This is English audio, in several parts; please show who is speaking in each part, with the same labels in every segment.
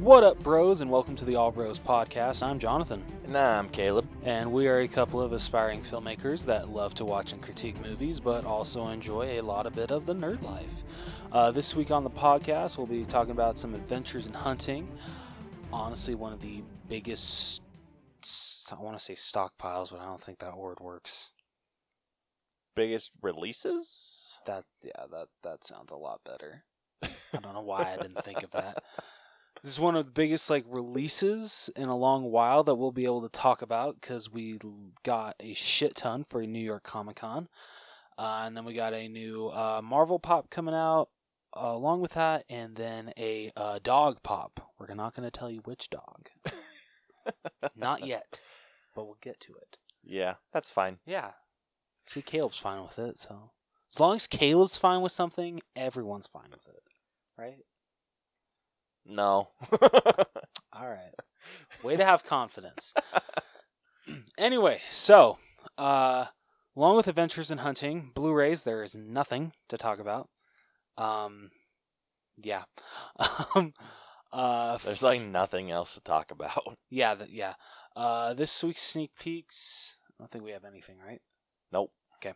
Speaker 1: What up, bros, and welcome to the All Bros Podcast. I'm Jonathan,
Speaker 2: And I'm Caleb.
Speaker 1: and we are a couple of aspiring filmmakers that love to watch and critique movies, but also enjoy a lot of bit of the nerd life. Uh, this week on the podcast, we'll be talking about some adventures in hunting. Honestly, one of the biggest, s- I want to say stockpiles, but I don't think that word works.
Speaker 2: Biggest releases?
Speaker 1: That yeah, that that sounds a lot better. I don't know why I didn't think of that. This is one of the biggest like releases in a long while that we'll be able to talk about because we l- got a shit ton for New York Comic Con, uh, and then we got a new uh, Marvel pop coming out uh, along with that, and then a uh, dog pop. We're not going to tell you which dog, not yet, but we'll get to it.
Speaker 2: Yeah, that's fine.
Speaker 1: Yeah. See, Caleb's fine with it, so as long as Caleb's fine with something, everyone's fine with it, right?
Speaker 2: No.
Speaker 1: All right. Way to have confidence. anyway, so uh, along with Adventures in Hunting, Blu-rays, there is nothing to talk about. Um, yeah. um, uh,
Speaker 2: There's like nothing else to talk about.
Speaker 1: yeah, th- yeah. Uh, this week's sneak peeks. I don't think we have anything, right?
Speaker 2: Nope.
Speaker 1: Okay.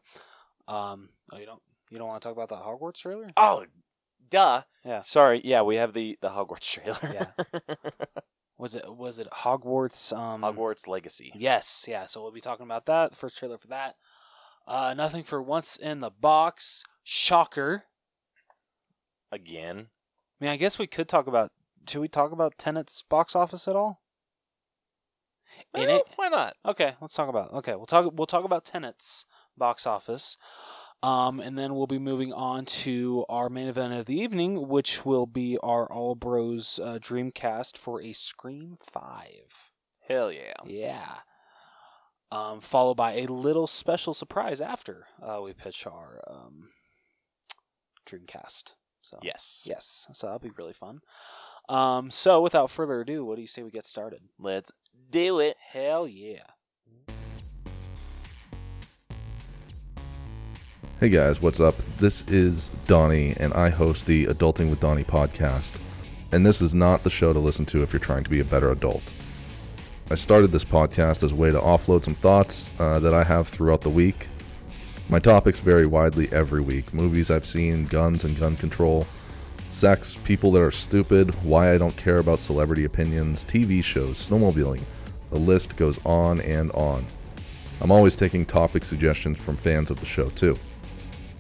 Speaker 1: Um. Oh, you don't. You don't want to talk about that Hogwarts trailer?
Speaker 2: Oh, duh.
Speaker 1: Yeah.
Speaker 2: Sorry. Yeah, we have the the Hogwarts trailer. Yeah.
Speaker 1: Was it? Was it Hogwarts? Um,
Speaker 2: Hogwarts Legacy.
Speaker 1: Yes. Yeah. So we'll be talking about that. First trailer for that. Uh, nothing for once in the box. Shocker.
Speaker 2: Again.
Speaker 1: I mean, I guess we could talk about. Should we talk about Tenet's box office at all? In
Speaker 2: Eh,
Speaker 1: it.
Speaker 2: Why not?
Speaker 1: Okay, let's talk about. Okay, we'll talk. We'll talk about Tenet's box office, um, and then we'll be moving on to our main event of the evening, which will be our All Bros uh, Dreamcast for a Scream Five.
Speaker 2: Hell yeah.
Speaker 1: Yeah. Um, followed by a little special surprise after uh, we pitch our um, Dreamcast. So
Speaker 2: Yes.
Speaker 1: yes, so that'll be really fun. Um, so without further ado, what do you say we get started?
Speaker 2: Let's do it.
Speaker 1: Hell yeah!
Speaker 3: Hey guys, what's up? This is Donnie, and I host the Adulting with Donnie podcast. And this is not the show to listen to if you're trying to be a better adult. I started this podcast as a way to offload some thoughts uh, that I have throughout the week. My topics vary widely every week movies I've seen, guns and gun control, sex, people that are stupid, why I don't care about celebrity opinions, TV shows, snowmobiling. The list goes on and on. I'm always taking topic suggestions from fans of the show, too.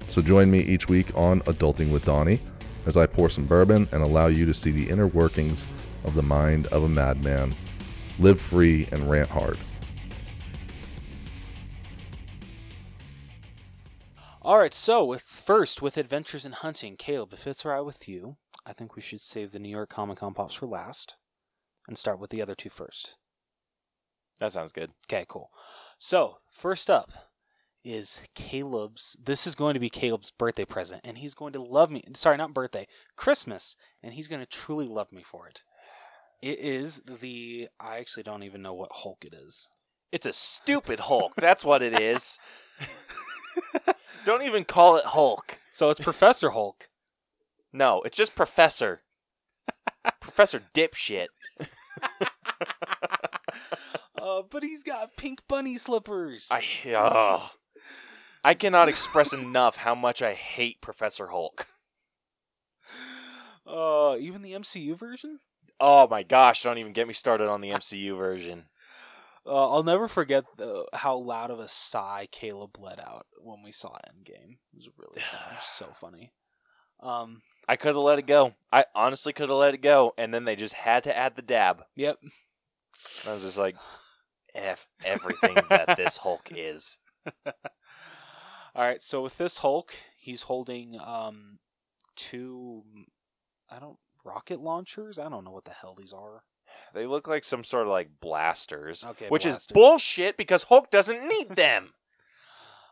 Speaker 3: So join me each week on Adulting with Donnie as I pour some bourbon and allow you to see the inner workings of the mind of a madman. Live free and rant hard.
Speaker 1: All right, so with first with Adventures in Hunting, Caleb, if it's all right with you, I think we should save the New York Comic Con pops for last, and start with the other two first.
Speaker 2: That sounds good.
Speaker 1: Okay, cool. So, first up is Caleb's. This is going to be Caleb's birthday present, and he's going to love me. Sorry, not birthday, Christmas, and he's going to truly love me for it. It is the. I actually don't even know what Hulk it is.
Speaker 2: It's a stupid Hulk. That's what it is. Don't even call it Hulk.
Speaker 1: So it's Professor Hulk.
Speaker 2: No, it's just Professor. Professor Dipshit.
Speaker 1: Uh, but he's got pink bunny slippers.
Speaker 2: I ugh. I cannot express enough how much I hate Professor Hulk.
Speaker 1: Uh, even the MCU version.
Speaker 2: Oh my gosh, don't even get me started on the MCU version.
Speaker 1: Uh, I'll never forget uh, how loud of a sigh Caleb let out when we saw Endgame. It was really funny. It was so funny. Um,
Speaker 2: I could have let it go. I honestly could have let it go, and then they just had to add the dab.
Speaker 1: yep.
Speaker 2: I was just like, F everything that this Hulk is.
Speaker 1: All right, so with this Hulk, he's holding um two I don't rocket launchers. I don't know what the hell these are.
Speaker 2: They look like some sort of like blasters.
Speaker 1: Okay,
Speaker 2: which is
Speaker 1: blasters.
Speaker 2: bullshit because Hulk doesn't need them.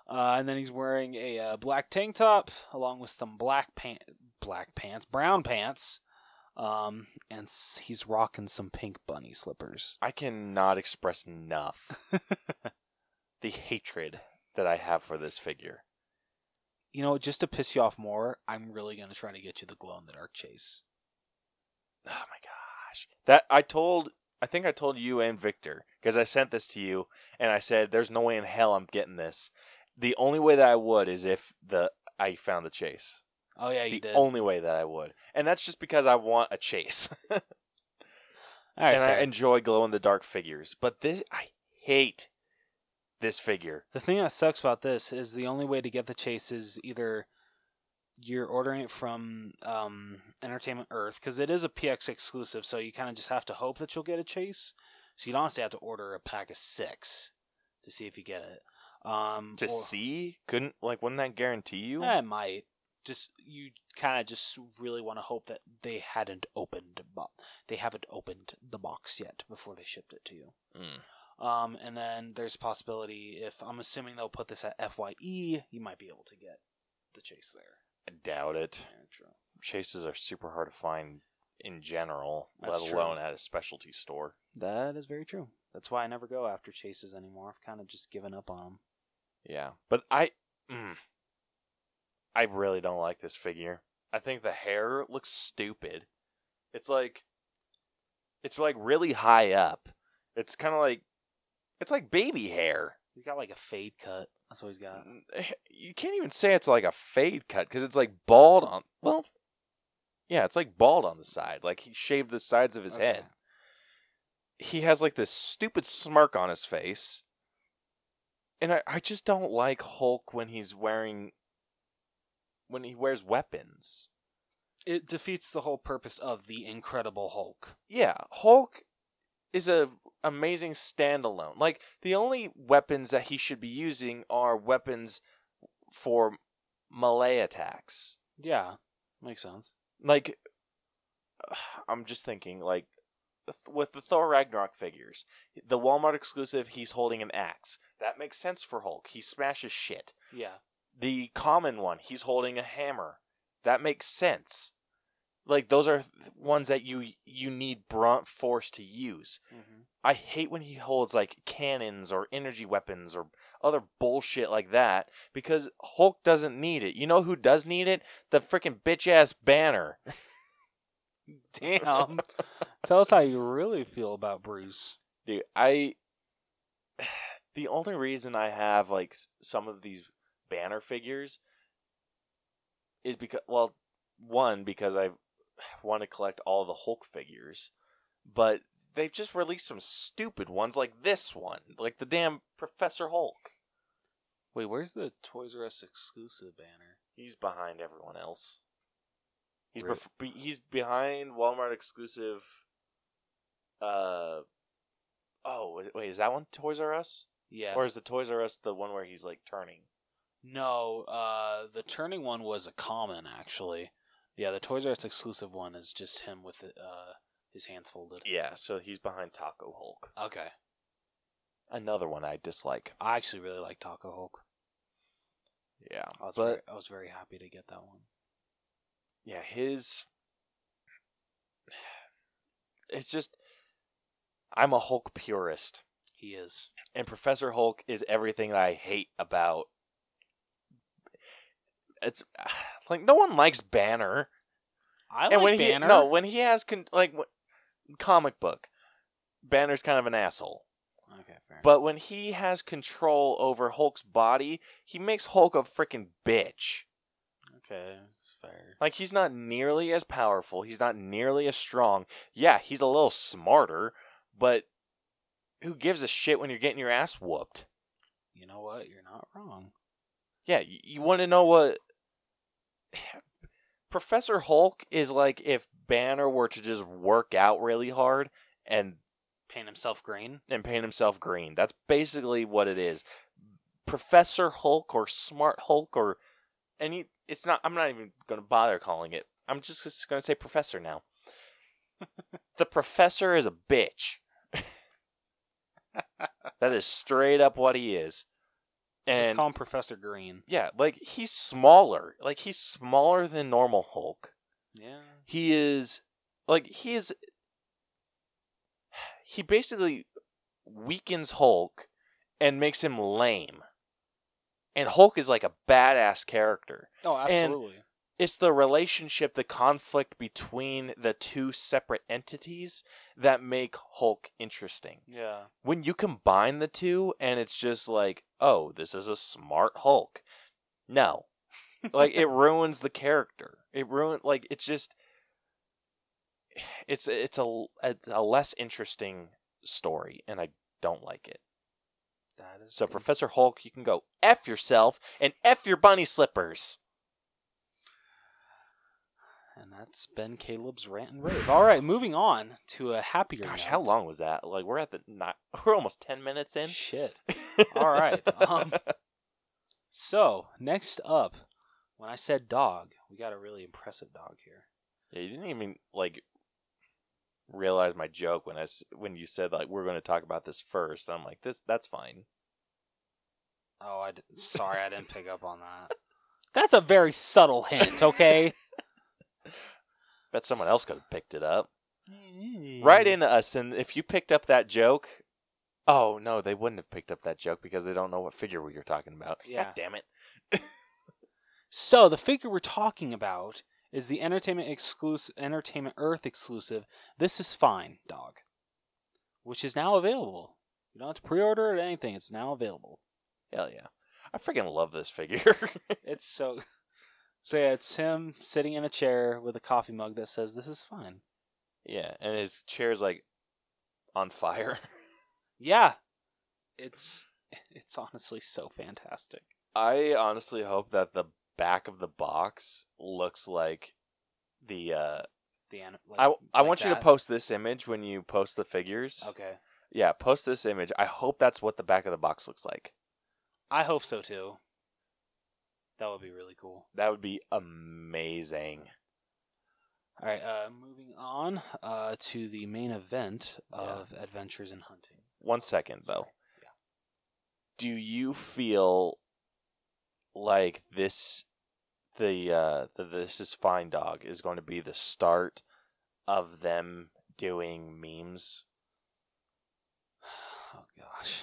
Speaker 1: Uh, and then he's wearing a uh, black tank top along with some black pant black pants, brown pants. Um and s- he's rocking some pink bunny slippers.
Speaker 2: I cannot express enough the hatred that I have for this figure.
Speaker 1: You know, just to piss you off more, I'm really going to try to get you the glow in the dark chase.
Speaker 2: Oh my gosh. trash. That I told, I think I told you and Victor because I sent this to you and I said, "There's no way in hell I'm getting this." The only way that I would is if the I found the chase.
Speaker 1: Oh yeah, you
Speaker 2: the
Speaker 1: did.
Speaker 2: only way that I would, and that's just because I want a chase
Speaker 1: All right,
Speaker 2: and
Speaker 1: fair.
Speaker 2: I enjoy glow in the dark figures. But this, I hate this figure.
Speaker 1: the thing that sucks about this is the only way to get the chase is either you're ordering it from um, Entertainment Earth because it is a PX exclusive, so you kind of just have to hope that you'll get a chase. So you'd honestly have to order a pack of six to see if you get it. Um,
Speaker 2: To
Speaker 1: or-
Speaker 2: see, couldn't like, wouldn't that guarantee you?
Speaker 1: Eh, it might. Just you kind of just really want to hope that they hadn't opened, bo- they haven't opened the box yet before they shipped it to you.
Speaker 2: Mm.
Speaker 1: Um, and then there's a possibility if I'm assuming they'll put this at Fye, you might be able to get the chase there.
Speaker 2: I doubt it.
Speaker 1: Yeah, true.
Speaker 2: Chases are super hard to find in general,
Speaker 1: That's
Speaker 2: let
Speaker 1: true.
Speaker 2: alone at a specialty store.
Speaker 1: That is very true. That's why I never go after chases anymore. I've kind of just given up on them.
Speaker 2: Yeah, but I, mm, I really don't like this figure. I think the hair looks stupid. It's like, it's like really high up. It's kind of like, it's like baby hair. eh,
Speaker 1: He's got like a fade cut. That's what he's
Speaker 2: Mm-hmm.
Speaker 1: got.
Speaker 2: You can't even say it's like a fade cut because it's like bald on. Well, yeah, it's like bald on the side. Like he shaved the sides of his
Speaker 1: Okay.
Speaker 2: head. He has like this stupid smirk on his face. And I, I just don't like Hulk when he's wearing. When he wears weapons.
Speaker 1: It defeats the whole purpose of the Incredible Hulk.
Speaker 2: Yeah, Hulk is a amazing standalone. Like the only weapons that he should be using are weapons for melee attacks.
Speaker 1: Yeah, makes sense.
Speaker 2: like I'm just thinking like with the Thor Ragnarok figures, the Walmart exclusive, he's holding an axe. That makes sense for Hulk. He smashes shit.
Speaker 1: Yeah.
Speaker 2: The common one, he's holding a hammer. That makes sense. Like those are th- ones that you you need brunt force to use.
Speaker 1: Mm-hmm.
Speaker 2: I hate when he holds like cannons or energy weapons or other bullshit like that because Hulk doesn't need it. You know who does need it? The freaking bitch ass Banner.
Speaker 1: Damn. Tell us how you really feel about Bruce.
Speaker 2: dude i the only reason i have like s- some of these banner figures is because well one because i want to collect all the hulk figures but they've just released some stupid ones like this one like the damn professor hulk
Speaker 1: Wait, where's the Toys R Us exclusive banner?
Speaker 2: he's behind everyone else he's
Speaker 1: Right.
Speaker 2: bef- be- he's behind walmart exclusive uh oh wait- wait is that one toys r us
Speaker 1: Yeah.
Speaker 2: Or is the Toys R Us the one where he's like turning?
Speaker 1: no, uh, the turning one was a common actually. Yeah, the Toys R Us exclusive one is just him with uh his hands folded.
Speaker 2: Yeah, so he's behind Taco Hulk.
Speaker 1: Okay.
Speaker 2: Another one I dislike.
Speaker 1: I actually really like Taco Hulk.
Speaker 2: Yeah.
Speaker 1: I was
Speaker 2: But-
Speaker 1: very, I was very happy to get that one.
Speaker 2: Yeah, his. It's just. I'm a Hulk purist,
Speaker 1: He is.
Speaker 2: and Professor Hulk is everything that I hate about. It's like no one likes Banner.
Speaker 1: I like
Speaker 2: and when
Speaker 1: Banner.
Speaker 2: he no, when he has con- like wh- comic book, Banner's kind of an asshole.
Speaker 1: Okay, fair.
Speaker 2: But when he has control over Hulk's body, he makes Hulk a freaking bitch.
Speaker 1: okay, it's fair.
Speaker 2: Like he's not nearly as powerful, he's not nearly as strong. Yeah, he's a little smarter, but who gives a shit when you're getting your ass whooped?
Speaker 1: You know what? You're not wrong.
Speaker 2: Yeah, you, you want to know what Professor Hulk is like if Banner were to just work out really hard and
Speaker 1: Paint himself green.
Speaker 2: and paint himself green. That's basically what it is. Professor Hulk or Smart Hulk or any it's not I'm not even going to bother calling it. I'm just, going to say professor now. the professor is a bitch. that is straight up what he is.
Speaker 1: just
Speaker 2: And
Speaker 1: call him Professor Green.
Speaker 2: yeah, like he's smaller. Like he's smaller than normal Hulk
Speaker 1: Yeah.
Speaker 2: he is like he is he basically weakens Hulk and makes him lame. And Hulk is like a badass character.
Speaker 1: Oh,
Speaker 2: And-
Speaker 1: absolutely.
Speaker 2: it's the relationship, the conflict between the two separate entities that make Hulk interesting.
Speaker 1: Yeah.
Speaker 2: When you combine the two and it's just like, oh, this is a smart Hulk. No. like it ruins the character. It ruin like it's just it's it's a it's a less interesting story and I don't like it.
Speaker 1: That is
Speaker 2: So
Speaker 1: good.
Speaker 2: Professor Hulk, you can go F yourself and F your bunny slippers.
Speaker 1: and that's Ben Caleb's rant and rave. All right, moving on to a happier.
Speaker 2: Gosh,
Speaker 1: note.
Speaker 2: how long was that? Like we're at the not we're almost ten minutes in.
Speaker 1: Shit. All right. Um, so next up, when I said dog, we got a really impressive dog here.
Speaker 2: Yeah, you didn't even like realize my joke when I s- when you said like we're going to talk about this first. I'm like this that's fine.
Speaker 1: Oh, I d- sorry, I didn't pick up on that. That's a very subtle hint, okay?
Speaker 2: Bet someone else could have picked it up. Write in to us and if you picked up that joke. Oh no, they wouldn't have picked up that joke because they don't know what figure we were talking about.
Speaker 1: Yeah.
Speaker 2: God damn it.
Speaker 1: So the figure we're talking about is the Entertainment exclusive, Entertainment Earth exclusive. This is fine, dog, which is now available. You don't have to pre-order it or anything. It's now available.
Speaker 2: Hell yeah. I freaking love this figure.
Speaker 1: It's so. So yeah, it's him sitting in a chair with a coffee mug that says "This is fine."
Speaker 2: yeah, and his chair's like on fire.
Speaker 1: Yeah, it's it's honestly so fantastic.
Speaker 2: I honestly hope that the back of the box looks like the uh
Speaker 1: The anim- like,
Speaker 2: I, I
Speaker 1: like
Speaker 2: want you to
Speaker 1: that.
Speaker 2: post this image when you post the figures.
Speaker 1: Okay,
Speaker 2: Yeah, post this image. I hope that's what the back of the box looks like.
Speaker 1: I hope so too. That would be really cool.
Speaker 2: That would be amazing.
Speaker 1: All right, uh, moving on uh, to the main event
Speaker 2: Yeah.
Speaker 1: of Adventures in Hunting.
Speaker 2: One second,
Speaker 1: Sorry.
Speaker 2: though. Do you feel like this the uh the this is fine dog is going to be the start of them doing memes?
Speaker 1: Oh gosh,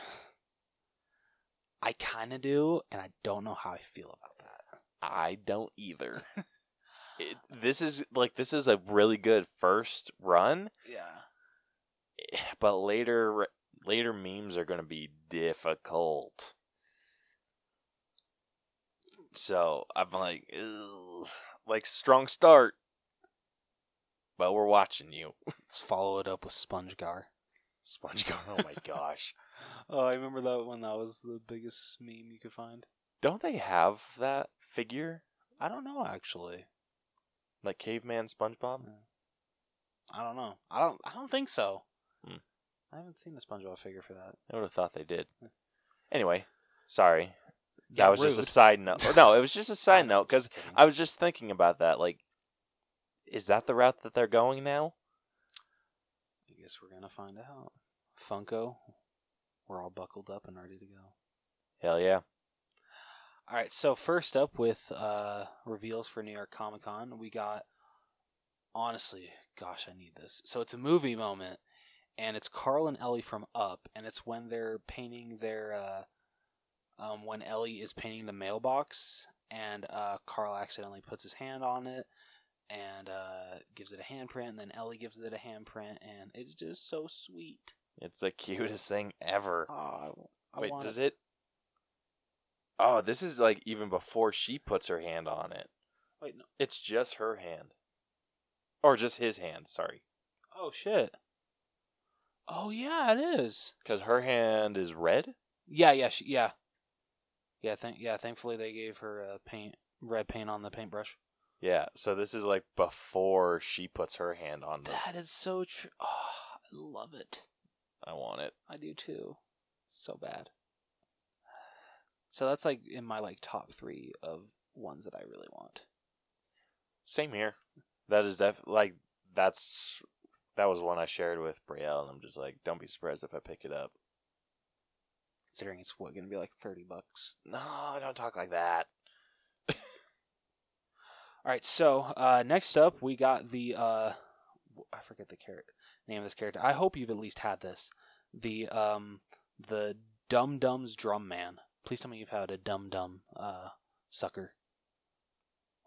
Speaker 1: I kind of do, and I don't know how I feel about that.
Speaker 2: I don't either. it, this is like this is a really good first run,
Speaker 1: Yeah,
Speaker 2: but later later memes are going to be difficult. So I'm like, Ugh. like strong start, but we're watching you,
Speaker 1: let's follow it up with SpongeGar.
Speaker 2: SpongeGar. Oh my gosh!
Speaker 1: Oh, I remember that one. That was the biggest meme you could find.
Speaker 2: Don't they have that figure
Speaker 1: I don't know actually.
Speaker 2: like caveman SpongeBob?
Speaker 1: I don't know. I don't. I don't think so.
Speaker 2: Hmm.
Speaker 1: I haven't seen the SpongeBob figure for that.
Speaker 2: I would have thought they did. Anyway, sorry.
Speaker 1: Yeah,
Speaker 2: that was just a
Speaker 1: rude.
Speaker 2: side note. No, it was just a side note because
Speaker 1: Just kidding.
Speaker 2: I was just thinking about that. Like, is that the route that they're going now?
Speaker 1: I guess we're gonna find out. Funko, we're all buckled up and ready to go.
Speaker 2: Hell yeah.
Speaker 1: All right, so first up with uh, reveals for New York Comic Con, we got honestly, gosh, I need this. So it's a movie moment, and it's Carl and Ellie from Up, and it's when they're painting their uh, um, when Ellie is painting the mailbox, and uh, Carl accidentally puts his hand on it and uh, gives it a handprint, and then Ellie gives it a handprint, and it's just so sweet.
Speaker 2: It's the cutest thing ever.
Speaker 1: Oh, I, I
Speaker 2: Wait,
Speaker 1: want
Speaker 2: does it? Oh, this is like even before she puts her hand on it.
Speaker 1: Wait, no.
Speaker 2: It's just her hand, or just his hand. Sorry,
Speaker 1: Oh shit. Oh yeah, it is.
Speaker 2: because her hand is red.
Speaker 1: Yeah, yeah, she, yeah, yeah. Thank yeah. Thankfully, they gave her uh, paint red paint on the paintbrush.
Speaker 2: Yeah. So this is like before she puts her hand on the.
Speaker 1: That is so true. Oh, I love it.
Speaker 2: I want it.
Speaker 1: I do too. So bad. So that's like in my like top three of ones that I really want.
Speaker 2: Same here. That is def like that's that was one I shared with Brielle, and I'm just like, don't be surprised if I pick it up.
Speaker 1: Considering it's what gonna be like thirty bucks.
Speaker 2: No, don't talk like that.
Speaker 1: All right. So uh, next up, we got the uh, w- I forget the char- name of this character. I hope you've at least had this. The um the Dum Dum's Drum Man. Please tell me you've had a Dum Dum uh sucker.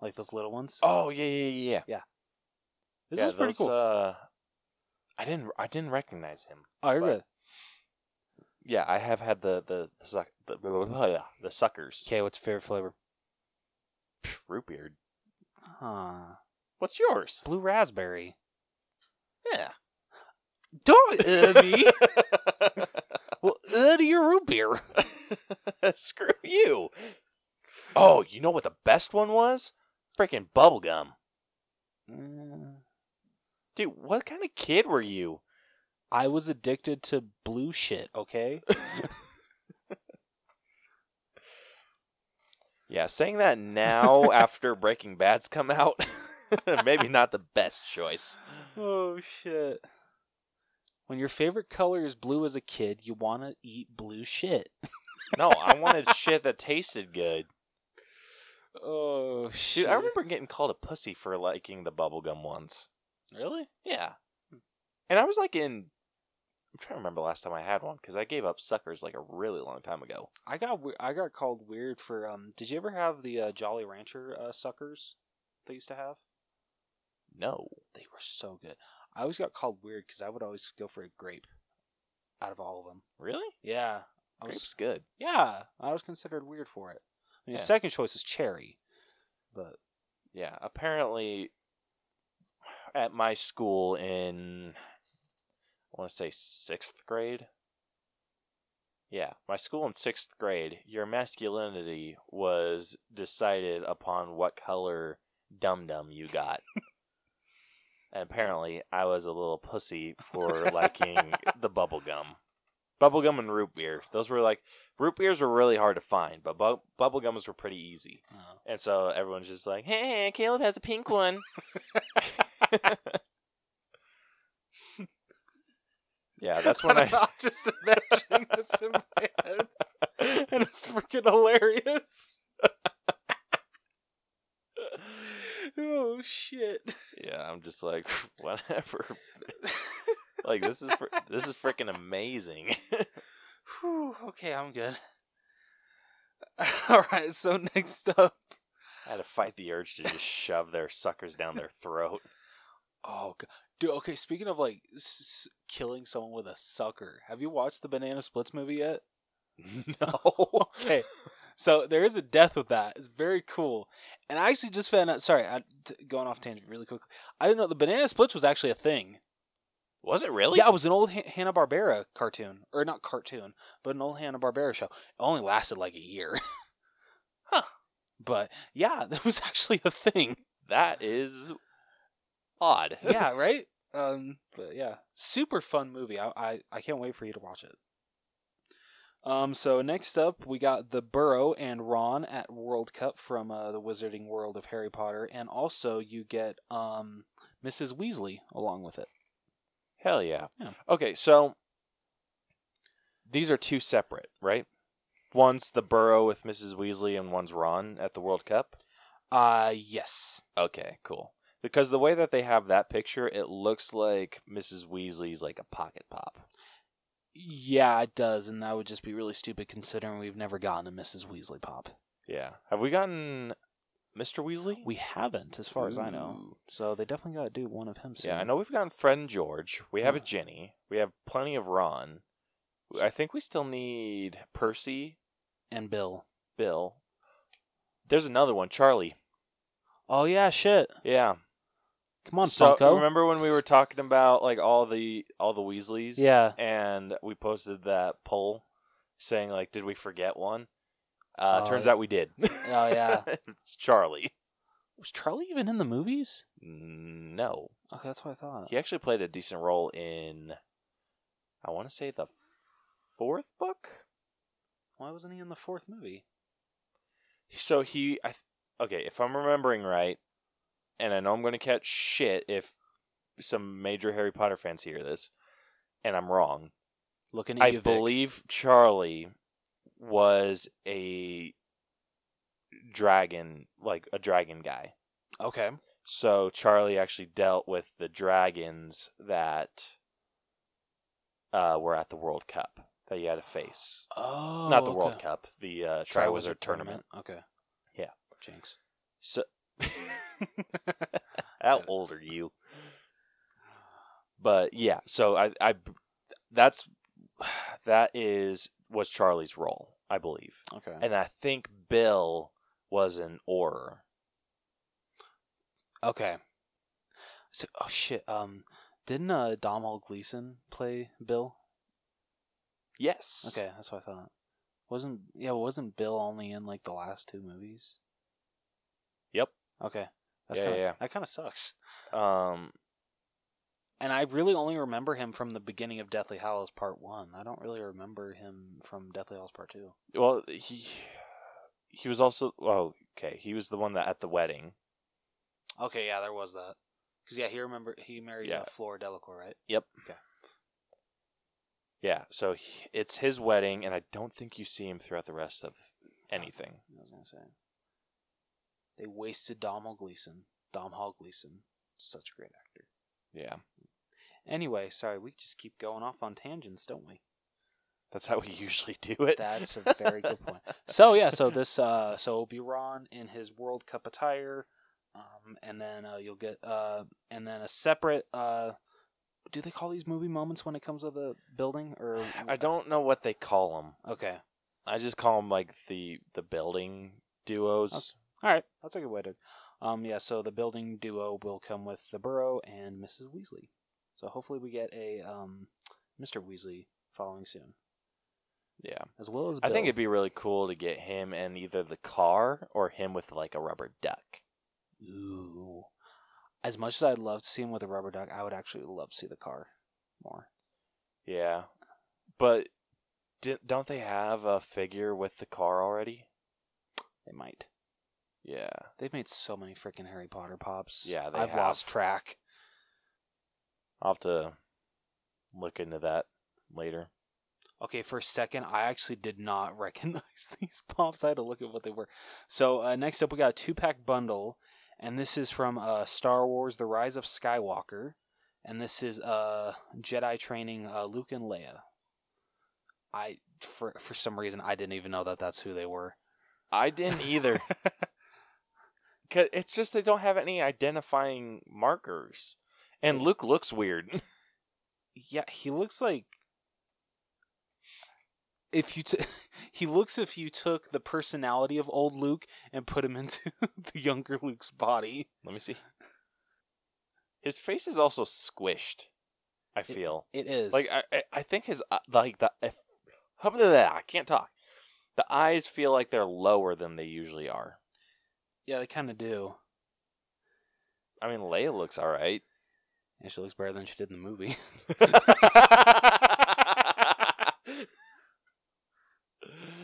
Speaker 1: like those little ones.
Speaker 2: Oh yeah, yeah, yeah, yeah.
Speaker 1: this
Speaker 2: yeah,
Speaker 1: was pretty
Speaker 2: those,
Speaker 1: cool.
Speaker 2: Uh, I didn't, I didn't recognize him.
Speaker 1: oh, you're
Speaker 2: but-
Speaker 1: good.
Speaker 2: Yeah, I have had the the the, suck, the, blah, blah, blah, blah, the suckers.
Speaker 1: Okay, what's your favorite flavor?
Speaker 2: Pff, root beard.
Speaker 1: Huh.
Speaker 2: What's yours?
Speaker 1: Blue raspberry.
Speaker 2: Yeah.
Speaker 1: Don't uh, me. well, uh, to your root beer.
Speaker 2: Screw you. Oh, you know what the best one was? Freaking bubblegum. Dude, what kind of kid were you?
Speaker 1: I was addicted to blue shit. Okay.
Speaker 2: Yeah, saying that now after Breaking Bad's come out, maybe not the best choice.
Speaker 1: oh shit. When your favorite color is blue as a kid, you want to eat blue shit.
Speaker 2: No, I wanted shit that tasted good.
Speaker 1: Oh shit.
Speaker 2: Dude, I remember getting called a pussy for liking the bubblegum once.
Speaker 1: Really? Hmm.
Speaker 2: Yeah. And I was like in. I'm trying to remember the last time I had one because I gave up suckers like a really long time ago.
Speaker 1: I got we- I got called weird for um. Did you ever have the uh, Jolly Rancher uh, suckers? They used to have.
Speaker 2: No.
Speaker 1: They were so good. I always got called weird because I would always go for a grape. Out of all of them.
Speaker 2: Really?
Speaker 1: Yeah. I was,
Speaker 2: Grape's good.
Speaker 1: Yeah, I was considered weird for it. I mean,
Speaker 2: Yeah.
Speaker 1: his second choice is cherry, but
Speaker 2: Yeah, apparently at my school in I want to say 6th grade. Yeah, my school in 6th grade, your masculinity was decided upon what color dum dum you got. and apparently I was a little pussy for liking the bubble gum. Bubble gum and root beer. Those were like root beers were really hard to find, but bu- bubble gums were pretty easy.
Speaker 1: uh,
Speaker 2: And so everyone's just like, hey, Caleb has a pink one. yeah, that's when I.
Speaker 1: I'm just imagining this in my head, and it's freaking hilarious. oh shit!
Speaker 2: Yeah, I'm just like, whatever. Like this is fr- this is freaking amazing.
Speaker 1: Whew, okay, I'm good. All right, so next up,
Speaker 2: I had to fight the urge to just shove their suckers down their throat.
Speaker 1: Oh, g- dude. Okay, speaking of like s- s- killing someone with a sucker, have you watched the Banana Splits movie yet?
Speaker 2: No.
Speaker 1: Okay, so there is a death with that. It's very cool, and I actually just found out. Sorry, I, t- going off tangent really quickly. I didn't know the Banana Splits was actually a thing.
Speaker 2: Was it really?
Speaker 1: Yeah, it was an old H- Hanna Barbera cartoon, or not cartoon, but an old Hanna Barbera show. It only lasted like a year.
Speaker 2: Huh.
Speaker 1: But yeah, that was actually a thing.
Speaker 2: That is odd.
Speaker 1: yeah, right. Um, but yeah, super fun movie. I, I I can't wait for you to watch it. Um, so next up we got the Burrow and Ron at World Cup from uh, the Wizarding World of Harry Potter, and also you get um Mrs. Weasley along with it.
Speaker 2: Hell yeah.
Speaker 1: Yeah.
Speaker 2: Okay, so these are two separate, right? One's the Burrow with Mrs. Weasley, and one's Ron at the World Cup.
Speaker 1: Uh yes.
Speaker 2: Okay, cool. Because the way that they have that picture, it looks like Mrs. Weasley's like a pocket pop.
Speaker 1: Yeah, it does, and that would just be really stupid considering we've never gotten a Mrs. Weasley pop.
Speaker 2: Yeah. Have we gotten Mr. Weasley?
Speaker 1: We haven't, as far as I know.
Speaker 2: Ooh.
Speaker 1: So they definitely got to do one of him soon.
Speaker 2: Yeah, I know we've gotten Fred and George. We have a
Speaker 1: Yeah.
Speaker 2: Ginny. We have plenty of Ron. I think we still need Percy,
Speaker 1: And Bill.
Speaker 2: Bill. There's another one, Charlie.
Speaker 1: Oh yeah, shit.
Speaker 2: Yeah.
Speaker 1: Come on,
Speaker 2: so
Speaker 1: Funko.
Speaker 2: remember when we were talking about like all the all the Weasleys?
Speaker 1: Yeah.
Speaker 2: and we posted that poll saying like, did we forget one? Uh,
Speaker 1: Oh,
Speaker 2: turns
Speaker 1: yeah.
Speaker 2: out we did.
Speaker 1: Oh yeah.
Speaker 2: It's Charlie.
Speaker 1: Was Charlie even in the movies?
Speaker 2: No,
Speaker 1: Okay, that's what I thought.
Speaker 2: he actually played a decent role in. I want to say the fourth book.
Speaker 1: Why wasn't he in the fourth movie?
Speaker 2: So he, I, th- okay, if I'm remembering right, and I know I'm going to catch shit if some major Harry Potter fans hear this, and I'm wrong.
Speaker 1: Looking at
Speaker 2: I
Speaker 1: you, Vic.
Speaker 2: believe Charlie was a dragon, like a dragon guy.
Speaker 1: Okay.
Speaker 2: So Charlie actually dealt with the dragons that uh, were at the World Cup that you had to face.
Speaker 1: Oh,
Speaker 2: Not the World Cup, the uh, Triwizard Tournament.
Speaker 1: Okay.
Speaker 2: Yeah.
Speaker 1: Jinx.
Speaker 2: So How old are you? But yeah, so I, I, that's that is was Charlie's role, I believe,
Speaker 1: Okay.
Speaker 2: and I think Bill was an orer.
Speaker 1: Okay. So, oh shit. Um, didn't uh, Domhnall Gleeson play Bill?
Speaker 2: Yes.
Speaker 1: Okay, that's what I thought. Wasn't yeah? Wasn't Bill only in like the last two movies?
Speaker 2: Yep.
Speaker 1: Okay. That's
Speaker 2: Yeah,
Speaker 1: kinda,
Speaker 2: yeah, yeah.
Speaker 1: That kind of sucks.
Speaker 2: Um.
Speaker 1: And I really only remember him from the beginning of Deathly Hallows Part One. I don't really remember him from Deathly Hallows Part Two.
Speaker 2: Well, he he was also. Oh, okay. He was the one that at the wedding.
Speaker 1: Okay, yeah, there was that. Cause yeah, he remember he marries
Speaker 2: Yeah.
Speaker 1: uh, Flora Delacour, right?
Speaker 2: Yeah. So he, it's his wedding, and I don't think you see him throughout the rest of anything.
Speaker 1: I was gonna say. They wasted Domhnall Gleeson. Domhnall Gleeson, such a great actor.
Speaker 2: Yeah.
Speaker 1: Anyway, sorry, we just keep going off on tangents, don't we?
Speaker 2: That's how we usually do it.
Speaker 1: That's a very good point. So yeah, so this, uh, so it'll be Ron in his World Cup attire, um, and then uh, you'll get, uh, and then a separate. Uh, do they call these movie moments when it comes to the building or?
Speaker 2: I don't know what they call them.
Speaker 1: Okay.
Speaker 2: I just call them like the the building duos.
Speaker 1: All right, that's a good way to. Um, yeah, so the building duo will come with the Burrow and Mrs. Weasley. So hopefully we get a um, Mr. Weasley following soon,
Speaker 2: Yeah.
Speaker 1: as well as.
Speaker 2: I
Speaker 1: Bill.
Speaker 2: think it'd be really cool to get him and either the car or him with like a rubber duck.
Speaker 1: Ooh. As much as I'd love to see him with a rubber duck, I would actually love to see the car more.
Speaker 2: Yeah. But di- don't they have a figure with the car already?
Speaker 1: They might.
Speaker 2: Yeah.
Speaker 1: They've made so many freaking Harry Potter pops.
Speaker 2: Yeah, they
Speaker 1: I've
Speaker 2: have.
Speaker 1: lost track.
Speaker 2: I'll have to look into that later.
Speaker 1: Okay, for a second, I actually did not recognize these pops. I had to look at what they were. So uh, next up, we got a two-pack bundle, and this is from uh, Star Wars: The Rise of Skywalker, and this is uh, Jedi training uh, Luke and Leia. I for for some reason I didn't even know that that's who they were.
Speaker 2: I didn't either. Cause it's just they don't have any identifying markers. And Luke looks weird.
Speaker 1: Yeah, he looks like if you t- he looks if you took the personality of old Luke and put him into the younger Luke's body.
Speaker 2: Let me see. His face is also squished. I feel
Speaker 1: It is
Speaker 2: like I, I, I think his eye- like the if, how about that? I can't talk. The eyes feel like they're lower than they usually are.
Speaker 1: yeah, they kind of do.
Speaker 2: I mean, Leia looks all right.
Speaker 1: And she looks better than she did in the movie.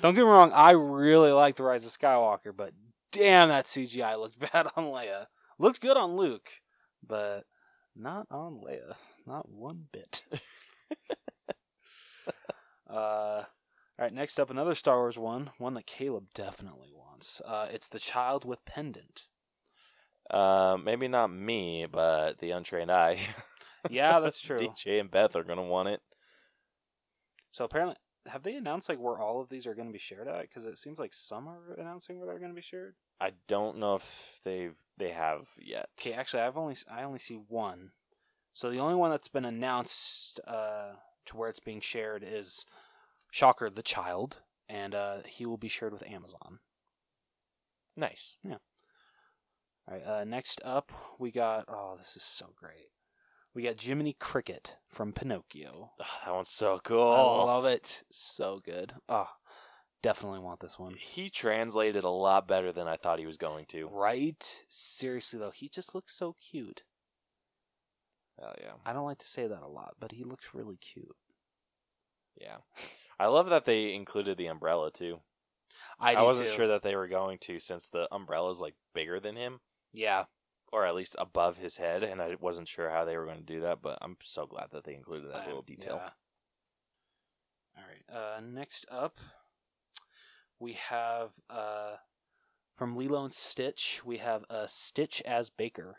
Speaker 1: Don't get me wrong, I really like the Rise of Skywalker, but damn, that CGI looked bad on Leia. Looked good on Luke, but not on Leia. Not one bit. uh, all right, next up, another Star Wars one, one that Caleb definitely wants. Uh, it's the child with pendant.
Speaker 2: Uh, maybe not me, but the untrained eye.
Speaker 1: Yeah, that's true.
Speaker 2: DJ and Beth are gonna want it.
Speaker 1: so apparently, have they announced like where all of these are going to be shared at? Because it seems like some are announcing where they're going to be shared.
Speaker 2: I don't know if they've they have yet.
Speaker 1: Okay, actually, I've only I only see one. So the only one that's been announced uh, to where it's being shared is Shocker the Child, and uh, he will be shared with Amazon.
Speaker 2: Nice.
Speaker 1: All right. Uh, next up, we got oh, this is so great. We got Jiminy Cricket from Pinocchio.
Speaker 2: Ah, that one's so cool.
Speaker 1: I love it. So good. Oh, definitely want this one.
Speaker 2: he translated a lot better than I thought he was going to.
Speaker 1: Right? Seriously though, he just looks so cute.
Speaker 2: Hell yeah.
Speaker 1: I don't like to say that a lot, but he looks really cute.
Speaker 2: Yeah. I love that they included the umbrella too. I,
Speaker 1: do
Speaker 2: wasn't
Speaker 1: too.
Speaker 2: sure that they were going to since the umbrella's like bigger than him
Speaker 1: Yeah.
Speaker 2: or at least above his head and I wasn't sure how they were going to do that, but I'm so glad that they included that
Speaker 1: Um,
Speaker 2: little detail.
Speaker 1: yeah. All right. Uh, next up, we have uh, from Lilo and Stitch. We have a Stitch as Baker.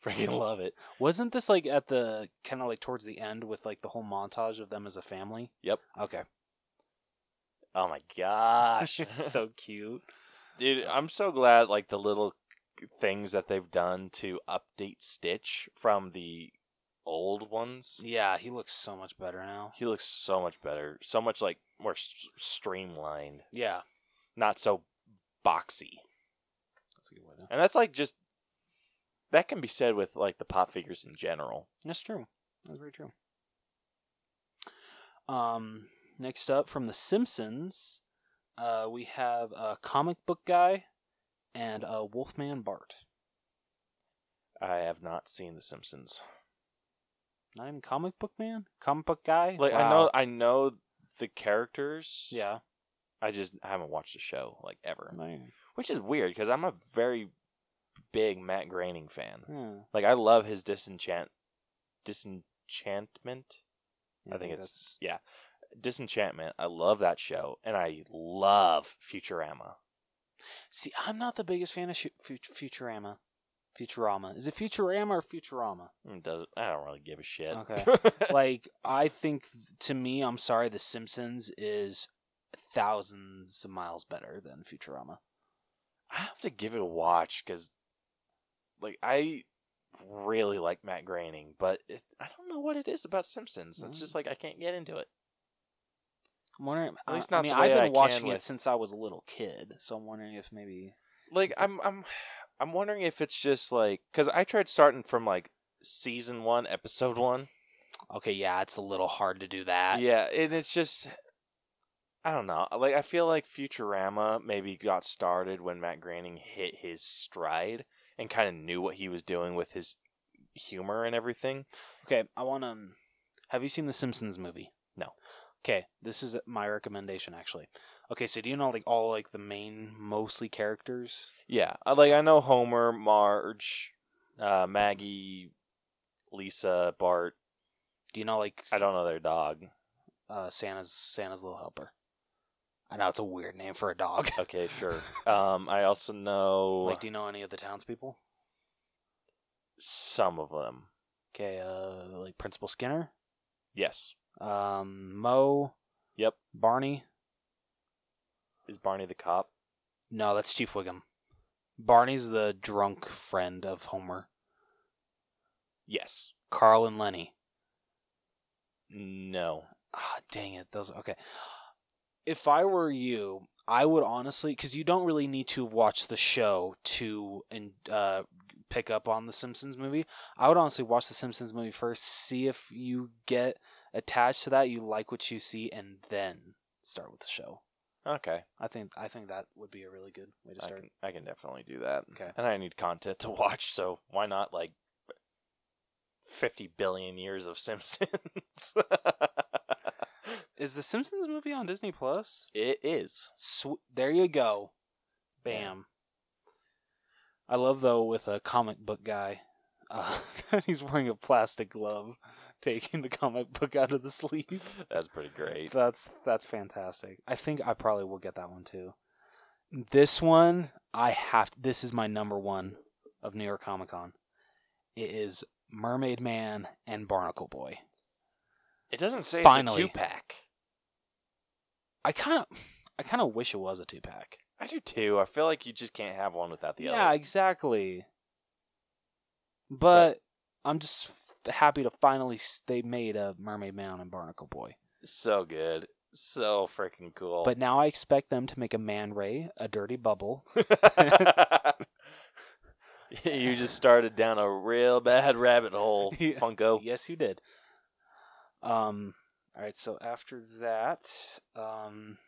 Speaker 2: Freaking love it.
Speaker 1: Wasn't this like at the kind of like towards the end with like the whole montage of them as a family?
Speaker 2: Yep.
Speaker 1: Okay.
Speaker 2: Oh my gosh.
Speaker 1: so cute.
Speaker 2: Dude, I'm so glad like the little things that they've done to update Stitch from the old ones.
Speaker 1: Yeah, he looks so much better now.
Speaker 2: He looks so much better, so much like more s- streamlined,
Speaker 1: Yeah,
Speaker 2: not so boxy.
Speaker 1: that's a good way to.
Speaker 2: And that's like just that can be said with like the pop figures in general.
Speaker 1: That's true. That's very true. Um, next up from The Simpsons, uh, we have a comic book guy and a Wolfman Bart.
Speaker 2: I have not seen The Simpsons.
Speaker 1: Not even comic book man, comic book guy.
Speaker 2: Like I
Speaker 1: Wow.
Speaker 2: know I know the characters.
Speaker 1: Yeah.
Speaker 2: I just haven't watched the show like ever,
Speaker 1: Man.
Speaker 2: which is weird because I'm a very big Matt Groening fan.
Speaker 1: Yeah.
Speaker 2: Like I love his disenchant disenchantment. I think it's yeah. Disenchantment. I love that show and I love Futurama.
Speaker 1: See, I'm not the biggest fan of Sh- Fut- Futurama. Futurama. Is it Futurama or Futurama?
Speaker 2: It does I don't really give a shit.
Speaker 1: Okay. like I think to me, I'm sorry, The Simpsons is thousands of miles better than Futurama.
Speaker 2: I have to give it a watch because, like, I really like Matt Groening, but it, I don't know what it is about Simpsons. It's just like I can't get into it.
Speaker 1: I'm wondering.
Speaker 2: At least
Speaker 1: I, I
Speaker 2: not
Speaker 1: mean,
Speaker 2: the way
Speaker 1: I've been
Speaker 2: I can
Speaker 1: watching it
Speaker 2: with-
Speaker 1: since I was a little kid, so I'm wondering if maybe.
Speaker 2: Like, I'm, I'm, I'm wondering if it's just like because I tried starting from like season one, episode one.
Speaker 1: Okay, yeah, it's a little hard to do that.
Speaker 2: yeah, and it's just. I don't know. Like I feel like Futurama maybe got started when Matt Groening hit his stride and kind of knew what he was doing with his humor and everything.
Speaker 1: Okay, I want to. Have you seen the Simpsons movie?
Speaker 2: No.
Speaker 1: Okay, this is my recommendation actually. Okay, so do you know like all like the main mostly characters?
Speaker 2: Yeah, I- like I know Homer, Marge, uh, Maggie, Lisa, Bart.
Speaker 1: Do you know like
Speaker 2: I don't know their dog.
Speaker 1: uh, Santa's Santa's little helper? I know it's a weird name for a dog.
Speaker 2: Okay, sure. Um, I also know
Speaker 1: Like, do you know any of the townspeople?
Speaker 2: some of them.
Speaker 1: Okay, uh, like Principal Skinner,
Speaker 2: Yes.
Speaker 1: um, Mo,
Speaker 2: Yep.
Speaker 1: Barney.
Speaker 2: Is Barney the cop?
Speaker 1: No, that's Chief Wiggum. Barney's the drunk friend of Homer.
Speaker 2: Yes.
Speaker 1: Carl and Lenny.
Speaker 2: No.
Speaker 1: Ah, dang it. Those okay. If I were you, I would honestly, because you don't really need to watch the show to and uh, pick up on the Simpsons movie. I would honestly watch the Simpsons movie first, see if you get attached to that, you like what you see, and then start with the show.
Speaker 2: Okay.
Speaker 1: I think I think that would be a really good way to
Speaker 2: I
Speaker 1: start.
Speaker 2: can, I can definitely do that.
Speaker 1: Okay.
Speaker 2: And I need content to watch, so why not like 50 billion years of Simpsons?
Speaker 1: Is the Simpsons movie on Disney Plus?
Speaker 2: it is.
Speaker 1: Sw- there you go. Bam. I love though with a comic book guy uh, that he's wearing a plastic glove, taking the comic book out of the sleeve.
Speaker 2: That's pretty great.
Speaker 1: That's that's fantastic. I think I probably will get that one too. This one I have. This is my number one of New York Comic Con. It is Mermaid Man and Barnacle Boy.
Speaker 2: It doesn't say
Speaker 1: Finally.
Speaker 2: it's a two pack.
Speaker 1: I kind of, I kind of wish it was a two pack.
Speaker 2: I do too. I feel like you just can't have one without the
Speaker 1: Yeah,
Speaker 2: other.
Speaker 1: exactly. But I'm just f- happy to finally s- they made a Mermaid Man and Barnacle Boy.
Speaker 2: So good. So freaking cool.
Speaker 1: But now I expect them to make a Man Ray, a Dirty Bubble.
Speaker 2: you just started down a real bad rabbit hole,
Speaker 1: Yeah.
Speaker 2: Funko.
Speaker 1: Yes, you did. Um. All right. So after that, um,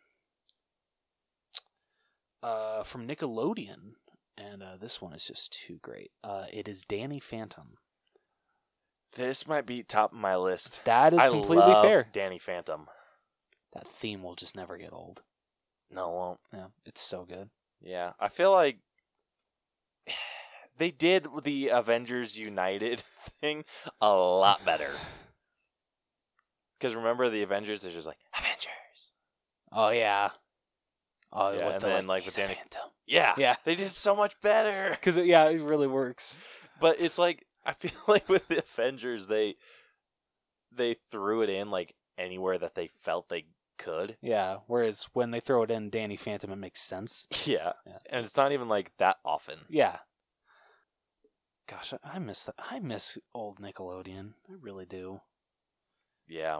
Speaker 1: uh, from Nickelodeon, and uh, this one is just too great. Uh, it is Danny Phantom.
Speaker 2: This might be top of my list.
Speaker 1: That is
Speaker 2: I
Speaker 1: completely
Speaker 2: love
Speaker 1: fair.
Speaker 2: Danny Phantom.
Speaker 1: That theme will just never get old.
Speaker 2: No, it won't.
Speaker 1: Yeah, it's so good.
Speaker 2: Yeah, I feel like they did the Avengers United thing a lot better. Because remember, the Avengers is just like Avengers.
Speaker 1: Oh yeah. Oh,
Speaker 2: Yeah,
Speaker 1: with
Speaker 2: and
Speaker 1: the,
Speaker 2: then,
Speaker 1: like,
Speaker 2: like,
Speaker 1: he's
Speaker 2: with
Speaker 1: a
Speaker 2: Danny-
Speaker 1: phantom.
Speaker 2: Yeah,
Speaker 1: Yeah.
Speaker 2: they did so much better.
Speaker 1: Because yeah, it really works.
Speaker 2: But it's like I feel like with the Avengers, they they threw it in like anywhere that they felt they could.
Speaker 1: Yeah. Whereas when they throw it in Danny Phantom, it makes sense.
Speaker 2: Yeah,
Speaker 1: Yeah.
Speaker 2: and it's not even like that often.
Speaker 1: Yeah. Gosh, I, I miss that. I miss old Nickelodeon. I really do.
Speaker 2: Yeah.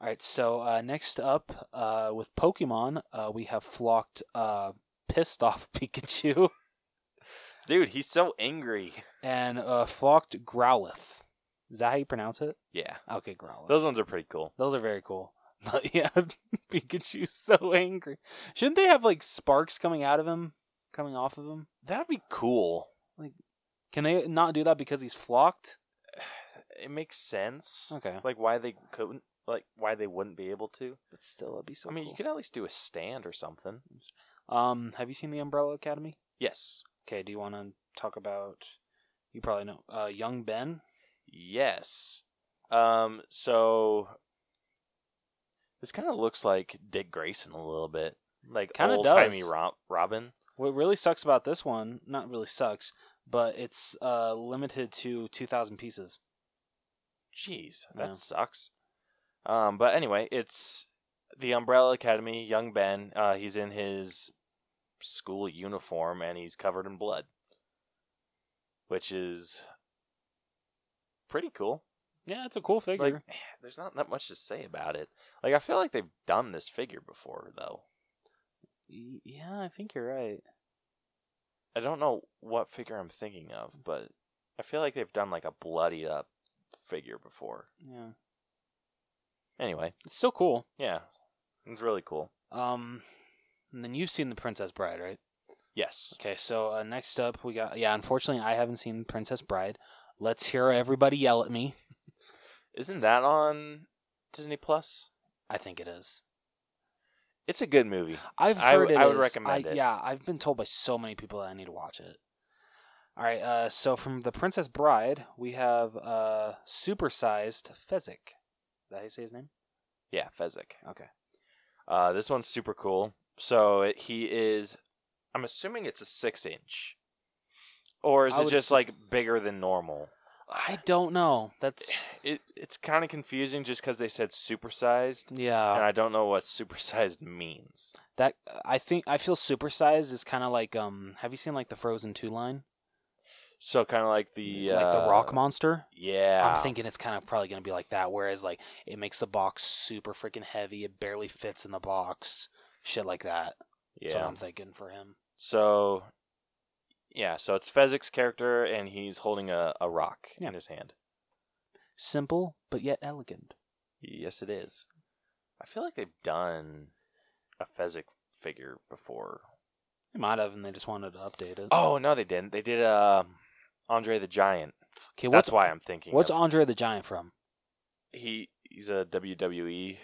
Speaker 1: All right, so uh, next up uh, with Pokemon, uh, we have flocked uh, pissed off Pikachu
Speaker 2: Dude, he's so angry.
Speaker 1: and uh, flocked Growlith. Is that how you pronounce it?
Speaker 2: Yeah.
Speaker 1: Okay, Growlith.
Speaker 2: Those ones are pretty cool.
Speaker 1: Those are very cool. But yeah, Pikachu's so angry. Shouldn't they have like sparks coming out of him, coming off of him?
Speaker 2: That'd be cool.
Speaker 1: Can they not do that because he's flocked?
Speaker 2: It makes sense.
Speaker 1: Okay,
Speaker 2: Like why they couldn't like why they wouldn't be able to.
Speaker 1: but still, it'd be so.
Speaker 2: I mean, you could at least do a stand or something.
Speaker 1: could. Um, have you seen the Umbrella Academy?
Speaker 2: Yes.
Speaker 1: Okay, do you want to talk about? You probably know, uh, Young Ben.
Speaker 2: Yes. Um so this kind of looks like Dick Grayson a little bit. Like
Speaker 1: Kinda
Speaker 2: old timey
Speaker 1: does.
Speaker 2: Rob- Robin.
Speaker 1: What really sucks about this one, not really sucks, but it's uh, limited to 2,000 pieces.
Speaker 2: Jeez, that
Speaker 1: Yeah.
Speaker 2: sucks. Um, but anyway, it's the Umbrella Academy. Young Ben, uh, he's in his school uniform and he's covered in blood, which is pretty cool.
Speaker 1: Yeah, it's a cool
Speaker 2: Like,
Speaker 1: figure.
Speaker 2: there's not that much to say about it. Like, I feel like they've done this figure before, though.
Speaker 1: Y- yeah, I think you're right.
Speaker 2: I don't know what figure I'm thinking of, but I feel like they've done like a bloodied up figure before.
Speaker 1: Yeah,
Speaker 2: Anyway,
Speaker 1: it's still cool.
Speaker 2: yeah, it's really cool.
Speaker 1: Um, and then you've seen The Princess Bride, right?
Speaker 2: Yes.
Speaker 1: Okay, so uh, next up we got yeah. Unfortunately, I haven't seen Princess Bride. Let's hear everybody yell at me.
Speaker 2: Isn't that on Disney Plus?
Speaker 1: I think it is.
Speaker 2: It's a good movie.
Speaker 1: I've
Speaker 2: I
Speaker 1: heard
Speaker 2: w-
Speaker 1: it
Speaker 2: I would
Speaker 1: is.
Speaker 2: recommend
Speaker 1: I-
Speaker 2: it.
Speaker 1: Yeah, I've been told by so many people that I need to watch it. All right, uh, so from The Princess Bride, we have uh, supersized Fezzik. Is that how you say his name?
Speaker 2: Yeah, Fezzik.
Speaker 1: Okay.
Speaker 2: Uh, this one's super cool. So it, he is. I'm assuming it's a six inch, or is
Speaker 1: I
Speaker 2: it
Speaker 1: would
Speaker 2: just
Speaker 1: assu-
Speaker 2: like bigger than normal?
Speaker 1: I don't know. That's
Speaker 2: It it's kind of confusing just because they said supersized, and
Speaker 1: yeah.
Speaker 2: I don't know what supersized means.
Speaker 1: That I think I feel supersized is kind of like um. Have you seen like the Frozen two line?
Speaker 2: So kind of like the
Speaker 1: like the
Speaker 2: uh,
Speaker 1: rock monster.
Speaker 2: Yeah,
Speaker 1: I'm thinking it's kind of probably going to be like that. Whereas, like, it makes the box super freaking heavy. It barely fits in the box. Shit like that. That's what
Speaker 2: Yeah.
Speaker 1: I'm thinking for him.
Speaker 2: So, yeah. So it's Fezzik's character, and he's holding a, a rock
Speaker 1: Yeah.
Speaker 2: in his hand.
Speaker 1: Simple, but yet elegant.
Speaker 2: Yes, it is. I feel like they've done a Fezzik figure before.
Speaker 1: They might have, and they just wanted to update it.
Speaker 2: Oh no, they didn't. They did uh, Andre the Giant.
Speaker 1: okay.
Speaker 2: That's
Speaker 1: What's
Speaker 2: why I'm thinking.
Speaker 1: what's
Speaker 2: of-
Speaker 1: Andre the Giant from?
Speaker 2: He he's a WWE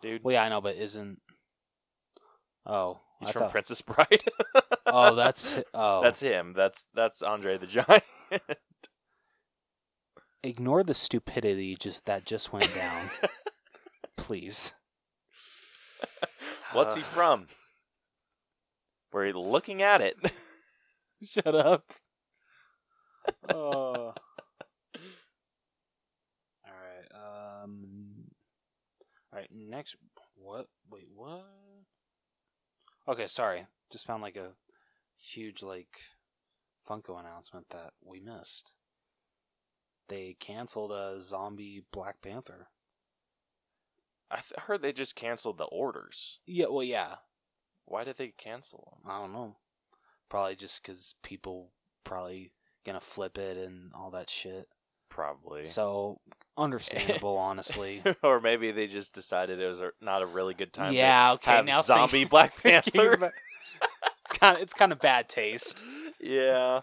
Speaker 2: dude.
Speaker 1: Well, yeah, I know, but isn't oh,
Speaker 2: he's
Speaker 1: I
Speaker 2: from
Speaker 1: thought-
Speaker 2: Princess Bride.
Speaker 1: oh, that's oh,
Speaker 2: that's him. That's that's Andre the Giant.
Speaker 1: ignore the stupidity. Just that just went down. Please,
Speaker 2: what's he from? Uh, We're looking at it.
Speaker 1: shut up. Oh. All right. Um. All right. Next. What? Wait. What? Okay. Sorry. Just found like a huge like Funko announcement that we missed. They canceled a zombie Black Panther.
Speaker 2: I th- heard they just canceled the orders.
Speaker 1: Yeah. Well. Yeah.
Speaker 2: Why did they cancel them?
Speaker 1: I don't know. Probably just because people probably gonna flip it and all that shit.
Speaker 2: Probably.
Speaker 1: So understandable, honestly.
Speaker 2: or maybe they just decided it was a, not a really good time.
Speaker 1: yeah.
Speaker 2: to
Speaker 1: okay.
Speaker 2: have
Speaker 1: now
Speaker 2: zombie
Speaker 1: think-
Speaker 2: Black
Speaker 1: thinking
Speaker 2: Panther.
Speaker 1: about- it's kind of it's kind of bad taste.
Speaker 2: yeah,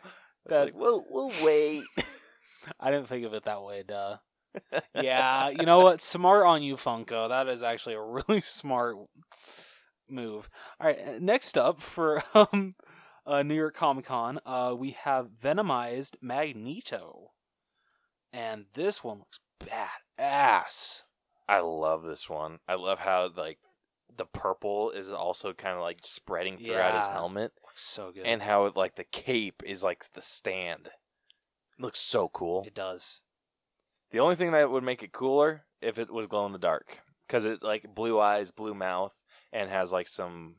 Speaker 1: That-
Speaker 2: It's like, we'll we'll wait.
Speaker 1: I didn't think of it that way. Duh. Yeah, you know what? Smart on you, Funko. That is actually a really smart move. All right, uh, next up for um, uh, New York Comic Con, uh, we have Venomized Magneto, and this one looks badass.
Speaker 2: I love this one. I love how like the purple is also kind of like spreading throughout his
Speaker 1: Yeah.
Speaker 2: helmet,
Speaker 1: Looks so good.
Speaker 2: and how like the cape is like the stand. Looks so cool.
Speaker 1: it does.
Speaker 2: The only thing that would make it cooler if it was glow in the dark, because it like blue eyes, blue mouth, and has like some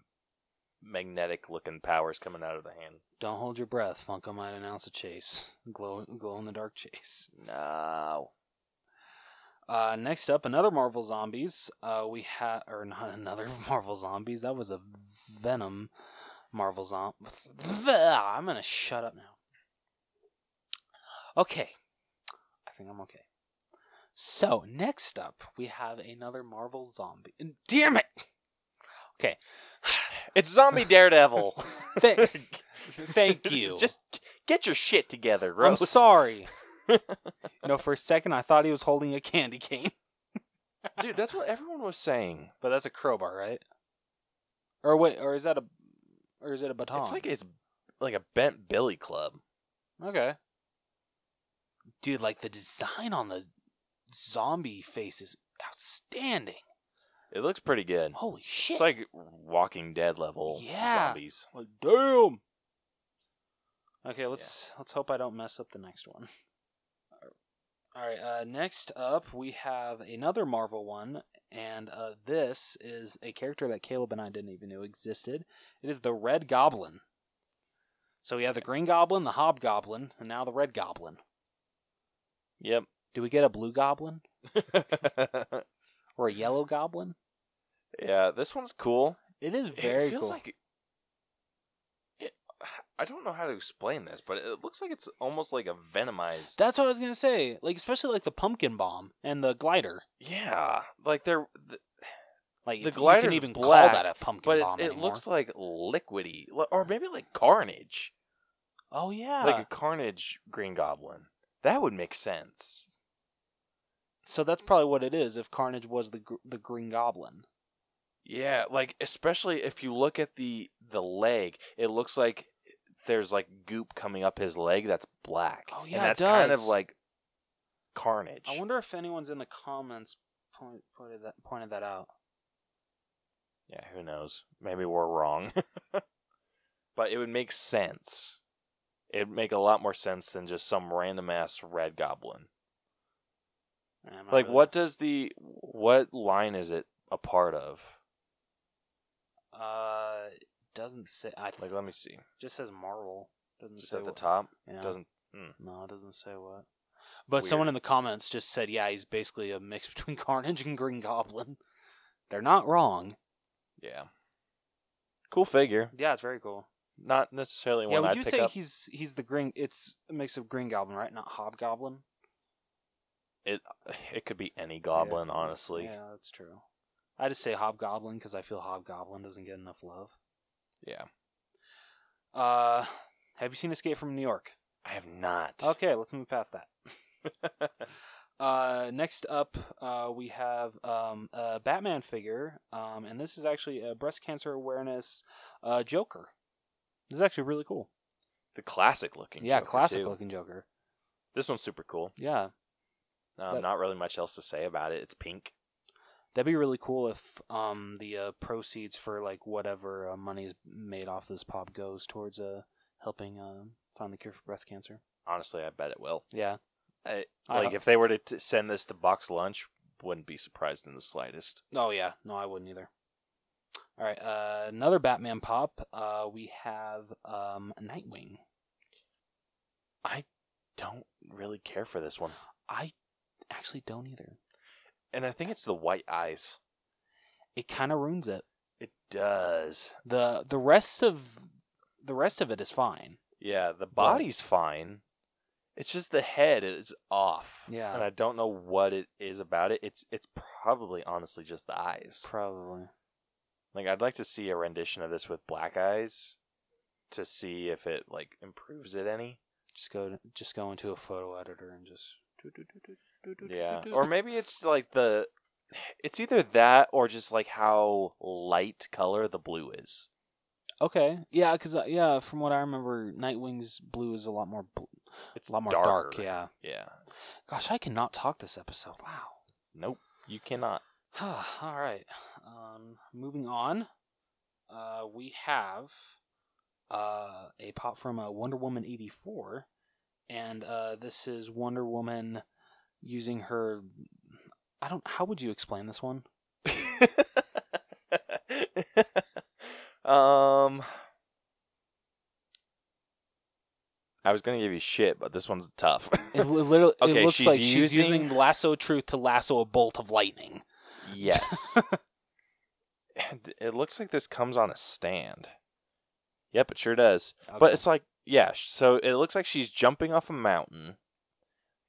Speaker 2: magnetic looking powers coming out of the hand.
Speaker 1: Don't hold your breath. Funko might announce a chase. Glow, glow in the dark chase.
Speaker 2: No.
Speaker 1: Uh, next up, another Marvel Zombies. Uh, we have, or not another Marvel Zombies. That was a Venom Marvel Zom. I'm gonna shut up now. Okay, I think I'm okay. So next up, we have another Marvel Zombie. and Damn it! Okay,
Speaker 2: It's zombie daredevil.
Speaker 1: Th- thank you.
Speaker 2: Just get your shit together,
Speaker 1: I'm
Speaker 2: Rose.
Speaker 1: sorry. no, for a second I thought he was holding a candy cane.
Speaker 2: Dude, that's what everyone was saying.
Speaker 1: But that's a crowbar, right? Or wait, or is that a, or is it a baton?
Speaker 2: It's like it's like a bent billy club.
Speaker 1: okay. Dude, like the design on the zombie face is outstanding.
Speaker 2: It looks pretty good.
Speaker 1: Holy shit!
Speaker 2: It's like Walking Dead level
Speaker 1: Yeah.
Speaker 2: zombies.
Speaker 1: Like, damn. Okay, let's let's hope I don't mess up the next one. All right, uh, next up we have another Marvel one, and uh, this is a character that Caleb and I didn't even know existed. It is the Red Goblin. So we have the Green Goblin, the Hobgoblin, and now the Red Goblin.
Speaker 2: Yep.
Speaker 1: Do we get a Blue Goblin or a Yellow Goblin?
Speaker 2: yeah, this one's cool.
Speaker 1: It is very
Speaker 2: it feels
Speaker 1: cool.
Speaker 2: like it, I don't know how to explain this, but it looks like it's almost like a venomized.
Speaker 1: That's what I was gonna say. Like especially like the pumpkin bomb and the glider.
Speaker 2: yeah, like they're, th-
Speaker 1: Like
Speaker 2: The
Speaker 1: the glider
Speaker 2: glider's
Speaker 1: can even
Speaker 2: black,
Speaker 1: call that a pumpkin
Speaker 2: but it's,
Speaker 1: bomb
Speaker 2: it
Speaker 1: anymore.
Speaker 2: looks like liquidy, li- or maybe like carnage,
Speaker 1: oh yeah.
Speaker 2: like a carnage green goblin. That would make sense.
Speaker 1: so that's probably what it is. If Carnage was the gr- the Green Goblin,
Speaker 2: Yeah, like especially if you look at the the leg, it looks like there's like goop coming up his leg that's black.
Speaker 1: Oh, yeah,
Speaker 2: and
Speaker 1: it
Speaker 2: that's kind of
Speaker 1: does.
Speaker 2: like carnage.
Speaker 1: I wonder if anyone's in the comments point, pointed that pointed that out.
Speaker 2: Yeah, who knows? Maybe we're wrong. but it would make sense. It'd make a lot more sense than just some random ass red goblin.
Speaker 1: And I'm not
Speaker 2: Like
Speaker 1: really-
Speaker 2: what does the what line is it a part of?
Speaker 1: Uh, it doesn't say. I
Speaker 2: Like let me see.
Speaker 1: just says Marvel. Doesn't
Speaker 2: Just
Speaker 1: say
Speaker 2: at the
Speaker 1: what-
Speaker 2: top.
Speaker 1: Yeah.
Speaker 2: Doesn't
Speaker 1: No, it doesn't say what. But
Speaker 2: Weird.
Speaker 1: someone in the comments just said, "Yeah, he's basically a mix between Carnage and Green Goblin." They're not wrong.
Speaker 2: Yeah. Cool figure.
Speaker 1: Yeah, it's very cool.
Speaker 2: Not necessarily
Speaker 1: Yeah,
Speaker 2: one
Speaker 1: would
Speaker 2: I'd
Speaker 1: you
Speaker 2: pick
Speaker 1: say
Speaker 2: up.
Speaker 1: he's he's the green? It's a mix of Green Goblin, right? Not Hobgoblin.
Speaker 2: It it could be any goblin,
Speaker 1: Yeah.
Speaker 2: honestly.
Speaker 1: Yeah, that's true. I just say Hobgoblin because I feel Hobgoblin doesn't get enough love.
Speaker 2: Yeah.
Speaker 1: Uh, have you seen Escape from New York?
Speaker 2: I have not.
Speaker 1: Okay, let's move past that. Uh, next up, uh, we have um, a Batman figure, um, and this is actually a breast cancer awareness uh, Joker. This is actually really cool.
Speaker 2: the classic looking.
Speaker 1: yeah,
Speaker 2: Joker,
Speaker 1: classic
Speaker 2: too.
Speaker 1: looking Joker.
Speaker 2: This one's super cool.
Speaker 1: Yeah,
Speaker 2: Um,
Speaker 1: But-
Speaker 2: not really much else to say about it. It's pink.
Speaker 1: That'd be really cool if um the uh, proceeds for like whatever uh, money is made off this pop goes towards uh helping uh, find the cure for breast cancer.
Speaker 2: Honestly, I bet it will.
Speaker 1: Yeah,
Speaker 2: I,
Speaker 1: I-
Speaker 2: like if they were to t- send this to Box Lunch, wouldn't be surprised in the slightest.
Speaker 1: Oh yeah, no, I wouldn't either. All right, uh, another Batman pop. Uh, we have um Nightwing.
Speaker 2: I don't really care for this one,
Speaker 1: I actually don't either.
Speaker 2: and I think it's the white eyes.
Speaker 1: It kind of ruins it.
Speaker 2: It does.
Speaker 1: the The rest of the rest of it is fine.
Speaker 2: Yeah, the body's fine. It's just the head is off.
Speaker 1: Yeah.
Speaker 2: and I don't know what it is about it. It's it's probably honestly just the eyes.
Speaker 1: Probably.
Speaker 2: Like I'd like to see a rendition of this with black eyes to see if it like improves it any.
Speaker 1: Just go just go into a photo editor and just.
Speaker 2: Yeah. Or maybe it's like the it's either that or just like how light color the blue is.
Speaker 1: Okay. Yeah, because yeah, from what I remember, Nightwing's blue is a lot more bl-
Speaker 2: It's
Speaker 1: a lot more
Speaker 2: darker.
Speaker 1: dark. Yeah.
Speaker 2: Yeah.
Speaker 1: Gosh, I cannot talk this episode. Wow.
Speaker 2: Nope. You cannot.
Speaker 1: All right. Um, moving on. Uh, we have uh, a pop from uh, Wonder Woman eighty four, and uh, this is Wonder Woman using her. I don't. How would you explain this one?
Speaker 2: Um, I was gonna give you shit, but this one's tough.
Speaker 1: It, li- literally,
Speaker 2: Okay,
Speaker 1: it looks
Speaker 2: she's
Speaker 1: like she's
Speaker 2: using-
Speaker 1: using lasso truth to lasso a bolt of lightning.
Speaker 2: yes. and it looks like this comes on a stand. Yep, it sure does. But
Speaker 1: Okay.
Speaker 2: it's like, yeah, sh- so it looks like she's jumping off a mountain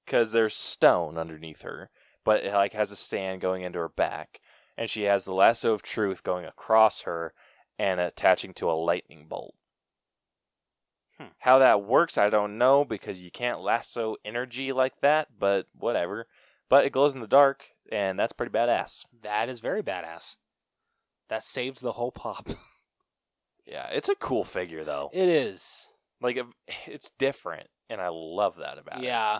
Speaker 2: because there's stone underneath her, but it like has a stand going into her back, and she has the lasso of truth going across her and attaching to a lightning bolt.
Speaker 1: Hmm.
Speaker 2: How that works, I don't know because you can't lasso energy like that, but whatever. But it glows in the dark, and that's pretty badass.
Speaker 1: that is very badass. That saves the whole pop.
Speaker 2: Yeah, it's a cool figure though.
Speaker 1: It is.
Speaker 2: Like it- it's different, and I love that about it.
Speaker 1: yeah.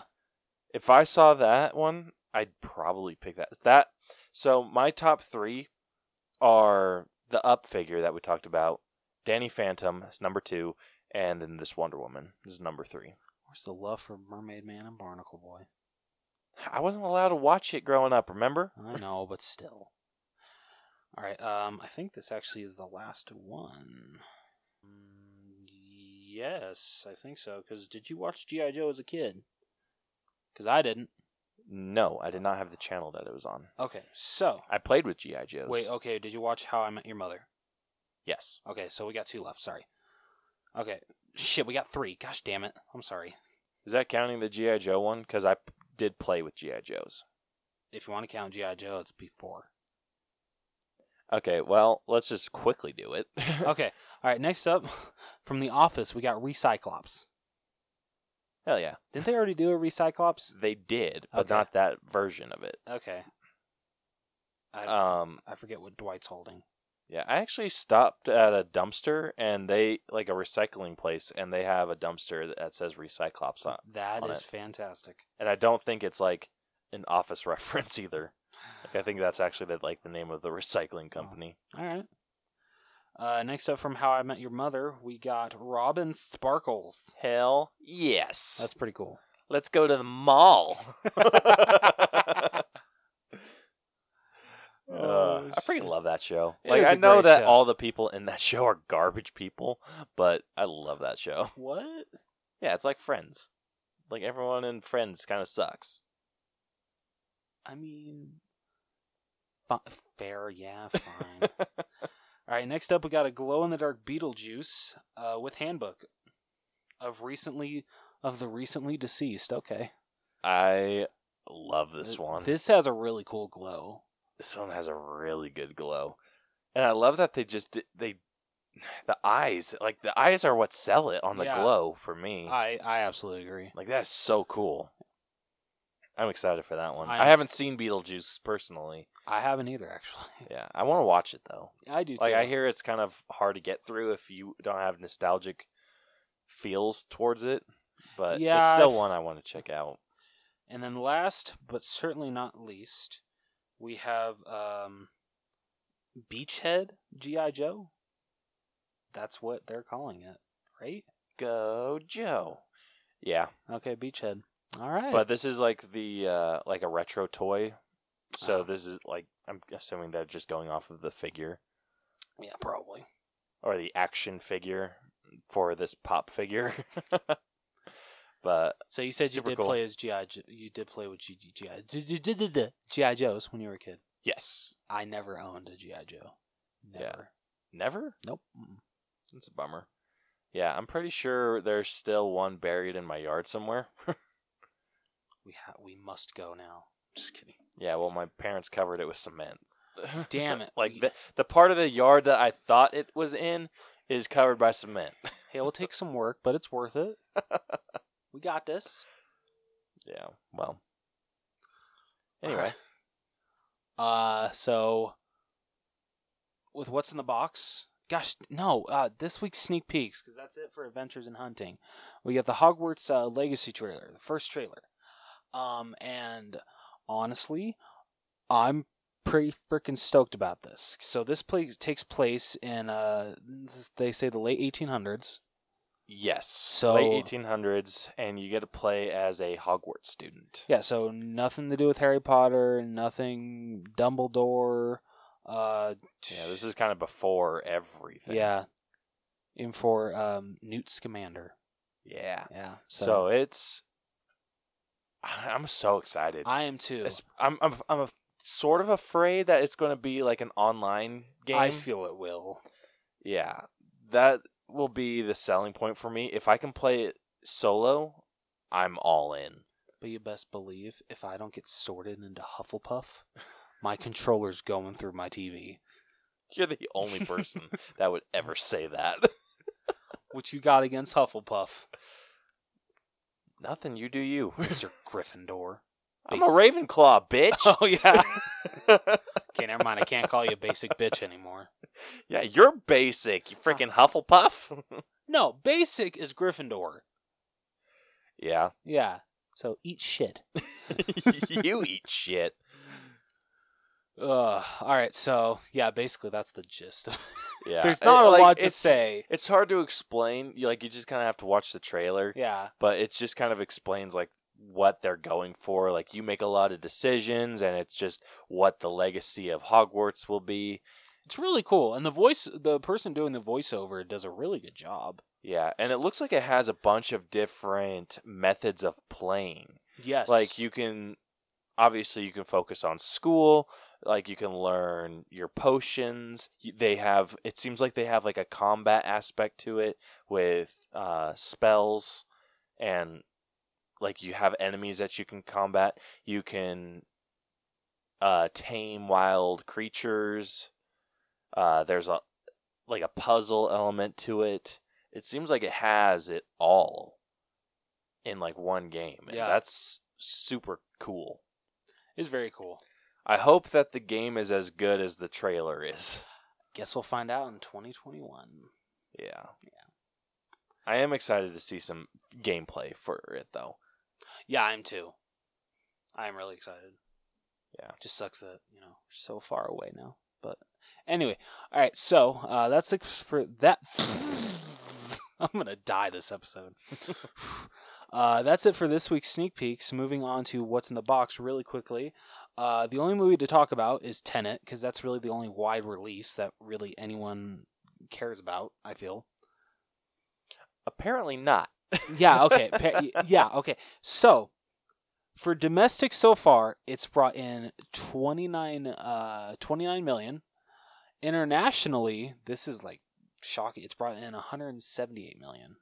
Speaker 2: If I saw that one, I'd probably pick that. That so my top three are the up figure that we talked about, Danny Phantom is number two, and then this Wonder Woman is number three.
Speaker 1: Where's the love for Mermaid Man and Barnacle Boy?
Speaker 2: I wasn't allowed to watch it growing up, remember?
Speaker 1: I know, but still. All right. Um, I think this actually is the last one. Mm, Yes, I think so. Because did you watch GI Joe as a kid? Because I didn't.
Speaker 2: No, I did not have the channel that it was on.
Speaker 1: Okay, so
Speaker 2: I played with GI Joes.
Speaker 1: wait. oh. Okay, did you watch How I Met Your Mother?
Speaker 2: yes,
Speaker 1: Okay, so we got two left. Sorry. Okay, shit, we got three. Gosh damn it! I'm sorry.
Speaker 2: is that counting the GI Joe one? Because I p- did play with GI Joes.
Speaker 1: If you want to count GI Joe, it's before.
Speaker 2: Okay, well, let's just quickly do it.
Speaker 1: Okay. All right. Next up, from The Office, we got Recyclops.
Speaker 2: Hell yeah,
Speaker 1: Didn't they already do a Recyclops?
Speaker 2: they did, but
Speaker 1: Okay.
Speaker 2: not that version of it.
Speaker 1: Okay. I,
Speaker 2: Um,
Speaker 1: I forget what Dwight's holding.
Speaker 2: Yeah, I actually stopped at a dumpster and they like a recycling place and they have a dumpster that says Recyclops on.
Speaker 1: That
Speaker 2: on
Speaker 1: is
Speaker 2: it.
Speaker 1: fantastic.
Speaker 2: And I don't think it's like an office reference either. Like I think that's actually the, like the name of the recycling company.
Speaker 1: All right. Uh, next up from How I Met Your Mother, we got Robin Sparkles.
Speaker 2: Hell yes.
Speaker 1: That's pretty cool.
Speaker 2: Let's go to the mall. Uh,
Speaker 1: Oh,
Speaker 2: I freaking
Speaker 1: shit.
Speaker 2: love that show.
Speaker 1: It
Speaker 2: like
Speaker 1: is
Speaker 2: I
Speaker 1: a
Speaker 2: know
Speaker 1: great
Speaker 2: that
Speaker 1: show.
Speaker 2: all the people in that show are garbage people, but I love that show.
Speaker 1: What?
Speaker 2: Yeah, it's like Friends. Like everyone in Friends kind of sucks.
Speaker 1: I mean, fi- fair, yeah, fine. All right. Next up, we got a glow in the dark Beetlejuice uh, with handbook of recently of the recently deceased. Okay,
Speaker 2: I love this
Speaker 1: Th-
Speaker 2: one. This,
Speaker 1: This has a really cool glow.
Speaker 2: one has a really good glow, and I love that they just di- they the eyes like the eyes are what sell it on the
Speaker 1: Yeah.
Speaker 2: glow for me.
Speaker 1: I I absolutely agree.
Speaker 2: like that's so cool. I'm excited for that one.
Speaker 1: I
Speaker 2: I,
Speaker 1: am
Speaker 2: haven't seen Beetlejuice personally.
Speaker 1: I haven't either actually.
Speaker 2: Yeah, I want to watch it though.
Speaker 1: I do.
Speaker 2: Like
Speaker 1: too.
Speaker 2: I hear it's kind of hard to get through if you don't have nostalgic feels towards it, but
Speaker 1: Yeah,
Speaker 2: it's still
Speaker 1: I've-
Speaker 2: one I want to check out.
Speaker 1: And then last, but certainly not least, we have um, Beachhead GI Joe. That's what they're calling it, right?
Speaker 2: Go Joe. Yeah,
Speaker 1: Okay, Beachhead. All right.
Speaker 2: but this is like the uh like a retro toy. So
Speaker 1: Ah.
Speaker 2: this is like I'm assuming they're just going off of the figure
Speaker 1: yeah, probably.
Speaker 2: or the action figure for this pop figure. but
Speaker 1: So you said
Speaker 2: Super
Speaker 1: you did
Speaker 2: cool.
Speaker 1: play as GI. Jo- you did play with GI Joe- GI Joes when you were a kid.
Speaker 2: yes,
Speaker 1: I never owned a GI Joe.
Speaker 2: Yeah.
Speaker 1: Never.
Speaker 2: never.
Speaker 1: Nope. Mm.
Speaker 2: That's a bummer. Yeah, I'm pretty sure there's still one buried in my yard somewhere.
Speaker 1: We ha- we must go now. Just kidding.
Speaker 2: Yeah, well, my parents covered it with cement.
Speaker 1: Damn it.
Speaker 2: like
Speaker 1: We-
Speaker 2: the the part of the yard that I thought it was in is covered by cement.
Speaker 1: Hey, it'll take some work, but it's worth it. we got this.
Speaker 2: yeah. Well. Anyway,
Speaker 1: Uh, so with what's in the box? Gosh, no. Uh, this week's sneak peeks because that's it for Adventures in Hunting. We got the Hogwarts uh, Legacy trailer, the first trailer. Um, and honestly, I'm pretty freaking stoked about this. So this place takes place in uh, they say the late 1800s.
Speaker 2: yes.
Speaker 1: So-
Speaker 2: late 1800s, and you get to play as a Hogwarts student.
Speaker 1: Yeah, so nothing to do with Harry Potter, nothing Dumbledore, Uh,
Speaker 2: Yeah, this is kind of before everything.
Speaker 1: yeah, in for um, Newt Scamander.
Speaker 2: Yeah.
Speaker 1: Yeah,
Speaker 2: So,
Speaker 1: so,
Speaker 2: it's I- I'm so excited.
Speaker 1: I am too.
Speaker 2: It's- I'm I'm I'm a, sort of afraid that it's going to be like an online game.
Speaker 1: I feel it will.
Speaker 2: yeah. That will be the selling point for me. If I can play it solo, I'm all in.
Speaker 1: But you best believe if I don't get sorted into Hufflepuff, my controller's going through my TV.
Speaker 2: You're the only person that would ever say that.
Speaker 1: What you got against Hufflepuff,
Speaker 2: Nothing, you do you.
Speaker 1: Mister Gryffindor?
Speaker 2: I'm a Ravenclaw, bitch.
Speaker 1: Oh yeah. okay, never mind. I can't call you a basic bitch anymore.
Speaker 2: yeah, you're basic. You freaking Hufflepuff.
Speaker 1: No, basic is Gryffindor.
Speaker 2: yeah.
Speaker 1: Yeah. So eat shit.
Speaker 2: you eat shit.
Speaker 1: Ugh. All right. So yeah, basically that's the gist. Of
Speaker 2: Yeah.
Speaker 1: There's not
Speaker 2: It-
Speaker 1: a
Speaker 2: like,
Speaker 1: lot to
Speaker 2: it's-
Speaker 1: say.
Speaker 2: It's hard to explain. You, like you just kind of have to watch the trailer,
Speaker 1: Yeah.
Speaker 2: but it just kind of explains like what they're going for. Like you make a lot of decisions, and it's just what the legacy of Hogwarts will be.
Speaker 1: It's really cool, and the voice, the person doing the voiceover, does a really good job.
Speaker 2: Yeah, and it looks like it has a bunch of different methods of playing.
Speaker 1: Yes.
Speaker 2: Like you can obviously you can focus on school, like you can learn your potions. You- They have it seems like they have like a combat aspect to it with uh spells and like you have enemies that you can combat. You can uh tame wild creatures. Uh there's a like a puzzle element to it. It seems like it has it all in like one game. And
Speaker 1: Yeah.
Speaker 2: that's super cool.
Speaker 1: It's very cool.
Speaker 2: I hope that the game is as good as the trailer is.
Speaker 1: Guess we'll find out in 2021.
Speaker 2: Yeah. Yeah. I am excited to see some gameplay for it though.
Speaker 1: Yeah, I'm too. I'm really excited.
Speaker 2: Yeah.
Speaker 1: Just sucks that you know we're so far away now. But anyway, all right. So uh, that's it for that. I'm gonna die this episode. uh, that's it for this week's sneak peeks. Moving on to what's in the box really quickly. Uh, the only movie to talk about is Tenet because that's really the only wide release that really anyone cares about. I feel.
Speaker 2: Apparently not.
Speaker 1: Yeah, okay. Pa- y- yeah, okay. So, for domestic so far, it's brought in 29 uh 29 million. Internationally, this is like shocking. It's brought in 178 million.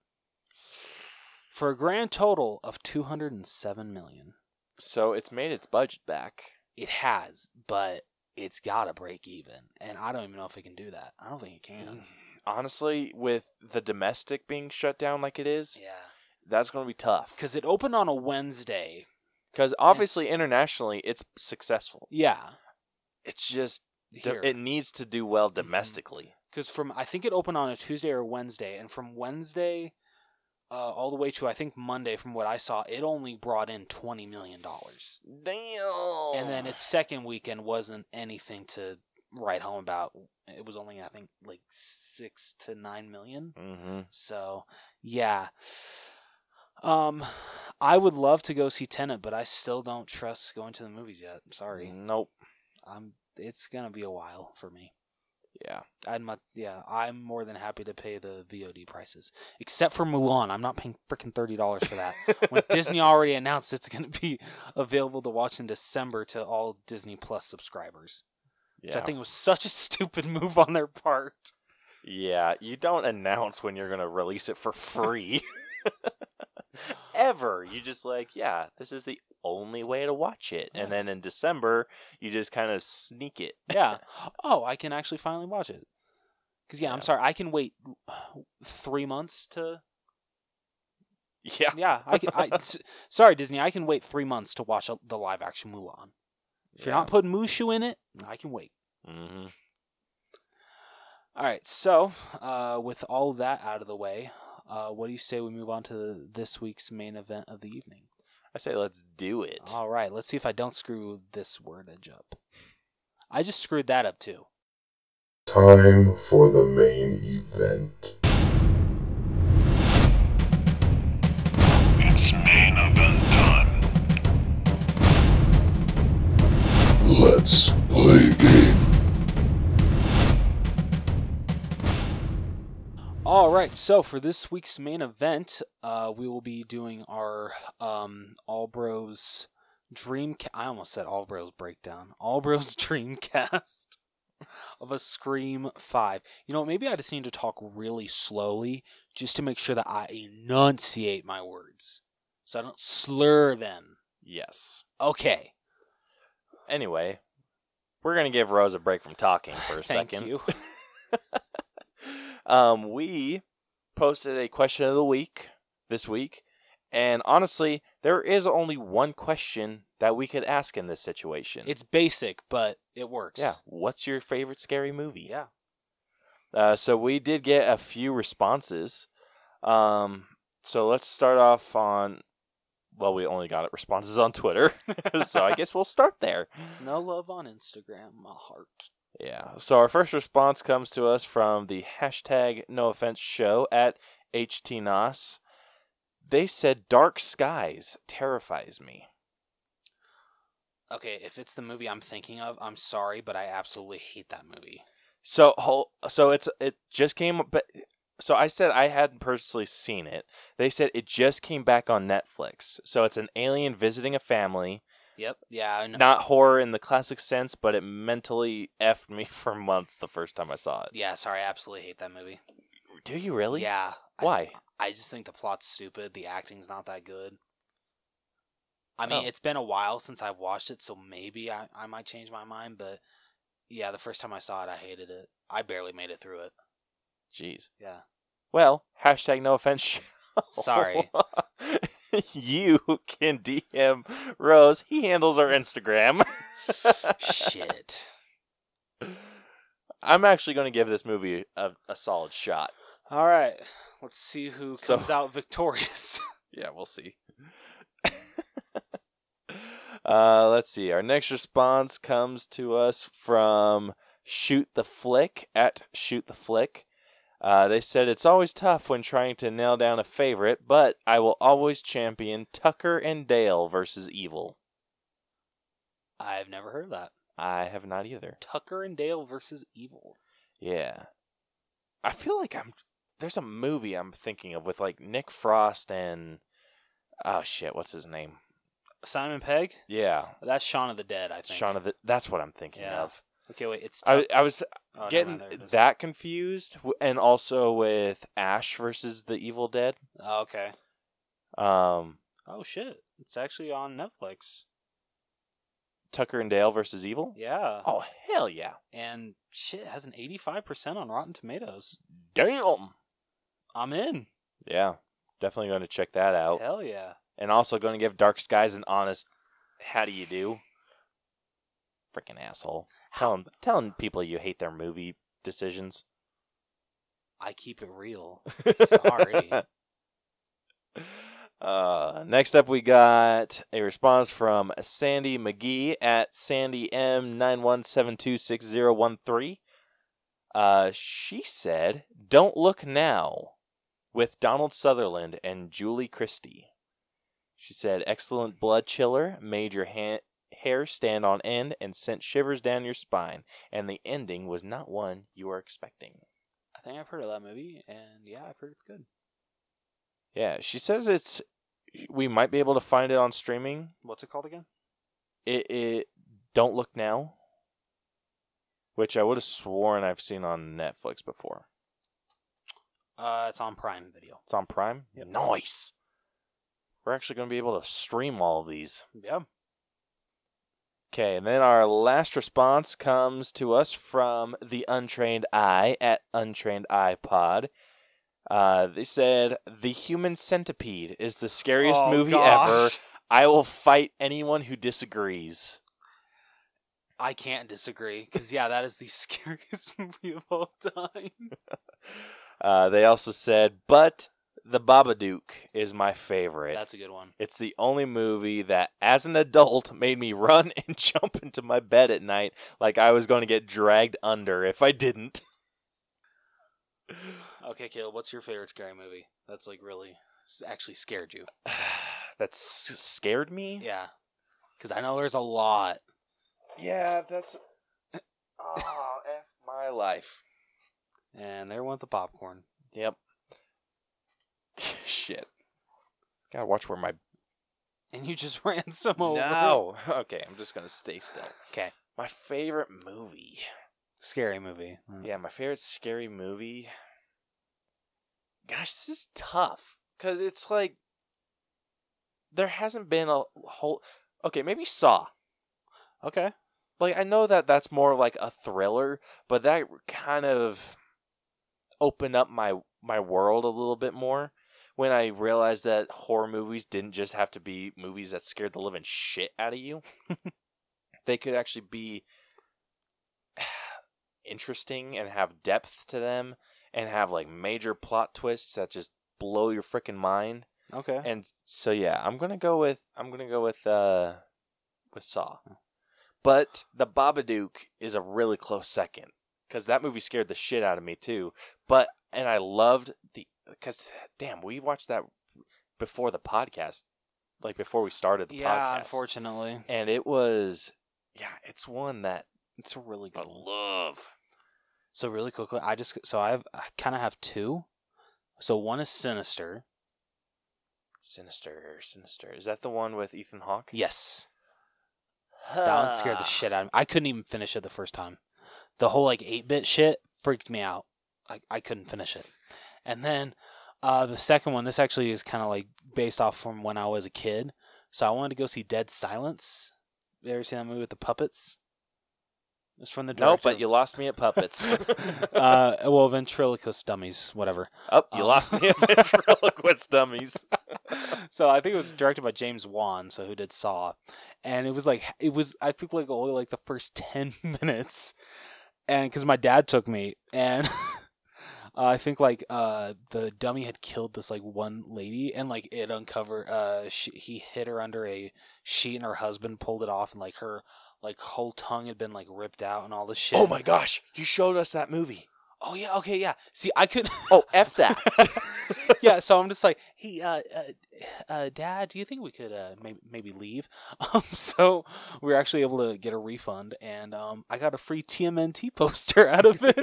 Speaker 1: For a grand total of 207 million.
Speaker 2: So it's made its budget back.
Speaker 1: It has, but it's got to break even, and I don't even know if it can do that. I don't think it can.
Speaker 2: Honestly, with the domestic being shut down like it is,
Speaker 1: Yeah.
Speaker 2: that's going to be tough.
Speaker 1: Cuz it opened on a Wednesday.
Speaker 2: Because obviously, internationally, it's successful.
Speaker 1: Yeah.
Speaker 2: It's just do-
Speaker 1: Here. Mm-hmm.
Speaker 2: it needs to do well domestically.
Speaker 1: because from I think it opened on a Tuesday or Wednesday, and from Wednesday uh, all the way to I think Monday, from what I saw, it only brought in twenty million dollars,
Speaker 2: Damn.
Speaker 1: and then its second weekend wasn't anything to write home about. It was only I think like six to nine million.
Speaker 2: hmm
Speaker 1: So yeah, um, I would love to go see Tenet, but I still don't trust going to the movies yet. I'm sorry,
Speaker 2: Nope.
Speaker 1: I'm. It's gonna be a while for me.
Speaker 2: Yeah.
Speaker 1: I'd much, yeah, I'm more than happy to pay the VOD prices, except for Mulan. I'm not paying freaking thirty dollars for that. when Disney already announced it's going to be available to watch in December to all Disney Plus subscribers,
Speaker 2: yeah.
Speaker 1: which I think was such a stupid move on their part.
Speaker 2: yeah. You don't announce when you're going to release it for free. Ever. You just like, yeah, this is the only way to watch it.
Speaker 1: Uh-huh.
Speaker 2: And then in December, you just kind of sneak it.
Speaker 1: Yeah. oh, I can actually finally watch it. Because yeah,
Speaker 2: Yeah.
Speaker 1: I'm sorry, I can wait three months to.
Speaker 2: Yeah.
Speaker 1: Yeah, I can. I, s- sorry, Disney, I can wait three months to watch a- the live action Mulan. If you're not putting Mushu in it, I can wait.
Speaker 2: hmm
Speaker 1: All right, so uh, with all that out of the way, uh, what do you say we move on to this week's main event of the evening?
Speaker 2: I say, let's do it.
Speaker 1: All right, let's see if I don't screw this wordage up. I just screwed that up too.
Speaker 4: Time for the main event.
Speaker 5: It's main event time.
Speaker 4: Let's play game.
Speaker 1: right, so for this week's main event, uh, we will be doing our um, All Bros Dream. I almost said All Bros Breakdown. All Bros Dreamcast of a Scream 5. You know, maybe I just need to talk really slowly just to make sure that I enunciate my words so I don't slur them.
Speaker 2: Yes.
Speaker 1: Okay.
Speaker 2: Anyway, we're gonna give Rose a break from talking for a
Speaker 1: Thank
Speaker 2: second.
Speaker 1: you.
Speaker 2: um, we posted a question of the week this week, and honestly, there is only one question that we could ask in this situation.
Speaker 1: It's basic, but it works.
Speaker 2: yeah, what's your favorite scary movie?
Speaker 1: Yeah.
Speaker 2: Uh, so we did get a few responses. Um, so let's start off on. Well, we only got responses on Twitter, so I guess we'll start there.
Speaker 1: No love on Instagram, my heart.
Speaker 2: Yeah. So our first response comes to us from the hashtag no offense show at HTNOS. They said dark skies terrifies me.
Speaker 1: Okay, if it's the movie I'm thinking of, I'm sorry, but I absolutely hate that movie.
Speaker 2: So hol- so it's it just came but so I said I hadn't personally seen it. They said it just came back on Netflix. So it's an alien visiting a family.
Speaker 1: Yep. Yeah, I know.
Speaker 2: Not horror in the classic sense, but it mentally effed me for months the first time I saw it.
Speaker 1: yeah, sorry, I absolutely hate that movie.
Speaker 2: Do you really?
Speaker 1: Yeah. I-
Speaker 2: Why?
Speaker 1: I just think the plot's stupid. The acting's not that good. I mean,
Speaker 2: Oh.
Speaker 1: it's been a while since I've watched it, so maybe I, I might change my mind, but yeah, the first time I saw it, I hated it. I barely made it through it.
Speaker 2: Jeez.
Speaker 1: Yeah.
Speaker 2: Well, hashtag no offense. show.
Speaker 1: Sorry.
Speaker 2: you can DM Rose. He handles our Instagram.
Speaker 1: Shit.
Speaker 2: I'm actually going to give this movie a, a solid shot.
Speaker 1: All right. Let's see who
Speaker 2: So-
Speaker 1: comes out victorious.
Speaker 2: Yeah, we'll see. uh, let's see. Our next response comes to us from Shoot the Flick at Shoot the Flick. Uh, they said it's always tough when trying to nail down a favorite, but I will always champion Tucker and Dale versus Evil.
Speaker 1: I've never heard of that.
Speaker 2: I have not either.
Speaker 1: Tucker and Dale versus Evil.
Speaker 2: Yeah. I feel like I'm there's a movie I'm thinking of with like Nick Frost and oh shit, what's his name?
Speaker 1: Simon Pegg?
Speaker 2: Yeah.
Speaker 1: That's Shaun of the Dead, I think.
Speaker 2: Shaun of the That's what I'm thinking
Speaker 1: Yeah.
Speaker 2: of.
Speaker 1: Okay, wait, it's
Speaker 2: I
Speaker 1: Tuck-
Speaker 2: I was
Speaker 1: oh, never
Speaker 2: getting
Speaker 1: mind, there it is.
Speaker 2: that confused w- and also with Ash versus the Evil Dead.
Speaker 1: Oh, okay.
Speaker 2: Um
Speaker 1: Oh shit. It's actually on Netflix.
Speaker 2: Tucker and Dale versus Evil?
Speaker 1: Yeah.
Speaker 2: Oh hell yeah.
Speaker 1: And shit, it has an 85% on Rotten Tomatoes.
Speaker 2: Damn.
Speaker 1: I'm in.
Speaker 2: Yeah. Definitely going to check that out.
Speaker 1: Hell yeah.
Speaker 2: And also going to give Dark Skies an honest how do you do? Freaking asshole. Telling telling people you hate their movie decisions.
Speaker 1: I keep it real. Sorry.
Speaker 2: Uh, next up, we got a response from Sandy McGee at Sandy M nine one seven two six zero one three. Uh, she said, "Don't look now," with Donald Sutherland and Julie Christie. She said, "Excellent blood chiller, made your ha- hair stand on end and sent shivers down your spine, and the ending was not one you were expecting."
Speaker 1: I think I've heard of that movie, and yeah, I've heard it's good.
Speaker 2: Yeah, she says it's. We might be able to find it on streaming.
Speaker 1: What's it called again?
Speaker 2: It, it don't look now, which I would have sworn I've seen on Netflix before.
Speaker 1: Uh, it's on Prime Video.
Speaker 2: It's on Prime. Nice. We're actually going to be able to stream all of these.
Speaker 1: Yeah.
Speaker 2: Okay, and then our last response comes to us from the Untrained Eye at Untrained iPod. Uh, they said the Human Centipede is the scariest
Speaker 1: Oh,
Speaker 2: movie ever.
Speaker 1: gosh.
Speaker 2: I will fight anyone who disagrees.
Speaker 1: I can't disagree, because yeah, that is the scariest movie of all time.
Speaker 2: Uh, they also said, but the Babadook is my favorite.
Speaker 1: That's a good one.
Speaker 2: it's the only movie that, as an adult, made me run and jump into my bed at night like I was going to get dragged under if I didn't.
Speaker 1: Okay, Caleb, what's your favorite scary movie? That's like really s- actually scared you.
Speaker 2: that s- scared me.
Speaker 1: Yeah. Because I know there's a lot.
Speaker 2: Yeah, that's. Oh, f my life.
Speaker 1: And there went the popcorn.
Speaker 2: Yep. Shit. Gotta watch where my
Speaker 1: and you just ran some over.
Speaker 2: No. Okay, I'm just gonna stay still.
Speaker 1: 'Kay.
Speaker 2: My favorite movie.
Speaker 1: Scary movie. Mm.
Speaker 2: Yeah, my favorite scary movie. Gosh, this is tough because it's like there hasn't been a whole. Okay, maybe Saw.
Speaker 1: Okay.
Speaker 2: Like I know that that's more like a thriller, but that kind of opened up my my world a little bit more when I realized that horror movies didn't just have to be movies that scared the living shit out of you. they could actually be interesting and have depth to them and have like major plot twists that just blow your freaking mind.
Speaker 1: Okay.
Speaker 2: And so yeah, I'm gonna go with I'm gonna go with uh with Saw,
Speaker 1: Hmm.
Speaker 2: but the Babadook is a really close second because that movie scared the shit out of me too. But and I loved the because damn, we watched that before the podcast, like before we started the
Speaker 1: yeah,
Speaker 2: podcast,
Speaker 1: unfortunately,
Speaker 2: and it was yeah, it's one that
Speaker 1: it's a really
Speaker 2: I
Speaker 1: good. one.
Speaker 2: love.
Speaker 1: So really quickly, I just so I have I kind of have two. So one is Sinister.
Speaker 2: Sinister, sinister. Is that the one with Ethan Hawke?
Speaker 1: Yes, that one scared the shit out of me. I couldn't even finish it the first time. The whole like eight bit shit freaked me out. I I couldn't finish it. And then uh, the second one, this actually is kind of like based off from when I was a kid. So I wanted to go see Dead Silence. You ever seen that movie with the puppets? It's from the director.
Speaker 2: Nope, but you lost me at puppets.
Speaker 1: uh, well, ventriloquist dummies, whatever.
Speaker 2: Oh, you
Speaker 1: Um.
Speaker 2: lost me at ventriloquist dummies.
Speaker 1: so I think it was directed by James Wan, so who did Saw, and it was like it was I think like only like the first ten minutes, and because my dad took me, and uh, I think like uh the dummy had killed this like one lady, and like it uncovered uh she, he hit her under a sheet, and her husband pulled it off, and like her like whole tongue had been like ripped out and all this shit.
Speaker 2: Oh my gosh, you showed us that movie.
Speaker 1: Oh yeah, okay, yeah. See, I could.
Speaker 2: Oh, F that.
Speaker 1: yeah, so I'm just like, hey, uh, uh, uh, Dad, do you think we could uh, maybe, maybe leave? Um, so we were actually able to get a refund, and um, I got a free TMNT poster out of it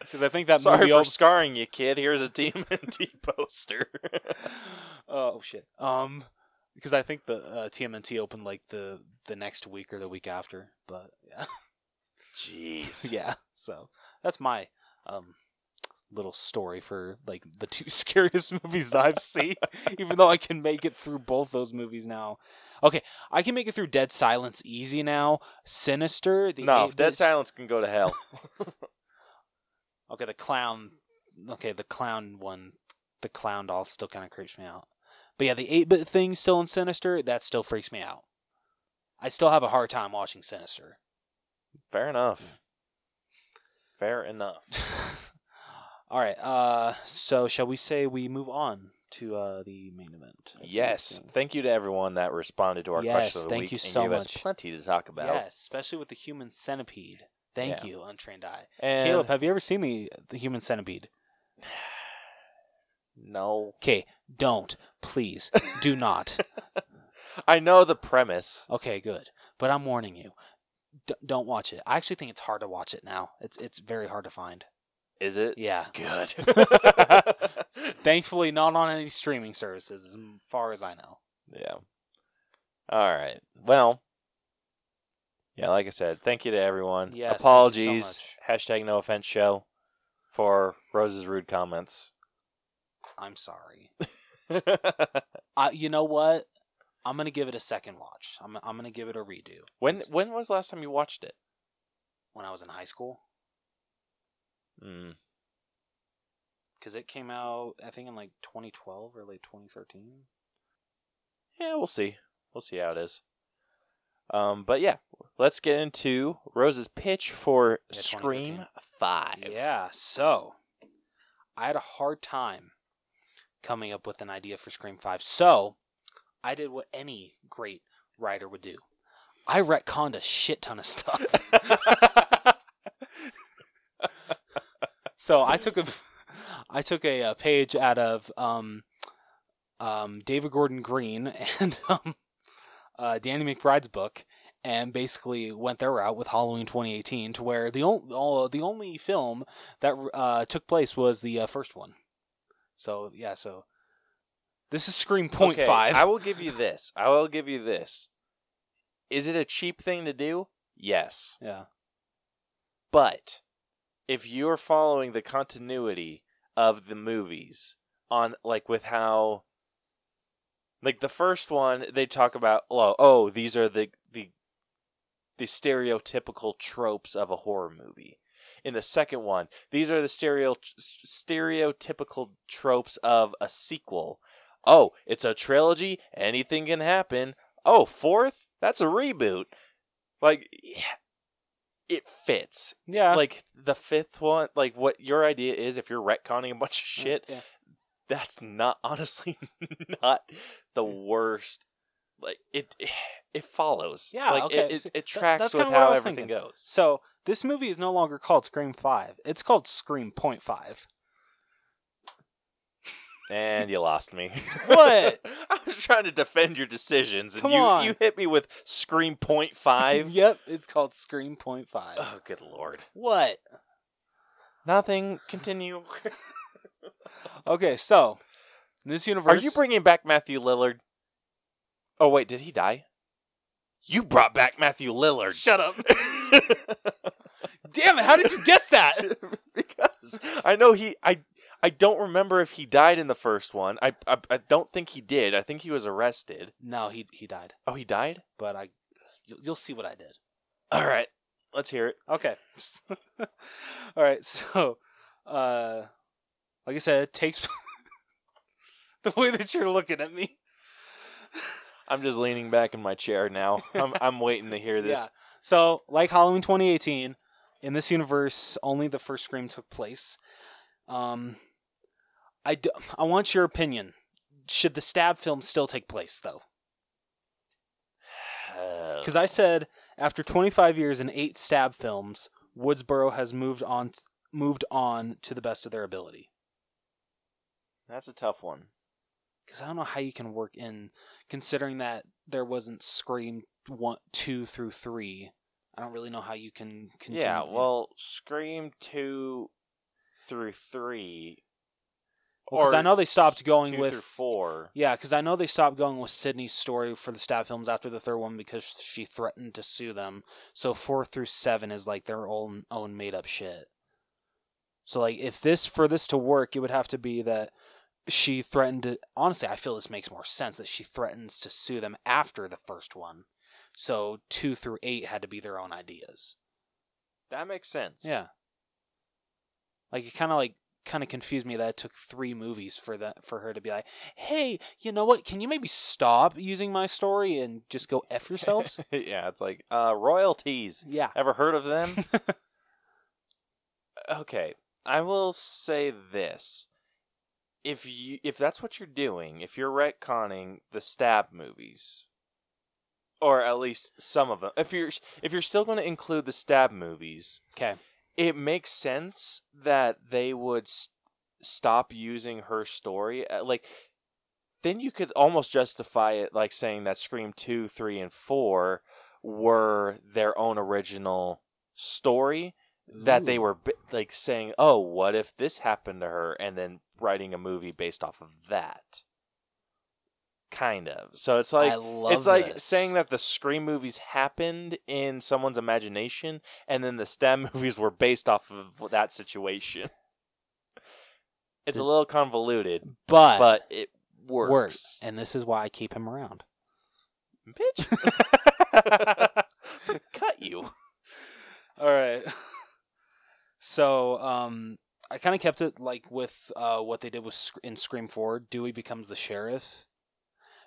Speaker 1: because I think that
Speaker 2: Sorry
Speaker 1: movie.
Speaker 2: for
Speaker 1: also-
Speaker 2: scarring you, kid. Here's a TMNT poster.
Speaker 1: oh shit. Um, because I think the uh, TMNT opened like the the next week or the week after, but yeah,
Speaker 2: Jeez.
Speaker 1: yeah. So that's my um little story for like the two scariest movies that I've seen. even though I can make it through both those movies now. Okay, I can make it through Dead Silence easy now. Sinister, the
Speaker 2: no,
Speaker 1: 8-bit
Speaker 2: Dead Silence can go to hell.
Speaker 1: Okay, the clown. Okay, the clown one, the clown doll still kind of creeps me out. But yeah, the eight bit thing still in Sinister that still freaks me out. I still have a hard time watching Sinister.
Speaker 2: Fair enough. Fair enough.
Speaker 1: All right. Uh, so shall we say we move on to uh, the main event?
Speaker 2: Yes. Thank you to everyone that responded to our
Speaker 1: Yes,
Speaker 2: question of the
Speaker 1: thank
Speaker 2: week
Speaker 1: you
Speaker 2: and
Speaker 1: so
Speaker 2: gave us
Speaker 1: much.
Speaker 2: plenty to talk about.
Speaker 1: Yes, especially with the human centipede. Thank
Speaker 2: Yeah.
Speaker 1: you, Untrained Eye.
Speaker 2: And
Speaker 1: Caleb, have you ever seen the the human centipede?
Speaker 2: no.
Speaker 1: Okay, don't please do not.
Speaker 2: I know the premise.
Speaker 1: Okay, good. But I'm warning you. D- don't watch it. I actually think it's hard to watch it now. It's it's very hard to find.
Speaker 2: Is it?
Speaker 1: Yeah.
Speaker 2: Good.
Speaker 1: Thankfully, not on any streaming services, as far as I know.
Speaker 2: Yeah. All right. Well, yeah, like I said, thank you to
Speaker 1: Yes,
Speaker 2: everyone.
Speaker 1: thank you so
Speaker 2: Apologies. Hashtag no offense show for Rose's rude comments.
Speaker 1: I'm sorry.
Speaker 2: when
Speaker 1: I, you know what? I'm gonna give it a second watch. I'm I'm gonna give it a redo. 'Cause
Speaker 2: when was the last time you watched it?
Speaker 1: when I was in high school,
Speaker 2: Mm.
Speaker 1: because it came out I think in like 2012 or late 2013.
Speaker 2: Yeah, we'll see. We'll see how it is. Um, but yeah, let's get into Rose's pitch for
Speaker 1: Yeah,
Speaker 2: Scream
Speaker 1: 2013.
Speaker 2: Five.
Speaker 1: Yeah, so I had a hard time coming up with an idea for Scream 5. So I did what any great writer would do. I retconned a shit ton of stuff. so I took a I took a, uh page out of um, um, David Gordon Green and um, uh, Danny McBride's book and basically went their route with Halloween 2018 to where the only the only film that uh, took place was the uh, first one. So yeah, so this is Scream point
Speaker 2: Okay,
Speaker 1: five.
Speaker 2: I will give you this. I will give you this. Is it a cheap thing to do? Yes.
Speaker 1: yeah,
Speaker 2: But if you're following the continuity of the movies on like with how like the first one they talk about well, oh these are the the the stereotypical tropes of a horror movie. In the second one, these are the stereo stereotypical tropes of a sequel. Oh, it's a trilogy, anything can happen. Oh, fourth? That's a reboot. Like it fits
Speaker 1: yeah.
Speaker 2: like the fifth one like what your idea is if you're retconning a bunch of
Speaker 1: Yeah,
Speaker 2: shit
Speaker 1: Uh, yeah.
Speaker 2: that's not honestly not the
Speaker 1: Mm.
Speaker 2: worst like it it follows
Speaker 1: Yeah,
Speaker 2: like
Speaker 1: okay,
Speaker 2: it,
Speaker 1: see,
Speaker 2: it, it
Speaker 1: that-
Speaker 2: tracks
Speaker 1: that's
Speaker 2: with
Speaker 1: kinda what I
Speaker 2: how
Speaker 1: was
Speaker 2: everything
Speaker 1: thinking.
Speaker 2: goes
Speaker 1: So this movie is no longer called Scream Five. It's called Scream Point Five.
Speaker 2: and you lost me
Speaker 1: What?
Speaker 2: i was trying to defend your decisions and
Speaker 1: Come
Speaker 2: you
Speaker 1: on.
Speaker 2: you hit me with scream point five
Speaker 1: yep, it's called Scream Point Five.
Speaker 2: oh good lord
Speaker 1: What?
Speaker 2: nothing continue
Speaker 1: Okay, so this universe.
Speaker 2: are you bringing back matthew lillard oh wait did he die you brought back matthew lillard
Speaker 1: Shut up!
Speaker 2: up
Speaker 1: Damn it! How did you guess that?
Speaker 2: because I know he I I don't remember if he died in the first one. I, I I don't think he did. I think he was arrested.
Speaker 1: no, he he died,
Speaker 2: Oh, he died?
Speaker 1: but I, you'll, you'll see what I did.
Speaker 2: All right. Let's hear it.
Speaker 1: Okay. All right. So, uh, like I said, it takes the way that you're looking at me.
Speaker 2: I'm just leaning back in my chair now. I'm I'm waiting to hear
Speaker 1: Yeah.
Speaker 2: this.
Speaker 1: So, like Halloween 2018, in this universe, only the first Scream took place. Um, I, d- I want your opinion. Should the stab film still take place, though? Because I said after 25 years and eight stab films, Woodsboro has moved on moved on to the best of their ability.
Speaker 2: That's a tough one.
Speaker 1: because I don't know how you can work in considering that there wasn't Scream one, two through three. I don't really know how you can continue.
Speaker 2: Yeah, well, Scream 2 through 3
Speaker 1: Well, 'cause I know they stopped going
Speaker 2: 2
Speaker 1: with-
Speaker 2: through 4.
Speaker 1: yeah, because I know they stopped going with Sydney's story for the stab films after the third one because she threatened to sue them. So four through seven is like their own own made up shit. So like, if this for this to work, it would have to be that she threatened to. Honestly, I feel this makes more sense that she threatens to sue them after the first one. So two through eight had to be their own ideas.
Speaker 2: That makes sense.
Speaker 1: Yeah. Like it kind of like kind of confused me that it took three movies for that for her to be like, "Hey, you know what? Can you maybe stop using my story and just go f yourselves?"
Speaker 2: yeah, it's like uh royalties.
Speaker 1: yeah.
Speaker 2: Ever heard of them? okay, I will say this. If you if that's what you're doing, if you're retconning the stab movies or at least some of them. If you're if you're still going to include the stab movies,
Speaker 1: Okay.
Speaker 2: it makes sense that they would s stop using her story Uh, like then you could almost justify it like saying that scream 2 3 and 4 were their own original story that they
Speaker 1: Ooh.
Speaker 2: were bi- like saying oh what if this happened to her and then writing a movie based off of that kind of so it's like
Speaker 1: I love
Speaker 2: it's like
Speaker 1: this.
Speaker 2: saying that the Scream movies happened in someone's imagination, and then the STEM movies were based off of that situation. It's a little convoluted,
Speaker 1: but,
Speaker 2: but it works.
Speaker 1: works. and this is why I keep him around.
Speaker 2: Bitch. Cut you.
Speaker 1: All right. so, um I kind of kept it like with uh what they did with Sc- in Scream 4, Dewey becomes the sheriff.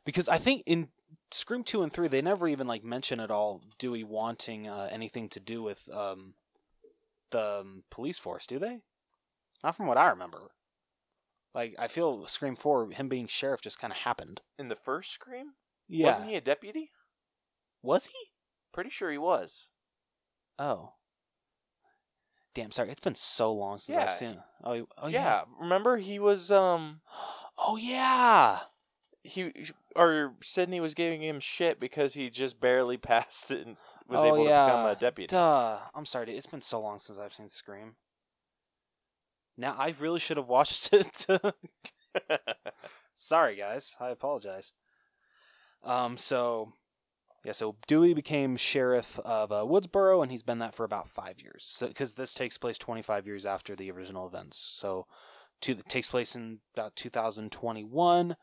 Speaker 1: Because I think in Scream 2 and 3 they never even like mention at all Dewey wanting uh, anything to do with um the um, police force, do they? Not from what I remember. Like I feel Scream 4 him being sheriff just kind of happened.
Speaker 2: In the first Scream,
Speaker 1: Yeah.
Speaker 2: wasn't he a deputy?
Speaker 1: Was he?
Speaker 2: Pretty sure he was.
Speaker 1: Oh. Damn, sorry. It's been so long since
Speaker 2: Yeah.
Speaker 1: I've seen. Oh, he- oh yeah.
Speaker 2: yeah. remember he was um
Speaker 1: Oh yeah.
Speaker 2: he or Sydney was giving him shit because he just barely passed it and was
Speaker 1: Oh,
Speaker 2: able
Speaker 1: yeah.
Speaker 2: to become a deputy.
Speaker 1: Duh. uh, I'm sorry. dude. It's been so long since I've seen Scream. Now I really should have watched it to Sorry, guys. I apologize. Um, so, yeah, so Dewey became sheriff of uh, Woodsboro, and he's been that for about five years. So, because this takes place 25 years after the original events, so to, it takes place in about 2021.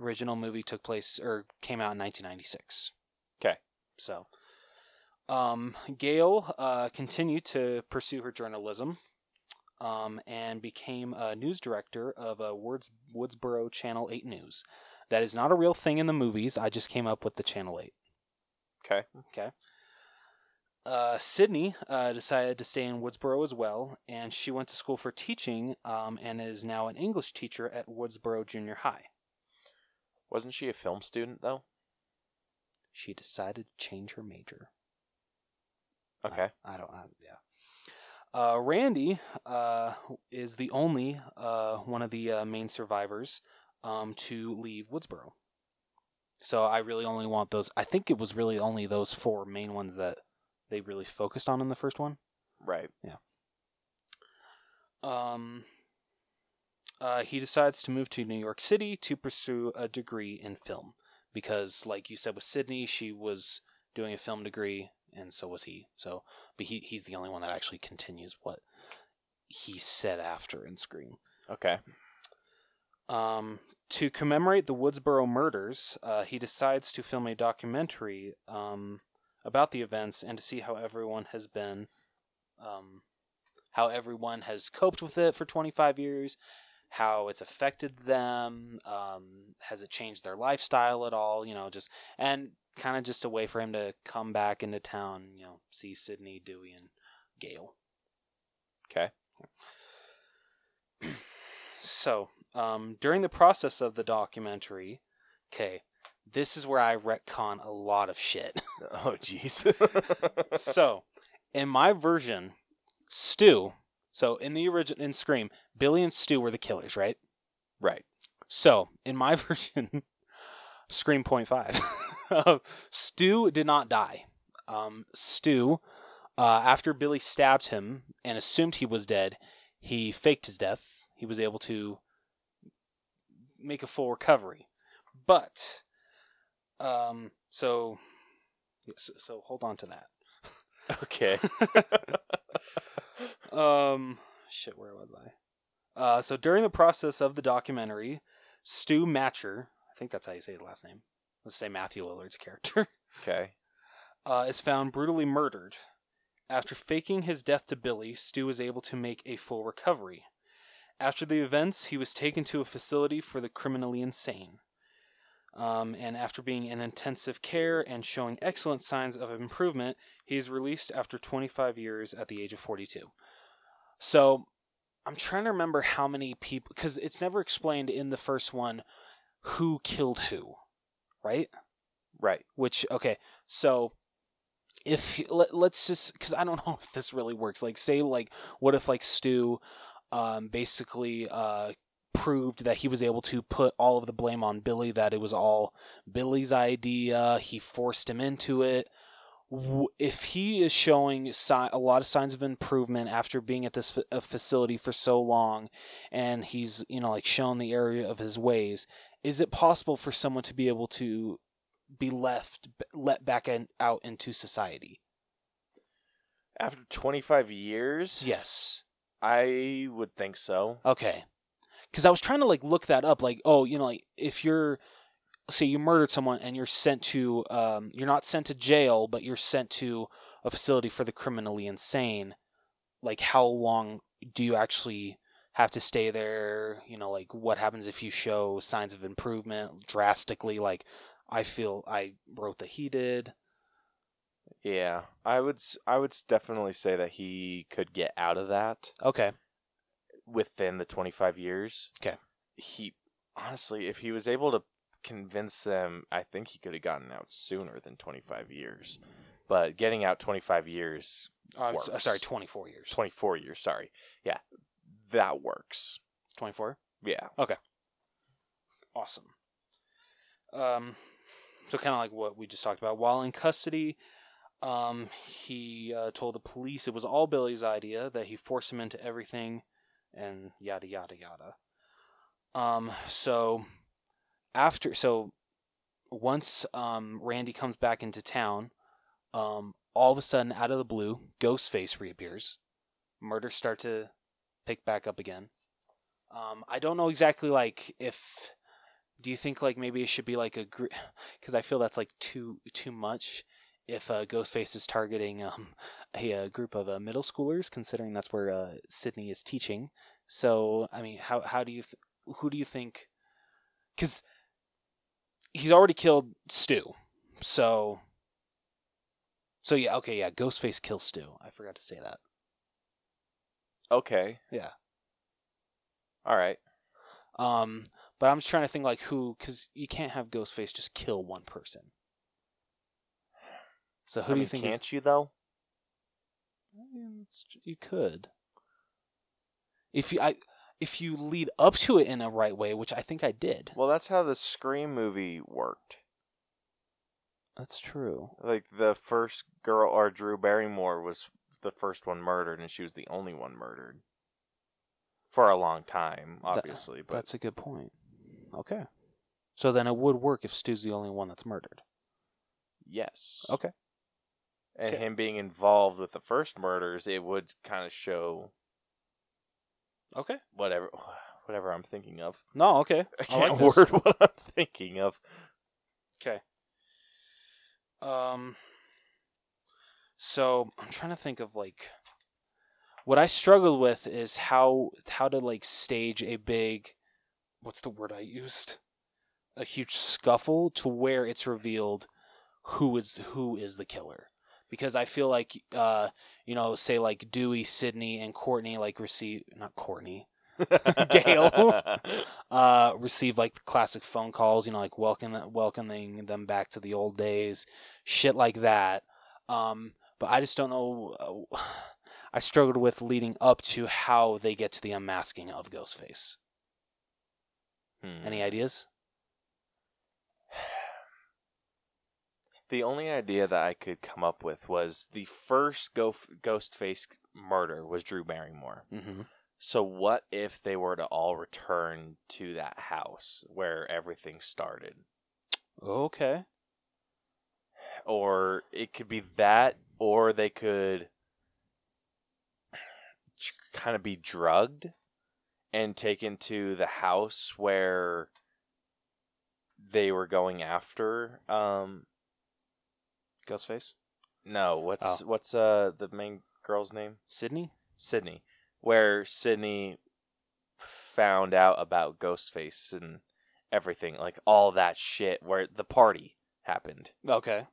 Speaker 1: Original movie took place or came out in 1996.
Speaker 2: 'Kay.
Speaker 1: So, um, Gail uh, continued to pursue her journalism um, and became a news director of uh, Woods, Woodsboro Channel 8 News. That is not a real thing in the movies. I just came up with the Channel 8.
Speaker 2: Okay.
Speaker 1: Okay. Uh, Sydney uh, decided to stay in Woodsboro as well, and she went to school for teaching um, and is now an English teacher at Woodsboro Junior High.
Speaker 2: Wasn't she a film student though?
Speaker 1: She decided to change her major.
Speaker 2: Okay.
Speaker 1: I, I don't. I, yeah. Uh, Randy uh, is the only uh, one of the uh, main survivors um, to leave Woodsboro. So I really only want those. I think it was really only those four main ones that they really focused on in the first one.
Speaker 2: Right.
Speaker 1: Um, uh, he decides to move to New York City to pursue a degree in film because, like you said, with Sydney, she was doing a film degree, and so was he. So, but he he's the only one that actually continues what he said after in Scream.
Speaker 2: Okay.
Speaker 1: Um, to commemorate the Woodsboro murders, uh, he decides to film a documentary um, about the events and to see how everyone has been, um, how everyone has coped with it for 25 years, how it's affected them, um, has it changed their lifestyle at all, you know, just, and kind of just a way for him to come back into town, you know, see Sydney, Dewey, and Gail.
Speaker 2: Okay.
Speaker 1: So, um, during the process of the documentary, okay, this is where I retcon a lot of shit.
Speaker 2: Oh jeez.
Speaker 1: so, in my version, Stu, so in the original, in Scream, Billy and Stu were the killers, right?
Speaker 2: right.
Speaker 1: So, in my version, Scream Point Five, uh, Stu did not die. Um, Stu, uh, after Billy stabbed him and assumed he was dead, he faked his death. He was able to make a full recovery, but um, so so, so hold on to that.
Speaker 2: Okay.
Speaker 1: Um, shit, where was I? Uh, so during the process of the documentary, Stu Matcher, I think that's how you say his last name. Let's say Matthew Lillard's character,
Speaker 2: okay.
Speaker 1: uh, is found brutally murdered. After faking his death to Billy, Stu is able to make a full recovery. After the events, he was taken to a facility for the criminally insane. Um, and after being in intensive care and showing excellent signs of improvement, he is released after 25 years at the age of 42. So I'm trying to remember how many people, because it's never explained in the first one who killed who, right?
Speaker 2: Right.
Speaker 1: which okay so if let, let's just because i don't know if this really works like say like what if like stu um basically uh proved that he was able to put all of the blame on billy that it was all billy's idea he forced him into it W- if he is showing si- a lot of signs of improvement after being at this fa- uh, facility for so long and he's you know like shown the area of his ways is it possible for someone to be able to be left let back in, out into society.
Speaker 2: After 25 years?
Speaker 1: Yes.
Speaker 2: I would think so.
Speaker 1: Okay. Cuz I was trying to like look that up like oh, you know like if you're say you murdered someone and you're sent to um you're not sent to jail but you're sent to a facility for the criminally insane like how long do you actually have to stay there, you know like what happens if you show signs of improvement drastically like I feel I wrote that he did.
Speaker 2: Yeah. I would s- I would s- definitely say that he could get out of that
Speaker 1: Okay.
Speaker 2: within the 25 years.
Speaker 1: 'Kay.
Speaker 2: He honestly, if he was able to convince them, I think he could have gotten out sooner than 25 years. But getting out 25 years,
Speaker 1: Uh,
Speaker 2: Works.
Speaker 1: s- sorry, 24 years.
Speaker 2: 24 years, sorry. Yeah. That works.
Speaker 1: 24?
Speaker 2: Yeah.
Speaker 1: awesome. Um, so kind of like what we just talked about. While in custody, um, he uh, told the police it was all Billy's idea that he forced him into everything, and yada yada yada. Um, so after so once um, Randy comes back into town, um, all of a sudden out of the blue, Ghostface reappears. Murders start to pick back up again. Um, I don't know exactly like if do you think like maybe it should be like a because I feel that's like too too much if uh, Ghostface is targeting um, a, uh group of uh, middle schoolers, considering that's where uh, Sydney is teaching. So I mean, how how do you th- who do you think? Because he's already killed Stu, so so yeah, okay, yeah, Ghostface kills Stu. I forgot to say that.
Speaker 2: Okay.
Speaker 1: Yeah.
Speaker 2: All right.
Speaker 1: Um, but I'm just trying to think like who, because you can't have Ghostface just kill one person. So who do
Speaker 2: I
Speaker 1: you
Speaker 2: mean,
Speaker 1: think? is-
Speaker 2: Can't you though?
Speaker 1: I mean, it's- you could. If you I, if you lead up to it in a right way, which I think I did.
Speaker 2: Well, that's how the Scream movie worked.
Speaker 1: That's true.
Speaker 2: Like the first girl or Drew Barrymore was the first one murdered, and she was the only one murdered for a long time,
Speaker 1: That-
Speaker 2: obviously. but
Speaker 1: That's a good point. Okay. So then it would work if Stu's the only one that's murdered.
Speaker 2: yes,
Speaker 1: Okay.
Speaker 2: and
Speaker 1: okay.
Speaker 2: him being involved with the first murders, it would kind of show
Speaker 1: Okay.
Speaker 2: whatever whatever I'm thinking of.
Speaker 1: No. Okay.
Speaker 2: I
Speaker 1: I like
Speaker 2: can't
Speaker 1: this.
Speaker 2: word what I'm thinking of.
Speaker 1: Okay. Um. So I'm trying to think of like what I struggled with is how how to like stage a big what's the word I used a huge scuffle to where it's revealed who is who is the killer because I feel like uh you know say like Dewey Sydney and Courtney like receive not Courtney Gail. uh, receive like the classic phone calls, you know, like welcoming welcoming them back to the old days, shit like that. Um, but I just don't know. uh, I struggled with leading up to how they get to the unmasking of Ghostface.
Speaker 2: Hmm.
Speaker 1: Any ideas?
Speaker 2: The only idea that I could come up with was the first go- Ghostface murder was Drew Barrymore.
Speaker 1: Mm-hmm.
Speaker 2: So what if they were to all return to that house where everything started?
Speaker 1: Okay.
Speaker 2: Or it could be that, or they could kind of be drugged and taken to the house where they were going after um,
Speaker 1: Ghostface.
Speaker 2: No, what's what's uh the main girl's name?
Speaker 1: Sydney.
Speaker 2: Sydney. Where Sydney found out about Ghostface and everything, like all that shit where the party happened.
Speaker 1: Okay.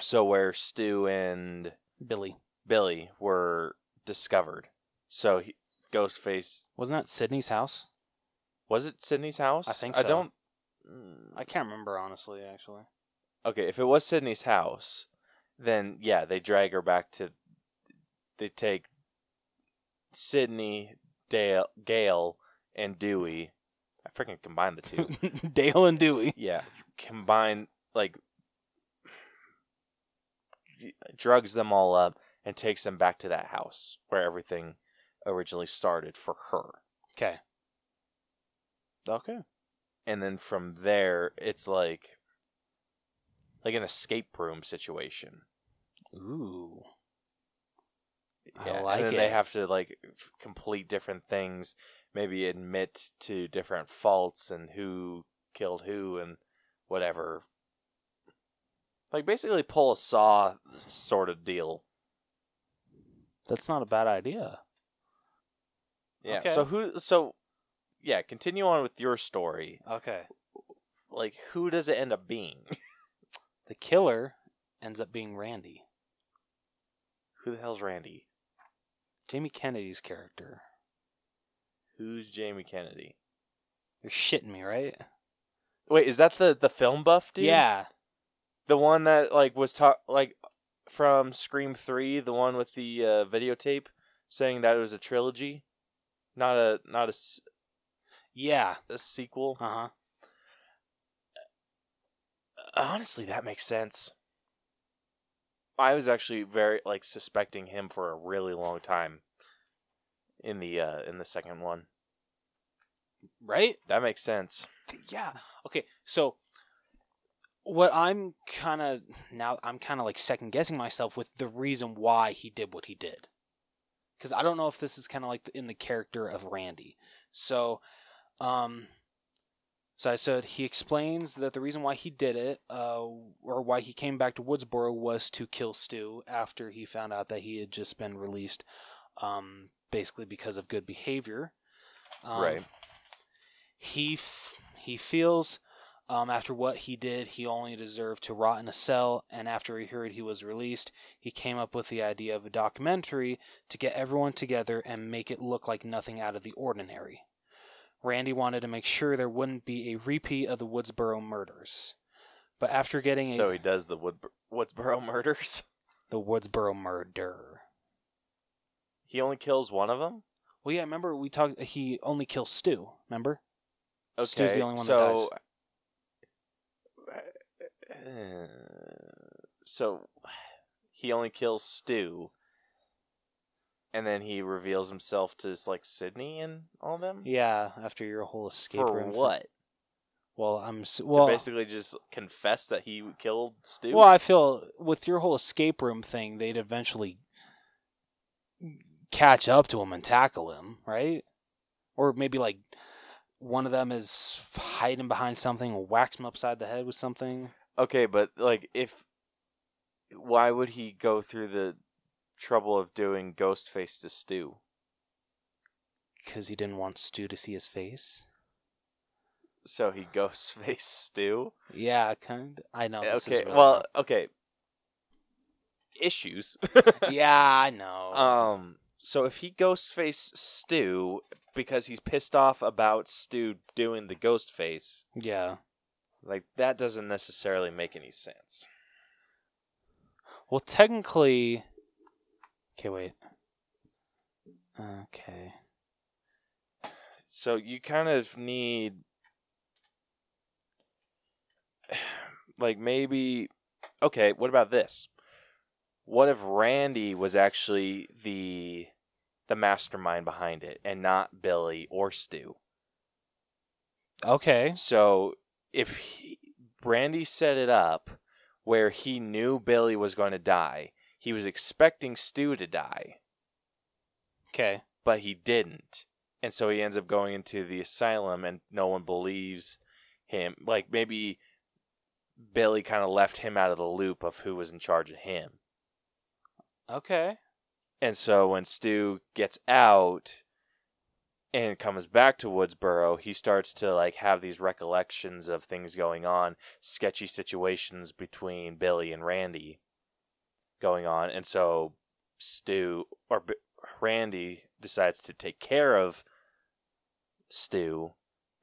Speaker 2: So where Stu and
Speaker 1: Billy.
Speaker 2: Billy were discovered. So he, Ghostface
Speaker 1: Wasn't that Sydney's house?
Speaker 2: was it Sydney's house?
Speaker 1: I think
Speaker 2: I
Speaker 1: so.
Speaker 2: don't
Speaker 1: I can't remember honestly. Actually.
Speaker 2: okay, if it was Sydney's house, then yeah, they drag her back to. They take Sydney, Dale, Gail, and Dewey. I freaking combine the two.
Speaker 1: Dale and Dewey.
Speaker 2: yeah, combine like drugs them all up and takes them back to that house where everything originally started for her.
Speaker 1: Okay. Okay.
Speaker 2: and then from there it's like like an escape room situation.
Speaker 1: Ooh. I like
Speaker 2: and then they
Speaker 1: it.
Speaker 2: have to like f- complete different things, maybe admit to different faults and who killed who and whatever. Like basically pull a saw sort of deal.
Speaker 1: That's not a bad idea.
Speaker 2: Yeah.
Speaker 1: Okay.
Speaker 2: So who so yeah, continue on with your story.
Speaker 1: Okay.
Speaker 2: Like who does it end up being?
Speaker 1: The killer ends up being Randy,
Speaker 2: who the hell's Randy?
Speaker 1: Jamie Kennedy's character.
Speaker 2: Who's Jamie Kennedy?
Speaker 1: You're shitting me, right?
Speaker 2: Wait, is that the the film buff dude?
Speaker 1: Yeah.
Speaker 2: the one that like was taught like from Scream Three, the one with the uh, videotape saying that it was a trilogy, not a not a, s-
Speaker 1: Yeah.
Speaker 2: a sequel.
Speaker 1: Uh huh.
Speaker 2: Honestly, that makes sense. I was actually very like suspecting him for a really long time in the uh, in the second one.
Speaker 1: right?
Speaker 2: That makes sense.
Speaker 1: yeah okay so what i'm kind of now i'm kind of like second guessing myself with the reason why he did what he did because i don't know if this is kind of like in the character of randy so um so i said he explains that the reason why he did it uh, or why he came back to woodsboro was to kill stu after he found out that he had just been released um basically because of good behavior um,
Speaker 2: Right.
Speaker 1: he f- he feels um, after what he did, he only deserved to rot in a cell. And after he heard he was released, he came up with the idea of a documentary to get everyone together and make it look like nothing out of the ordinary. Randy wanted to make sure there wouldn't be a repeat of the Woodsboro murders. But after getting
Speaker 2: So
Speaker 1: a,
Speaker 2: he does the Wood- Woodsboro murders.
Speaker 1: the Woodsboro murder,
Speaker 2: He only kills one of them.
Speaker 1: well, yeah, remember we talked. He only kills Stu. Remember?
Speaker 2: Okay,
Speaker 1: Stu's the only one that
Speaker 2: so, so he only kills Stu, and then he reveals himself to like Sydney and all them.
Speaker 1: Yeah, after your whole escape
Speaker 2: for
Speaker 1: room.
Speaker 2: what?
Speaker 1: Well, I'm s- well.
Speaker 2: to basically just confess that he killed Stu.
Speaker 1: Well, I feel with your whole escape room thing, they'd eventually catch up to him and tackle him, right? Or maybe like one of them is hiding behind something, and whacks him upside the head with something.
Speaker 2: Okay, but like if why would he go through the trouble of doing Ghostface to Stu?
Speaker 1: Because he didn't want Stu to see his face.
Speaker 2: So he Ghostface Stu?
Speaker 1: Yeah, kind. I know. This
Speaker 2: Eh, okay.
Speaker 1: Is really
Speaker 2: well, okay. Issues.
Speaker 1: wrong. yeah, I know.
Speaker 2: um so if he Ghostface Stu because he's pissed off about Stu doing the Ghostface,
Speaker 1: yeah.
Speaker 2: like that doesn't necessarily make any sense.
Speaker 1: Well, technically. Okay, wait. Okay.
Speaker 2: so you kind of need like maybe okay what about this what if randy was actually the the mastermind behind it and not billy or stu
Speaker 1: Okay.
Speaker 2: so if he, randy set it up where he knew billy was going to die he was expecting stu to die
Speaker 1: Okay.
Speaker 2: but he didn't. And so he ends up going into the asylum and no one believes him. Like maybe Billy kind of left him out of the loop of who was in charge of him.
Speaker 1: Okay.
Speaker 2: And so when Stu gets out and comes back to Woodsboro, he starts to like have these recollections of things going on, sketchy situations between Billy and Randy going on. And so Stu or B- Randy decides to take care of Stu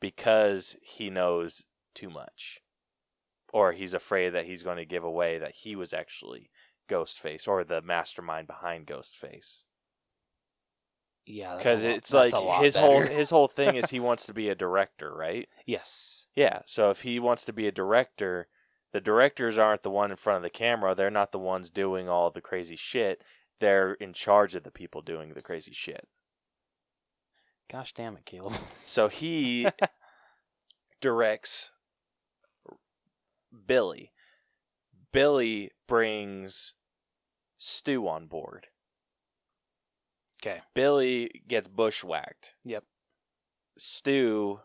Speaker 2: because he knows too much or he's afraid that he's going to give away that he was actually Ghostface or the mastermind behind Ghostface.
Speaker 1: Yeah. that's a
Speaker 2: Because
Speaker 1: lot-
Speaker 2: it's
Speaker 1: that's
Speaker 2: like
Speaker 1: a lot
Speaker 2: his whole
Speaker 1: better.
Speaker 2: his whole thing is he wants to be a director, right?
Speaker 1: Yes.
Speaker 2: Yeah. So if he wants to be a director, the directors aren't the one in front of the camera. They're not the ones doing all the crazy shit. They're in charge of the people doing the crazy shit.
Speaker 1: Gosh damn it, Caleb.
Speaker 2: So he directs Billy. Billy brings Stu on board.
Speaker 1: Okay.
Speaker 2: Billy gets bushwhacked.
Speaker 1: Yep.
Speaker 2: Stu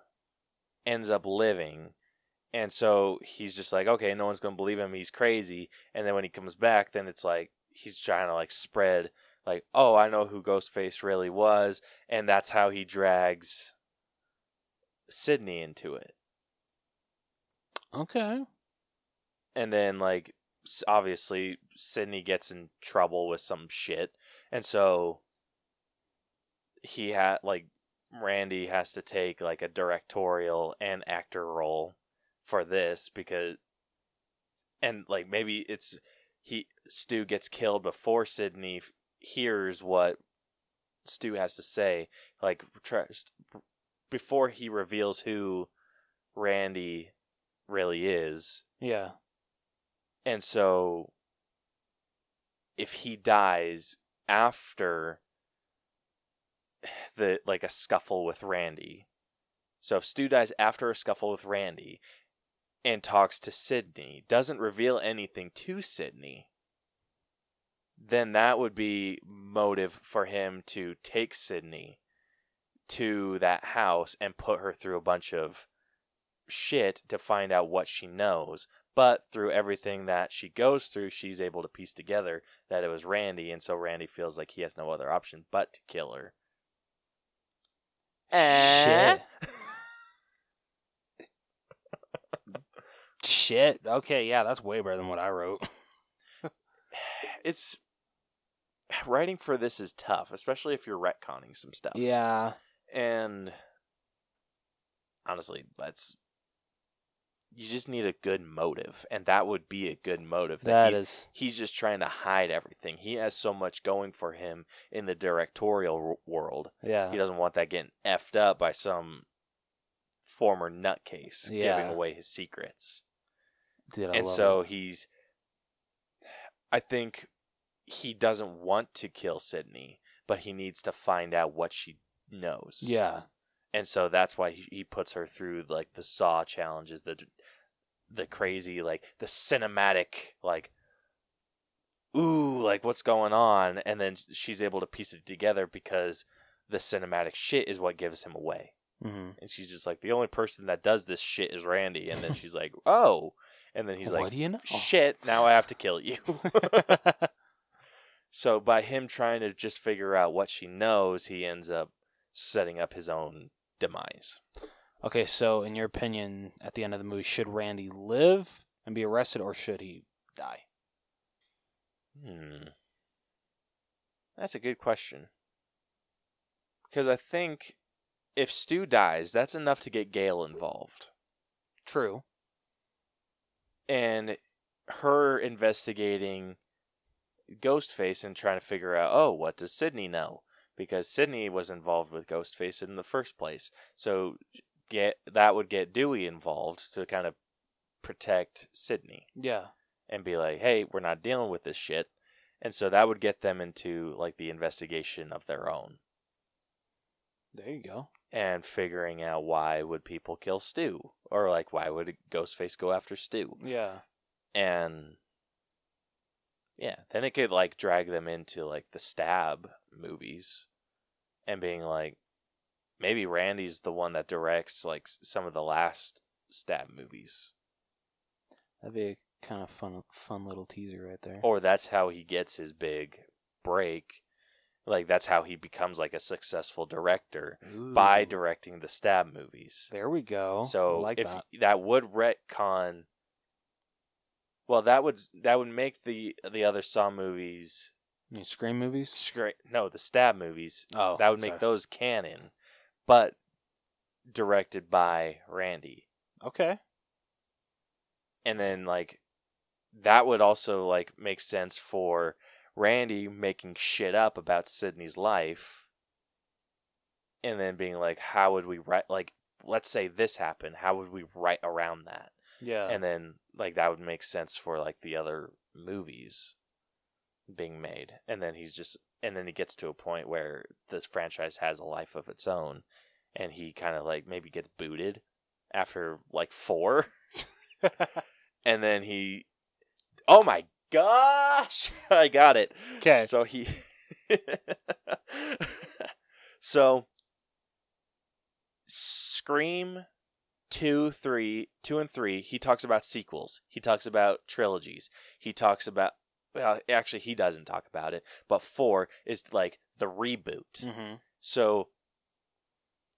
Speaker 2: ends up living. And so he's just like, okay, no one's going to believe him. He's crazy. And then when he comes back, then it's like he's trying to like spread like, oh, I know who Ghostface really was, and that's how he drags Sydney into it.
Speaker 1: Okay.
Speaker 2: and then like s- obviously Sydney gets in trouble with some shit, and so he had like Randy has to take like a directorial and actor role for this because, and like maybe it's he Stu gets killed before Sydney f- hears what Stu has to say, like tr- before he reveals who Randy really is.
Speaker 1: Yeah.
Speaker 2: And so if he dies after the like a scuffle with Randy, So if Stu dies after a scuffle with Randy and talks to Sydney, doesn't reveal anything to Sydney, then that would be motive for him to take Sydney to that house and put her through a bunch of shit to find out what she knows. But through everything that she goes through, she's able to piece together that it was Randy, and so Randy feels like he has no other option but to kill her. Eh?
Speaker 1: Shit. Shit. Okay, yeah, that's way better than what I wrote.
Speaker 2: It's writing for this is tough, especially if you're retconning some stuff.
Speaker 1: Yeah.
Speaker 2: and honestly, that's you just need a good motive, and that would be a good motive.
Speaker 1: That
Speaker 2: he's-
Speaker 1: is
Speaker 2: he's just trying to hide everything. He has so much going for him in the directorial w- world.
Speaker 1: yeah.
Speaker 2: He doesn't want that getting effed up by some former nutcase
Speaker 1: Yeah.
Speaker 2: giving away his secrets.
Speaker 1: Dude, I
Speaker 2: and
Speaker 1: love
Speaker 2: so
Speaker 1: it.
Speaker 2: he's I think he doesn't want to kill Sydney, but he needs to find out what she knows.
Speaker 1: Yeah.
Speaker 2: And so that's why he, he puts her through like the saw challenges, the the crazy like the cinematic like ooh, like what's going on and then she's able to piece it together because the cinematic shit is what gives him away.
Speaker 1: Mhm.
Speaker 2: And she's just like, the only person that does this shit is Randy. And then she's like, oh. And then he's
Speaker 1: what
Speaker 2: like,
Speaker 1: do you know?
Speaker 2: shit, now I have to kill you. so by him trying to just figure out what she knows, he ends up setting up his own demise.
Speaker 1: Okay, so in your opinion, at the end of the movie, should Randy live and be arrested, or should he die?
Speaker 2: Hmm. That's a good question. Because I think if Stu dies, that's enough to get Gail involved.
Speaker 1: True.
Speaker 2: and her investigating Ghostface and trying to figure out, oh, what does Sydney know? Because Sydney was involved with Ghostface in the first place, so get that would get Dewey involved to kind of protect Sydney
Speaker 1: Yeah.
Speaker 2: and be like, hey, we're not dealing with this shit, and so that would get them into like the investigation of their own
Speaker 1: There you go.
Speaker 2: and figuring out why would people kill Stu or like why would Ghostface go after Stu?
Speaker 1: Yeah.
Speaker 2: and yeah, then it could like drag them into like the stab movies and being like maybe Randy's the one that directs like s- some of the last stab movies
Speaker 1: That'd be a kind of fun, fun little teaser right there.
Speaker 2: or that's how he gets his big break like that's how he becomes like a successful director by
Speaker 1: Ooh.
Speaker 2: directing the stab movies
Speaker 1: There we go.
Speaker 2: So
Speaker 1: I like
Speaker 2: if
Speaker 1: that.
Speaker 2: that would retcon, well, that would that would make the the other Saw movies
Speaker 1: You mean scream movies.
Speaker 2: scra- no the stab movies
Speaker 1: Oh,
Speaker 2: that would make
Speaker 1: sorry.
Speaker 2: those canon, but directed by Randy,
Speaker 1: Okay.
Speaker 2: and then like that would also like make sense for Randy making shit up about Sydney's life, and then being like, how would we write like let's say this happened, how would we write around that?
Speaker 1: Yeah.
Speaker 2: and then like that would make sense for like the other movies being made and then he's just and then he gets to a point where this franchise has a life of its own and he kind of like maybe gets booted after like four and then he oh my gosh i got it
Speaker 1: 'Kay.
Speaker 2: so he so scream two, three, two and three, he talks about sequels. He talks about trilogies. He talks about well, actually, he doesn't talk about it. But four is like the reboot.
Speaker 1: mm-hmm.
Speaker 2: So,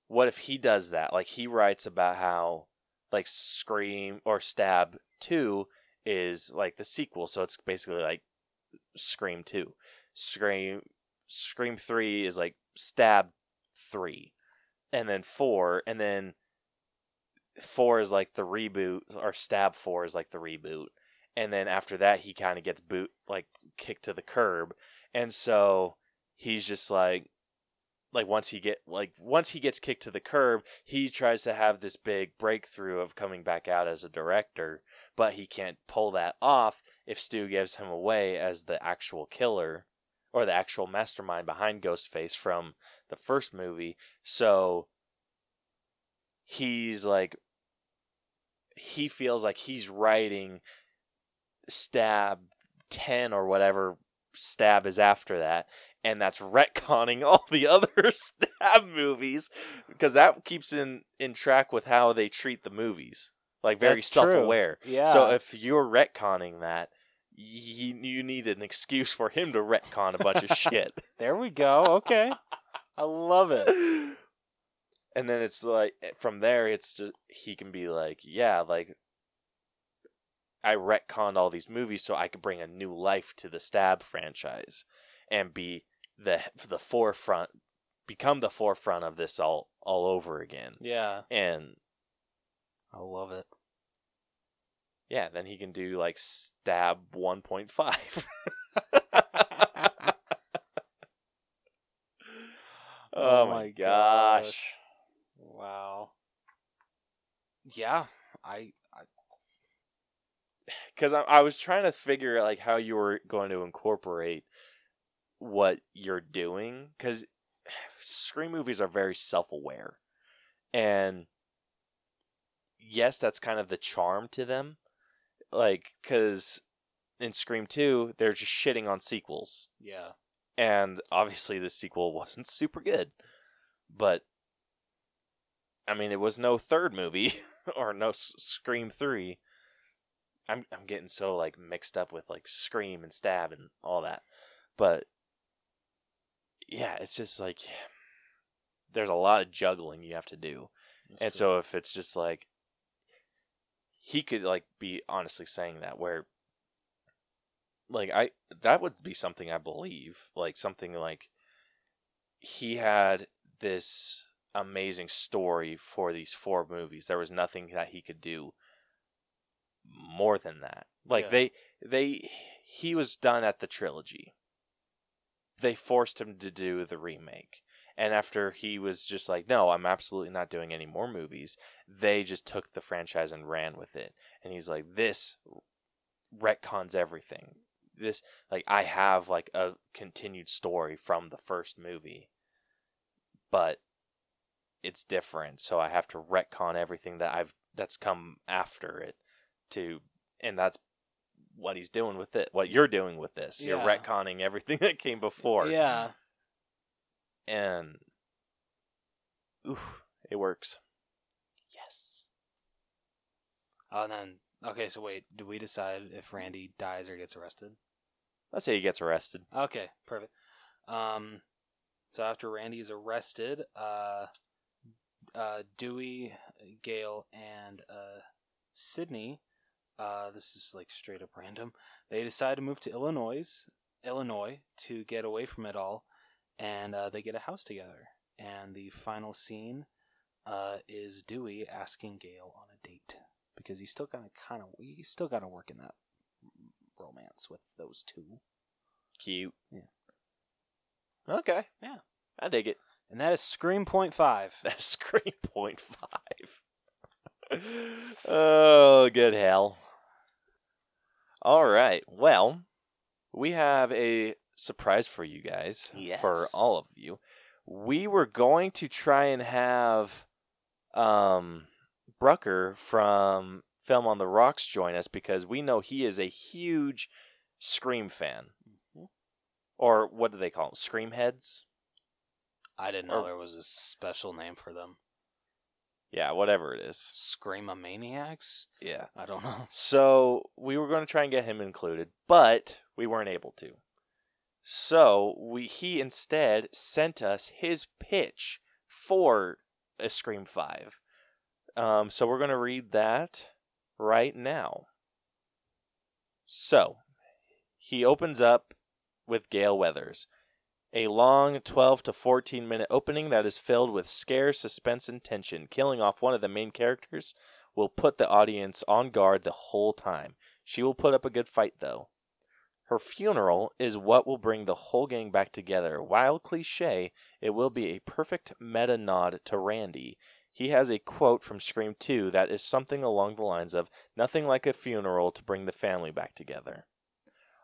Speaker 2: what if he does that? Like he writes about how like Scream or Stab Two is like the sequel, so it's basically like Scream Two. Scream Scream Three is like Stab Three, and then Four, and then Four is like the reboot, or Stab Four is like the reboot, and then after that he kind of gets boot like kicked to the curb, and so he's just like like once he get like once he gets kicked to the curb, he tries to have this big breakthrough of coming back out as a director, but he can't pull that off if Stu gives him away as the actual killer or the actual mastermind behind Ghostface from the first movie. So he's like he feels like he's writing stab 10 or whatever stab is after that and that's retconning all the other stab movies because that keeps in in track with how they treat the movies like very
Speaker 1: That's true.
Speaker 2: self-aware
Speaker 1: Yeah.
Speaker 2: so if you're retconning that you, you need an excuse for him to retcon a bunch of shit
Speaker 1: there we go. Okay. I love it.
Speaker 2: and then it's like eh, from there it's just he can be like yeah like i retconned all these movies so i could bring a new life to the stab franchise and be the the forefront become the forefront of this all all over again
Speaker 1: Yeah.
Speaker 2: and
Speaker 1: I love it.
Speaker 2: yeah then he can do like stab 1.5 Oh, my gosh.
Speaker 1: Wow. Yeah. I, I
Speaker 2: because I, I was trying to figure out like how you were going to incorporate what you're doing because screen movies are very self-aware and yes that's kind of the charm to them like because in scream 2 they're just shitting on sequels
Speaker 1: yeah.
Speaker 2: and obviously the sequel wasn't super good but i mean it was no third movie or no S- scream 3 i'm i'm getting so like mixed up with like scream and stab and all that but yeah it's just like there's a lot of juggling you have to do and so if it's just like he could like be honestly saying that where like I that would be something I believe, like something like he had this amazing story for these four movies. There was nothing that he could do more than that. Like
Speaker 1: Yeah.
Speaker 2: they they he was done at the trilogy. They forced him to do the remake. And after he was just like, "No, I'm absolutely not doing any more movies." They just took the franchise and ran with it. And he's like, "This retcons everything. This like I have like a continued story from the first movie, but it's different. So I have to retcon everything that I've that's come after it to, and that's what he's doing with it. What you're doing with this, you're
Speaker 1: Yeah.
Speaker 2: retconning everything that came before.
Speaker 1: Yeah.
Speaker 2: and oof, it works.
Speaker 1: Yes. Oh, and then okay. So wait, do we decide if Randy dies or gets arrested?
Speaker 2: Let's say he gets arrested.
Speaker 1: Okay, perfect. Um, so after Randy is arrested, uh, uh, Dewey, Gail, and uh, Sydney, uh, this is like straight up random. They decide to move to Illinois, Illinois, to get away from it all, and uh, they get a house together. And the final scene uh, is Dewey asking Gail on a date because he's still kind of kind of he's still got to work in that romance with those two.
Speaker 2: Cute.
Speaker 1: Yeah.
Speaker 2: Okay.
Speaker 1: Yeah.
Speaker 2: I dig it.
Speaker 1: And that is Scream Point Five.
Speaker 2: That's screen point five. oh, good hell. All right. Well, we have a surprise for you guys. For
Speaker 1: Yes.
Speaker 2: all of you. We were going to try and have um Brucker from Film on the Rocks join us because we know he is a huge Scream fan. Or what do they call them? Scream heads?
Speaker 1: I didn't know
Speaker 2: Or-
Speaker 1: there was a special name for them.
Speaker 2: Yeah, whatever it is.
Speaker 1: Screamomaniacs?
Speaker 2: Yeah.
Speaker 1: I don't know.
Speaker 2: So we were going to try and get him included, but we weren't able to. So we he instead sent us his pitch for a Scream Five. Um, so we're going to read that right now. So he opens up with Gale Weathers. A long 12 to 14 minute opening that is filled with scare, suspense, and tension, killing off one of the main characters will put the audience on guard the whole time. She will put up a good fight, though. Her funeral is what will bring the whole gang back together. While cliche, it will be a perfect meta nod to Randy. He has a quote from Scream 2 that is something along the lines of Nothing like a funeral to bring the family back together.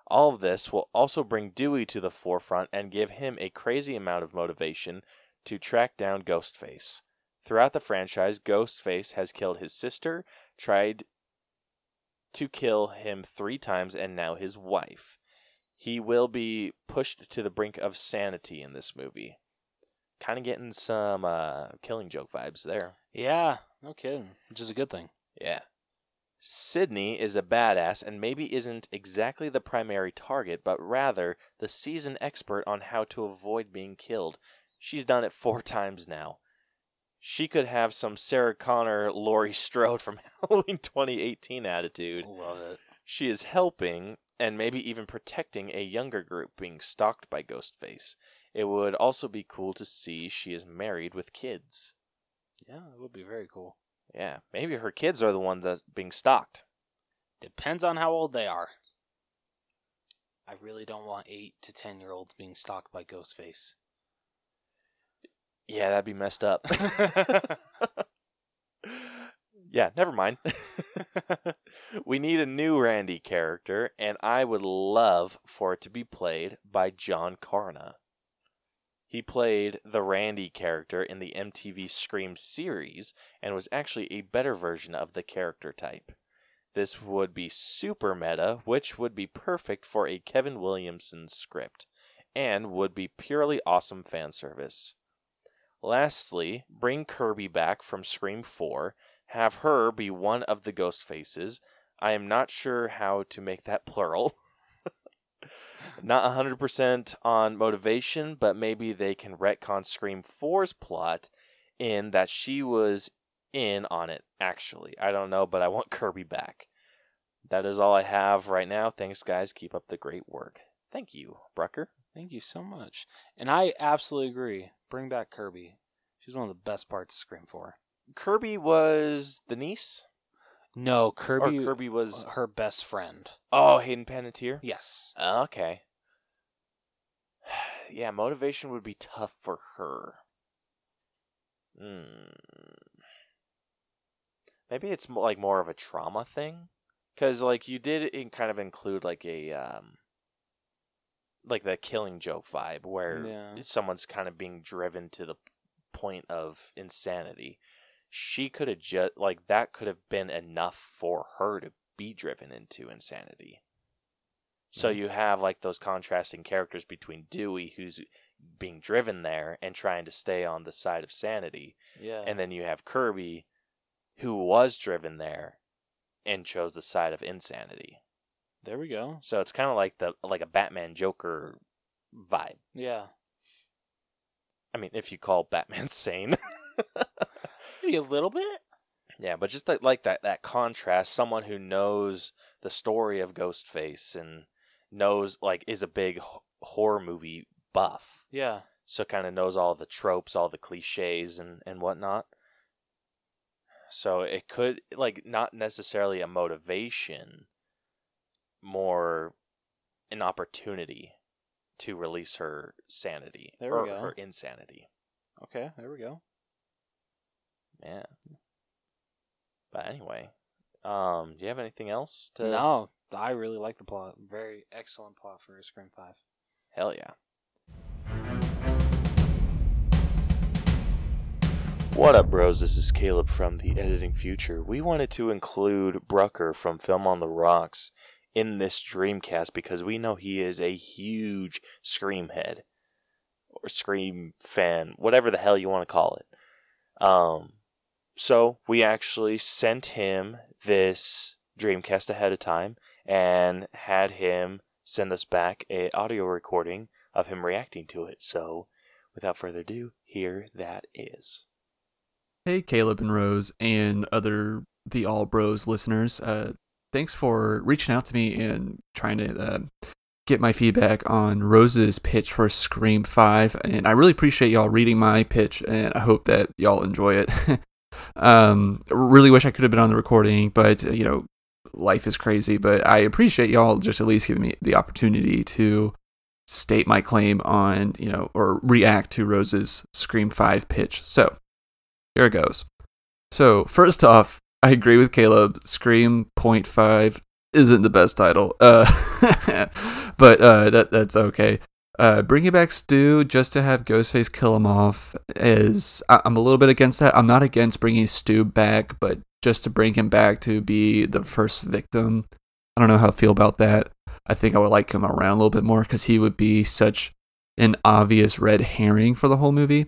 Speaker 2: All of this will also bring Dewey to the forefront and give him a crazy amount of motivation to track down Ghostface. Throughout the franchise, Ghostface has killed his sister, tried to kill him three times, and now his wife. He will be pushed to the brink of sanity in this movie. Kind of getting some uh, killing joke vibes there.
Speaker 1: Yeah, no kidding. Which is a good thing.
Speaker 2: Yeah. Sydney is a badass and maybe isn't exactly the primary target, but rather the seasoned expert on how to avoid being killed. She's done it four times now. She could have some Sarah Connor, Laurie Strode from Halloween 2018 attitude.
Speaker 1: Love it.
Speaker 2: She is helping and maybe even protecting a younger group being stalked by Ghostface. It would also be cool to see she is married with kids.
Speaker 1: Yeah, it would be very cool.
Speaker 2: Yeah, maybe her kids are the ones that being stalked.
Speaker 1: Depends on how old they are. I really don't want eight to ten year olds being stalked by Ghostface.
Speaker 2: Yeah, that'd be messed up. yeah, never mind. we need a new Randy character, and I would love for it to be played by John Carna. He played the Randy character in the MTV Scream series and was actually a better version of the character type. This would be super meta, which would be perfect for a Kevin Williamson script, and would be purely awesome fan service. Lastly, bring Kirby back from Scream 4, have her be one of the ghost faces. I am not sure how to make that plural. not 100% on motivation, but maybe they can retcon Scream 4's plot in that she was in on it, actually. I don't know, but I want Kirby back. That is all I have right now. Thanks, guys. Keep up the great work. Thank you, Brucker.
Speaker 1: Thank you so much. And I absolutely agree. Bring back Kirby. She's one of the best parts to Scream 4.
Speaker 2: Kirby was the niece,
Speaker 1: No, Kirby, uh,
Speaker 2: or Kirby was
Speaker 1: was her best friend.
Speaker 2: oh Hayden Panettiere.
Speaker 1: Yes.
Speaker 2: Oh, okay. Yeah, motivation would be tough for her. Hmm. Maybe it's mo- like more of a trauma thing, because like you did in kind of include like a um, like the Killing Joke vibe where
Speaker 1: Yeah.
Speaker 2: someone's kind of being driven to the point of insanity. She could have just like that could have been enough for her to be driven into insanity. So you have like those contrasting characters between Dewey, who's being driven there and trying to stay on the side of sanity,
Speaker 1: Yeah.
Speaker 2: and then you have Kirby, who was driven there and chose the side of insanity.
Speaker 1: there we go.
Speaker 2: So it's kind of like the like a Batman Joker vibe.
Speaker 1: Yeah.
Speaker 2: I mean, if you call Batman sane.
Speaker 1: Maybe a little bit.
Speaker 2: Yeah, but just that, like that that contrast, someone who knows the story of Ghostface and knows like is a big h- horror movie buff,
Speaker 1: Yeah.
Speaker 2: so kind of knows all the tropes, all the cliches, and and whatnot. So it could like not necessarily a motivation, more an opportunity to release her sanity
Speaker 1: There
Speaker 2: or
Speaker 1: we go.
Speaker 2: her insanity.
Speaker 1: Okay, there we go.
Speaker 2: Yeah. But anyway, um, do you have anything else to?
Speaker 1: No, I really like the plot. Very excellent plot for Scream 5.
Speaker 2: Hell yeah. What up, bros? This is Caleb from the Editing Future. We wanted to include Brucker from Film on the Rocks in this Dreamcast because we know he is a huge Scream head or Scream fan, whatever the hell you want to call it. Um, so we actually sent him this Dreamcast ahead of time and had him send us back a audio recording of him reacting to it. So, without further ado, here that is.
Speaker 6: Hey, Caleb and Rose, and other the All Bros listeners. Uh, thanks for reaching out to me and trying to uh, get my feedback on Rose's pitch for Scream 5. And I really appreciate y'all reading my pitch, and I hope that y'all enjoy it. um, really wish I could have been on the recording, but you know, life is crazy. But I appreciate y'all just at least giving me the opportunity to state my claim on, you know, or react to Rose's Scream 5 pitch. So here it goes. So, first off, I agree with Caleb. Scream point five isn't the best title, uh, but uh, that, that's okay. Uh, bringing back Stu just to have Ghostface kill him off is I- I'm a little bit against that. I'm not against bringing Stu back, but just to bring him back to be the first victim, I don't know how I feel about that. I think I would like him around a little bit more because he would be such an obvious red herring for the whole movie.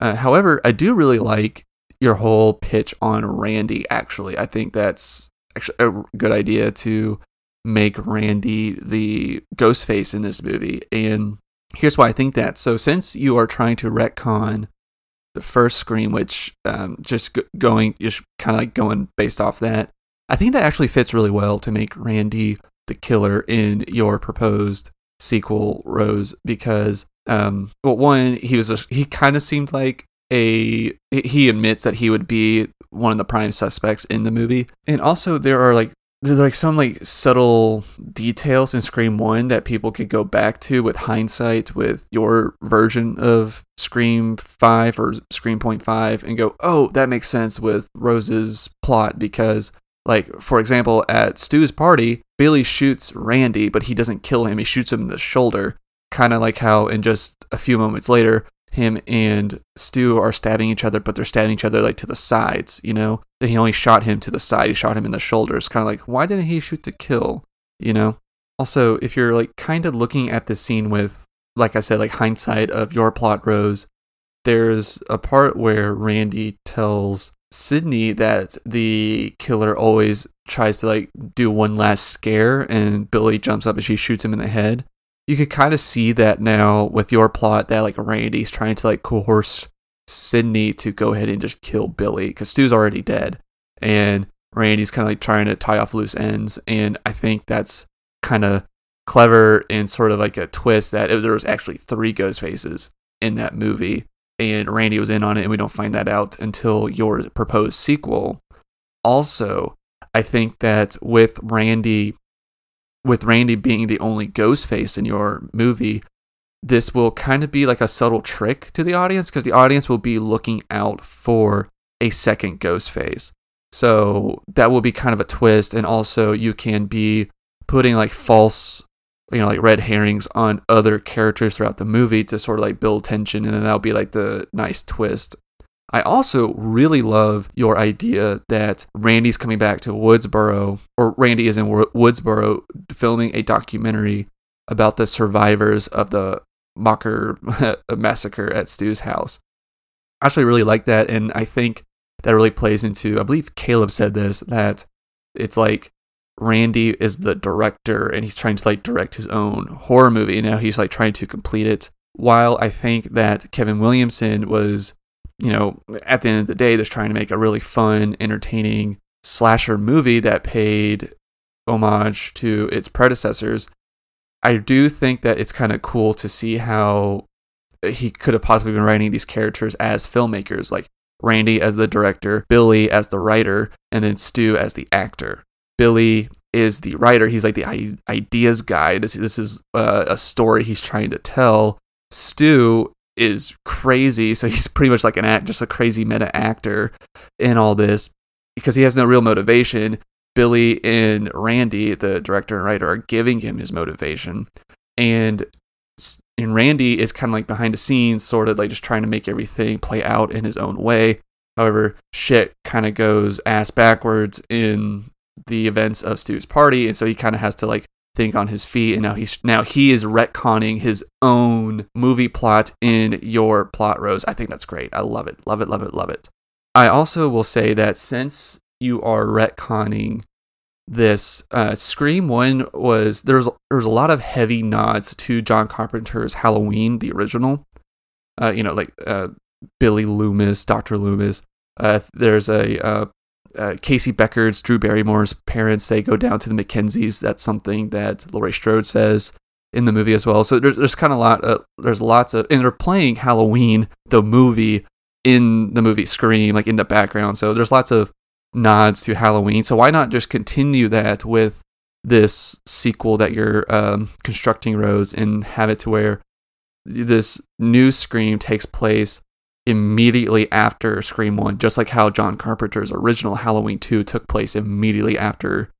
Speaker 6: Uh, however, I do really like your whole pitch on Randy. Actually, I think that's actually a good idea to make Randy the ghost face in this movie. And here's why I think that. So, since you are trying to retcon the first screen, which um, just g- going, just kind of like going based off that, I think that actually fits really well to make Randy the killer in your proposed sequel, Rose, because, um, well, one, he was, a, he kind of seemed like a he admits that he would be one of the prime suspects in the movie and also there are like there's like some like subtle details in Scream One that people could go back to with hindsight with your version of Scream Five or Scream Point Five and go, oh, that makes sense with Rose's plot because like for example at Stu's party, Billy shoots Randy, but he doesn't kill him, he shoots him in the shoulder. Kinda like how in just a few moments later, him and Stu are stabbing each other, but they're stabbing each other like to the sides, you know? He only shot him to the side, he shot him in the shoulder. It's kind of like, why didn't he shoot to kill, you know? Also, if you're like kind of looking at this scene with, like I said, like hindsight of your plot, Rose, there's a part where Randy tells Sydney that the killer always tries to like do one last scare, and Billy jumps up and she shoots him in the head you could kind of see that now with your plot that like Randy's trying to like coerce Sydney to go ahead and just kill Billy because Stu's already dead, and Randy's kind of like trying to tie off loose ends, and I think that's kind of clever and sort of like a twist that it was, there was actually three ghost faces in that movie, and Randy was in on it, and we don't find that out until your proposed sequel. Also, I think that with Randy with Randy being the only ghost face in your movie, this will kind of be like a subtle trick to the audience because the audience will be looking out for a second ghost face. So that will be kind of a twist. And also, you can be putting like false, you know, like red herrings on other characters throughout the movie to sort of like build tension. And then that'll be like the nice twist I also really love your idea that Randy's coming back to Woodsboro, or Randy is in Wo- Woodsboro filming a documentary about the survivors of the Mocker massacre at Stu's house. I actually really like that, and I think that really plays into, I believe Caleb said this, that it's like Randy is the director and he's trying to like direct his own horror movie, and now he's like trying to complete it. While I think that Kevin Williamson was you know, at the end of the day, they're trying to make a really fun, entertaining slasher movie that paid homage to its predecessors. I do think that it's kind of cool to see how he could have possibly been writing these characters as filmmakers, like Randy as the director, Billy as the writer, and then Stu as the actor. Billy is the writer. He's like the i- ideas guy. This, this is uh, a story he's trying to tell. Stu is crazy. So he's pretty much like an act, just a crazy meta actor in all this because he has no real motivation. Billy and Randy, the director and writer, are giving him his motivation, and s- and Randy is kind of like behind the scenes, sort of like just trying to make everything play out in his own way. However, shit kind of goes ass backwards in the events of Stu's party, and so he kind of has to like think on his feet and now he's now he is retconning his own movie plot in your plot rose i think that's great i love it love it love it love it i also will say that since you are retconning this uh, scream one was there's there's a lot of heavy nods to john carpenter's halloween the original uh, you know like uh, billy loomis dr loomis uh, there's a uh, uh, Casey Becker's, Drew Barrymore's parents, they go down to the Mackenzies. That's something that Laurie Strode says in the movie as well. So there's, there's kind of a lot, of, there's lots of, and they're playing Halloween, the movie, in the movie Scream, like in the background. So there's lots of nods to Halloween. So why not just continue that with this sequel that you're um, constructing, Rose, and have it to where this new Scream takes place immediately after Scream 1, just like how John Carpenter's original Halloween 2 took place immediately after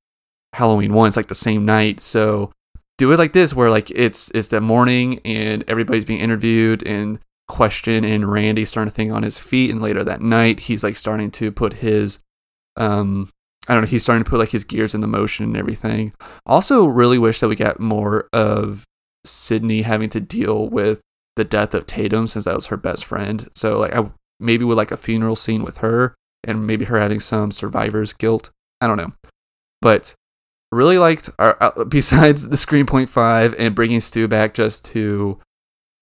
Speaker 6: Halloween 1. It's like the same night. So do it like this where like it's it's the morning and everybody's being interviewed and questioned and Randy's starting to think on his feet and later that night he's like starting to put his um I don't know, he's starting to put like his gears in the motion and everything. Also really wish that we got more of Sydney having to deal with the death of Tatum since that was her best friend. So like I maybe with like a funeral scene with her and maybe her having some survivor's guilt. I don't know. But really liked our, uh, besides the screen point five and bringing Stu back just to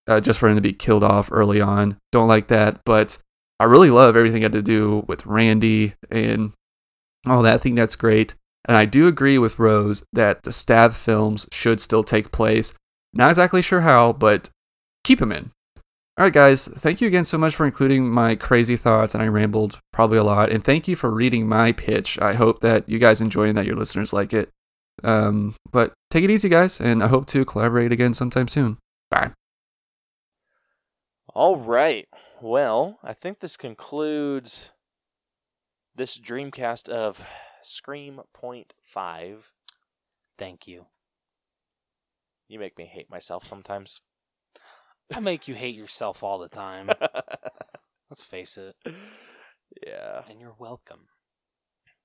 Speaker 6: uh, just for him to be killed off early on. Don't like that, but I really love everything had to do with Randy and all that. I think that's great. And I do agree with Rose that the stab films should still take place. Not exactly sure how, but keep them in. All right, guys, thank you again so much for including my crazy thoughts, and I rambled probably a lot. And thank you for reading my pitch. I hope that you guys enjoy and that your listeners like it. Um, but take it easy, guys, and I hope to collaborate again sometime soon. Bye.
Speaker 2: All right. Well, I think this concludes this Dreamcast of Scream Point Five.
Speaker 1: Thank you.
Speaker 2: You make me hate myself sometimes.
Speaker 1: I make you hate yourself all the time. Let's face it.
Speaker 2: yeah.
Speaker 1: And you're welcome.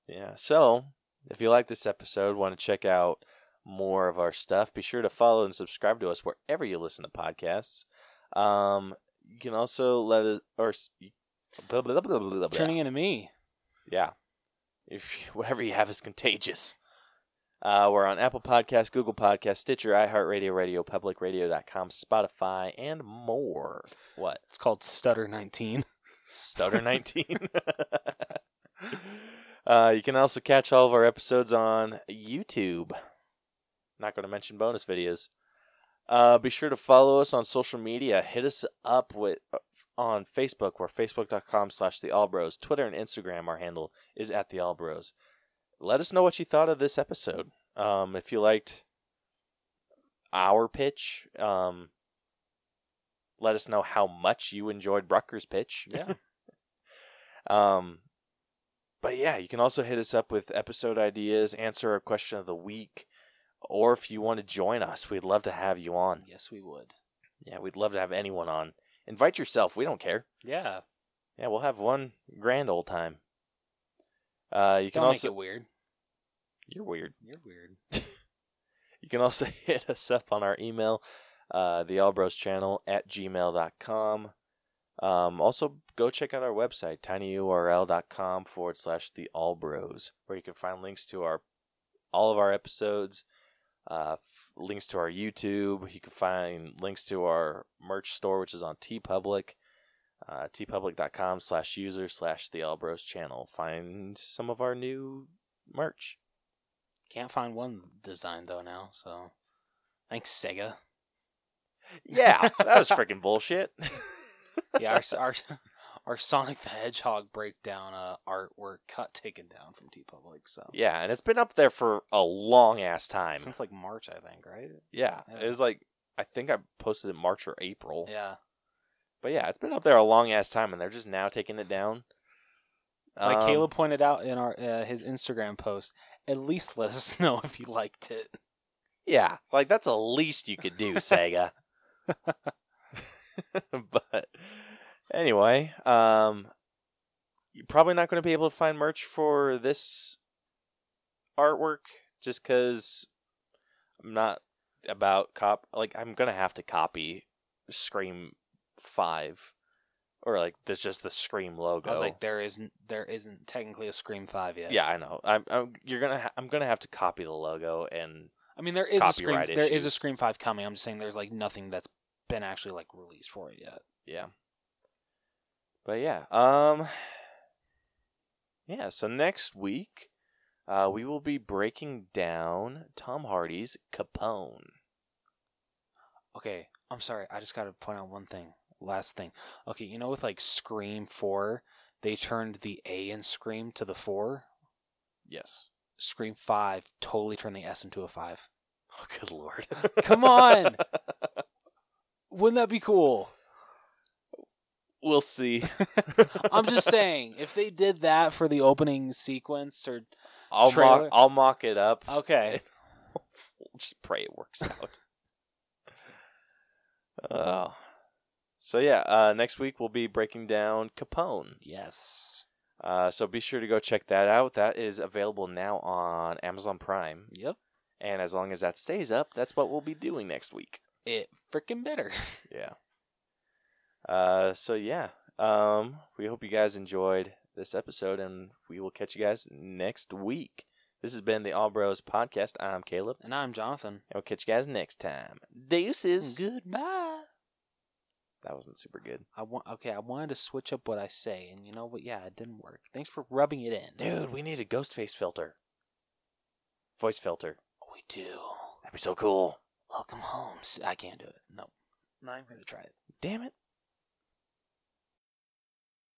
Speaker 2: Yeah. So, if you like this episode, want to check out more of our stuff, be sure to follow and subscribe to us wherever you listen to podcasts. Um, you can also let us or s- blah, blah, blah, blah, blah, blah.
Speaker 1: Turning into me.
Speaker 2: Yeah. If whatever you have is contagious. Uh, we're on Apple Podcasts, Google Podcasts, Stitcher, iHeartRadio, Radio Public, Radio.com, Spotify, and more. What?
Speaker 1: It's called Stutter 19.
Speaker 2: Stutter 19. uh, you can also catch all of our episodes on YouTube. Not going to mention bonus videos. Uh, be sure to follow us on social media. Hit us up with uh, on Facebook. We're facebook.com slash the Allbros. Twitter and Instagram, our handle is at the Allbros. Let us know what you thought of this episode. Um, if you liked our pitch, um, let us know how much you enjoyed Brucker's pitch.
Speaker 1: Yeah.
Speaker 2: Um, but yeah, you can also hit us up with episode ideas, answer a question of the week, or if you want to join us, we'd love to have you on.
Speaker 1: yes, we would.
Speaker 2: Yeah, we'd love to have anyone on. Invite yourself. We don't care.
Speaker 1: Yeah.
Speaker 2: Yeah, we'll have one grand old time. Uh, you can
Speaker 1: Don't
Speaker 2: also
Speaker 1: make it weird.
Speaker 2: you're weird.
Speaker 1: You're weird.
Speaker 2: You can also hit us up on our email, uh, the Allbros channel at gmail.com. Um, also, go check out our website, tinyurl.com forward slash the Allbros, where you can find links to our all of our episodes, uh, f- links to our YouTube. You can find links to our merch store, which is on TeePublic, uh, tpublic.com slash user slash the Allbros channel. Find some of our new merch.
Speaker 1: Can't find one design though now, so thanks Sega.
Speaker 2: Yeah, that was freaking bullshit.
Speaker 1: Yeah, our our, our Sonic the Hedgehog breakdown uh, artwork cut taken down from T Public. So
Speaker 2: Yeah, and it's been up there for a long ass time.
Speaker 1: since like March, I think, right?
Speaker 2: yeah,
Speaker 1: Yeah.
Speaker 2: it was like I think I posted it in March or April.
Speaker 1: Yeah,
Speaker 2: But yeah, it's been up there a long ass time, and they're just now taking it down.
Speaker 1: like
Speaker 2: Um,
Speaker 1: Caleb pointed out in our uh, his Instagram post. At least let us know if you liked it.
Speaker 2: Yeah, like that's the least you could do, Sega. but anyway, um, you're probably not going to be able to find merch for this artwork just because I'm not about cop. Like I'm gonna have to copy Scream Five, or like there's just the Scream logo.
Speaker 1: I was like, there isn't there isn't technically a Scream Five yet.
Speaker 2: Oh. yeah, I know. I'm, I'm you're gonna ha- I'm gonna have to copy the logo and
Speaker 1: I mean there is a Scream
Speaker 2: Copyright
Speaker 1: there is a
Speaker 2: issues.
Speaker 1: Scream Five coming. I'm just saying there's like nothing that's been actually like released for it yet.
Speaker 2: Yeah. But yeah, um Yeah, so next week uh we will be breaking down Tom Hardy's Capone.
Speaker 1: Okay, I'm sorry. I just got to point out one thing. Last thing. Okay, you know with like Scream 4, they turned the A in Scream to the 4.
Speaker 2: Yes.
Speaker 1: Scream 5 totally turned the S into a 5.
Speaker 2: Oh good lord.
Speaker 1: Come on! Wouldn't that be cool?
Speaker 2: We'll see.
Speaker 1: I'm just saying, if they did that for the opening sequence or
Speaker 2: I'll
Speaker 1: Trailer. Uh,
Speaker 2: mock I'll mock it up.
Speaker 1: okay,
Speaker 2: Just pray it works out. uh, so yeah, uh, next week we'll be breaking down Capone.
Speaker 1: Yes.
Speaker 2: Uh, so be sure to go check that out. That is available now on Amazon Prime,
Speaker 1: Yep.
Speaker 2: and as long as that stays up, that's what we'll be doing next week.
Speaker 1: It freaking better.
Speaker 2: Yeah. Uh, so yeah, um, we hope you guys enjoyed this episode, and we will catch you guys next week. This has been the All Bros Podcast. I'm Caleb,
Speaker 1: And I'm Jonathan.
Speaker 2: and we'll catch you guys next time. Deuces.
Speaker 1: Goodbye.
Speaker 2: That wasn't super good,
Speaker 1: I want okay. I wanted to switch up what I say, and you know what? Yeah, it didn't work. Thanks for rubbing it in,
Speaker 2: dude. We need a ghost face filter, voice filter.
Speaker 1: We do.
Speaker 2: That'd be so cool.
Speaker 1: Welcome home. S- I can't do it. No, not even gonna try it.
Speaker 2: Damn it.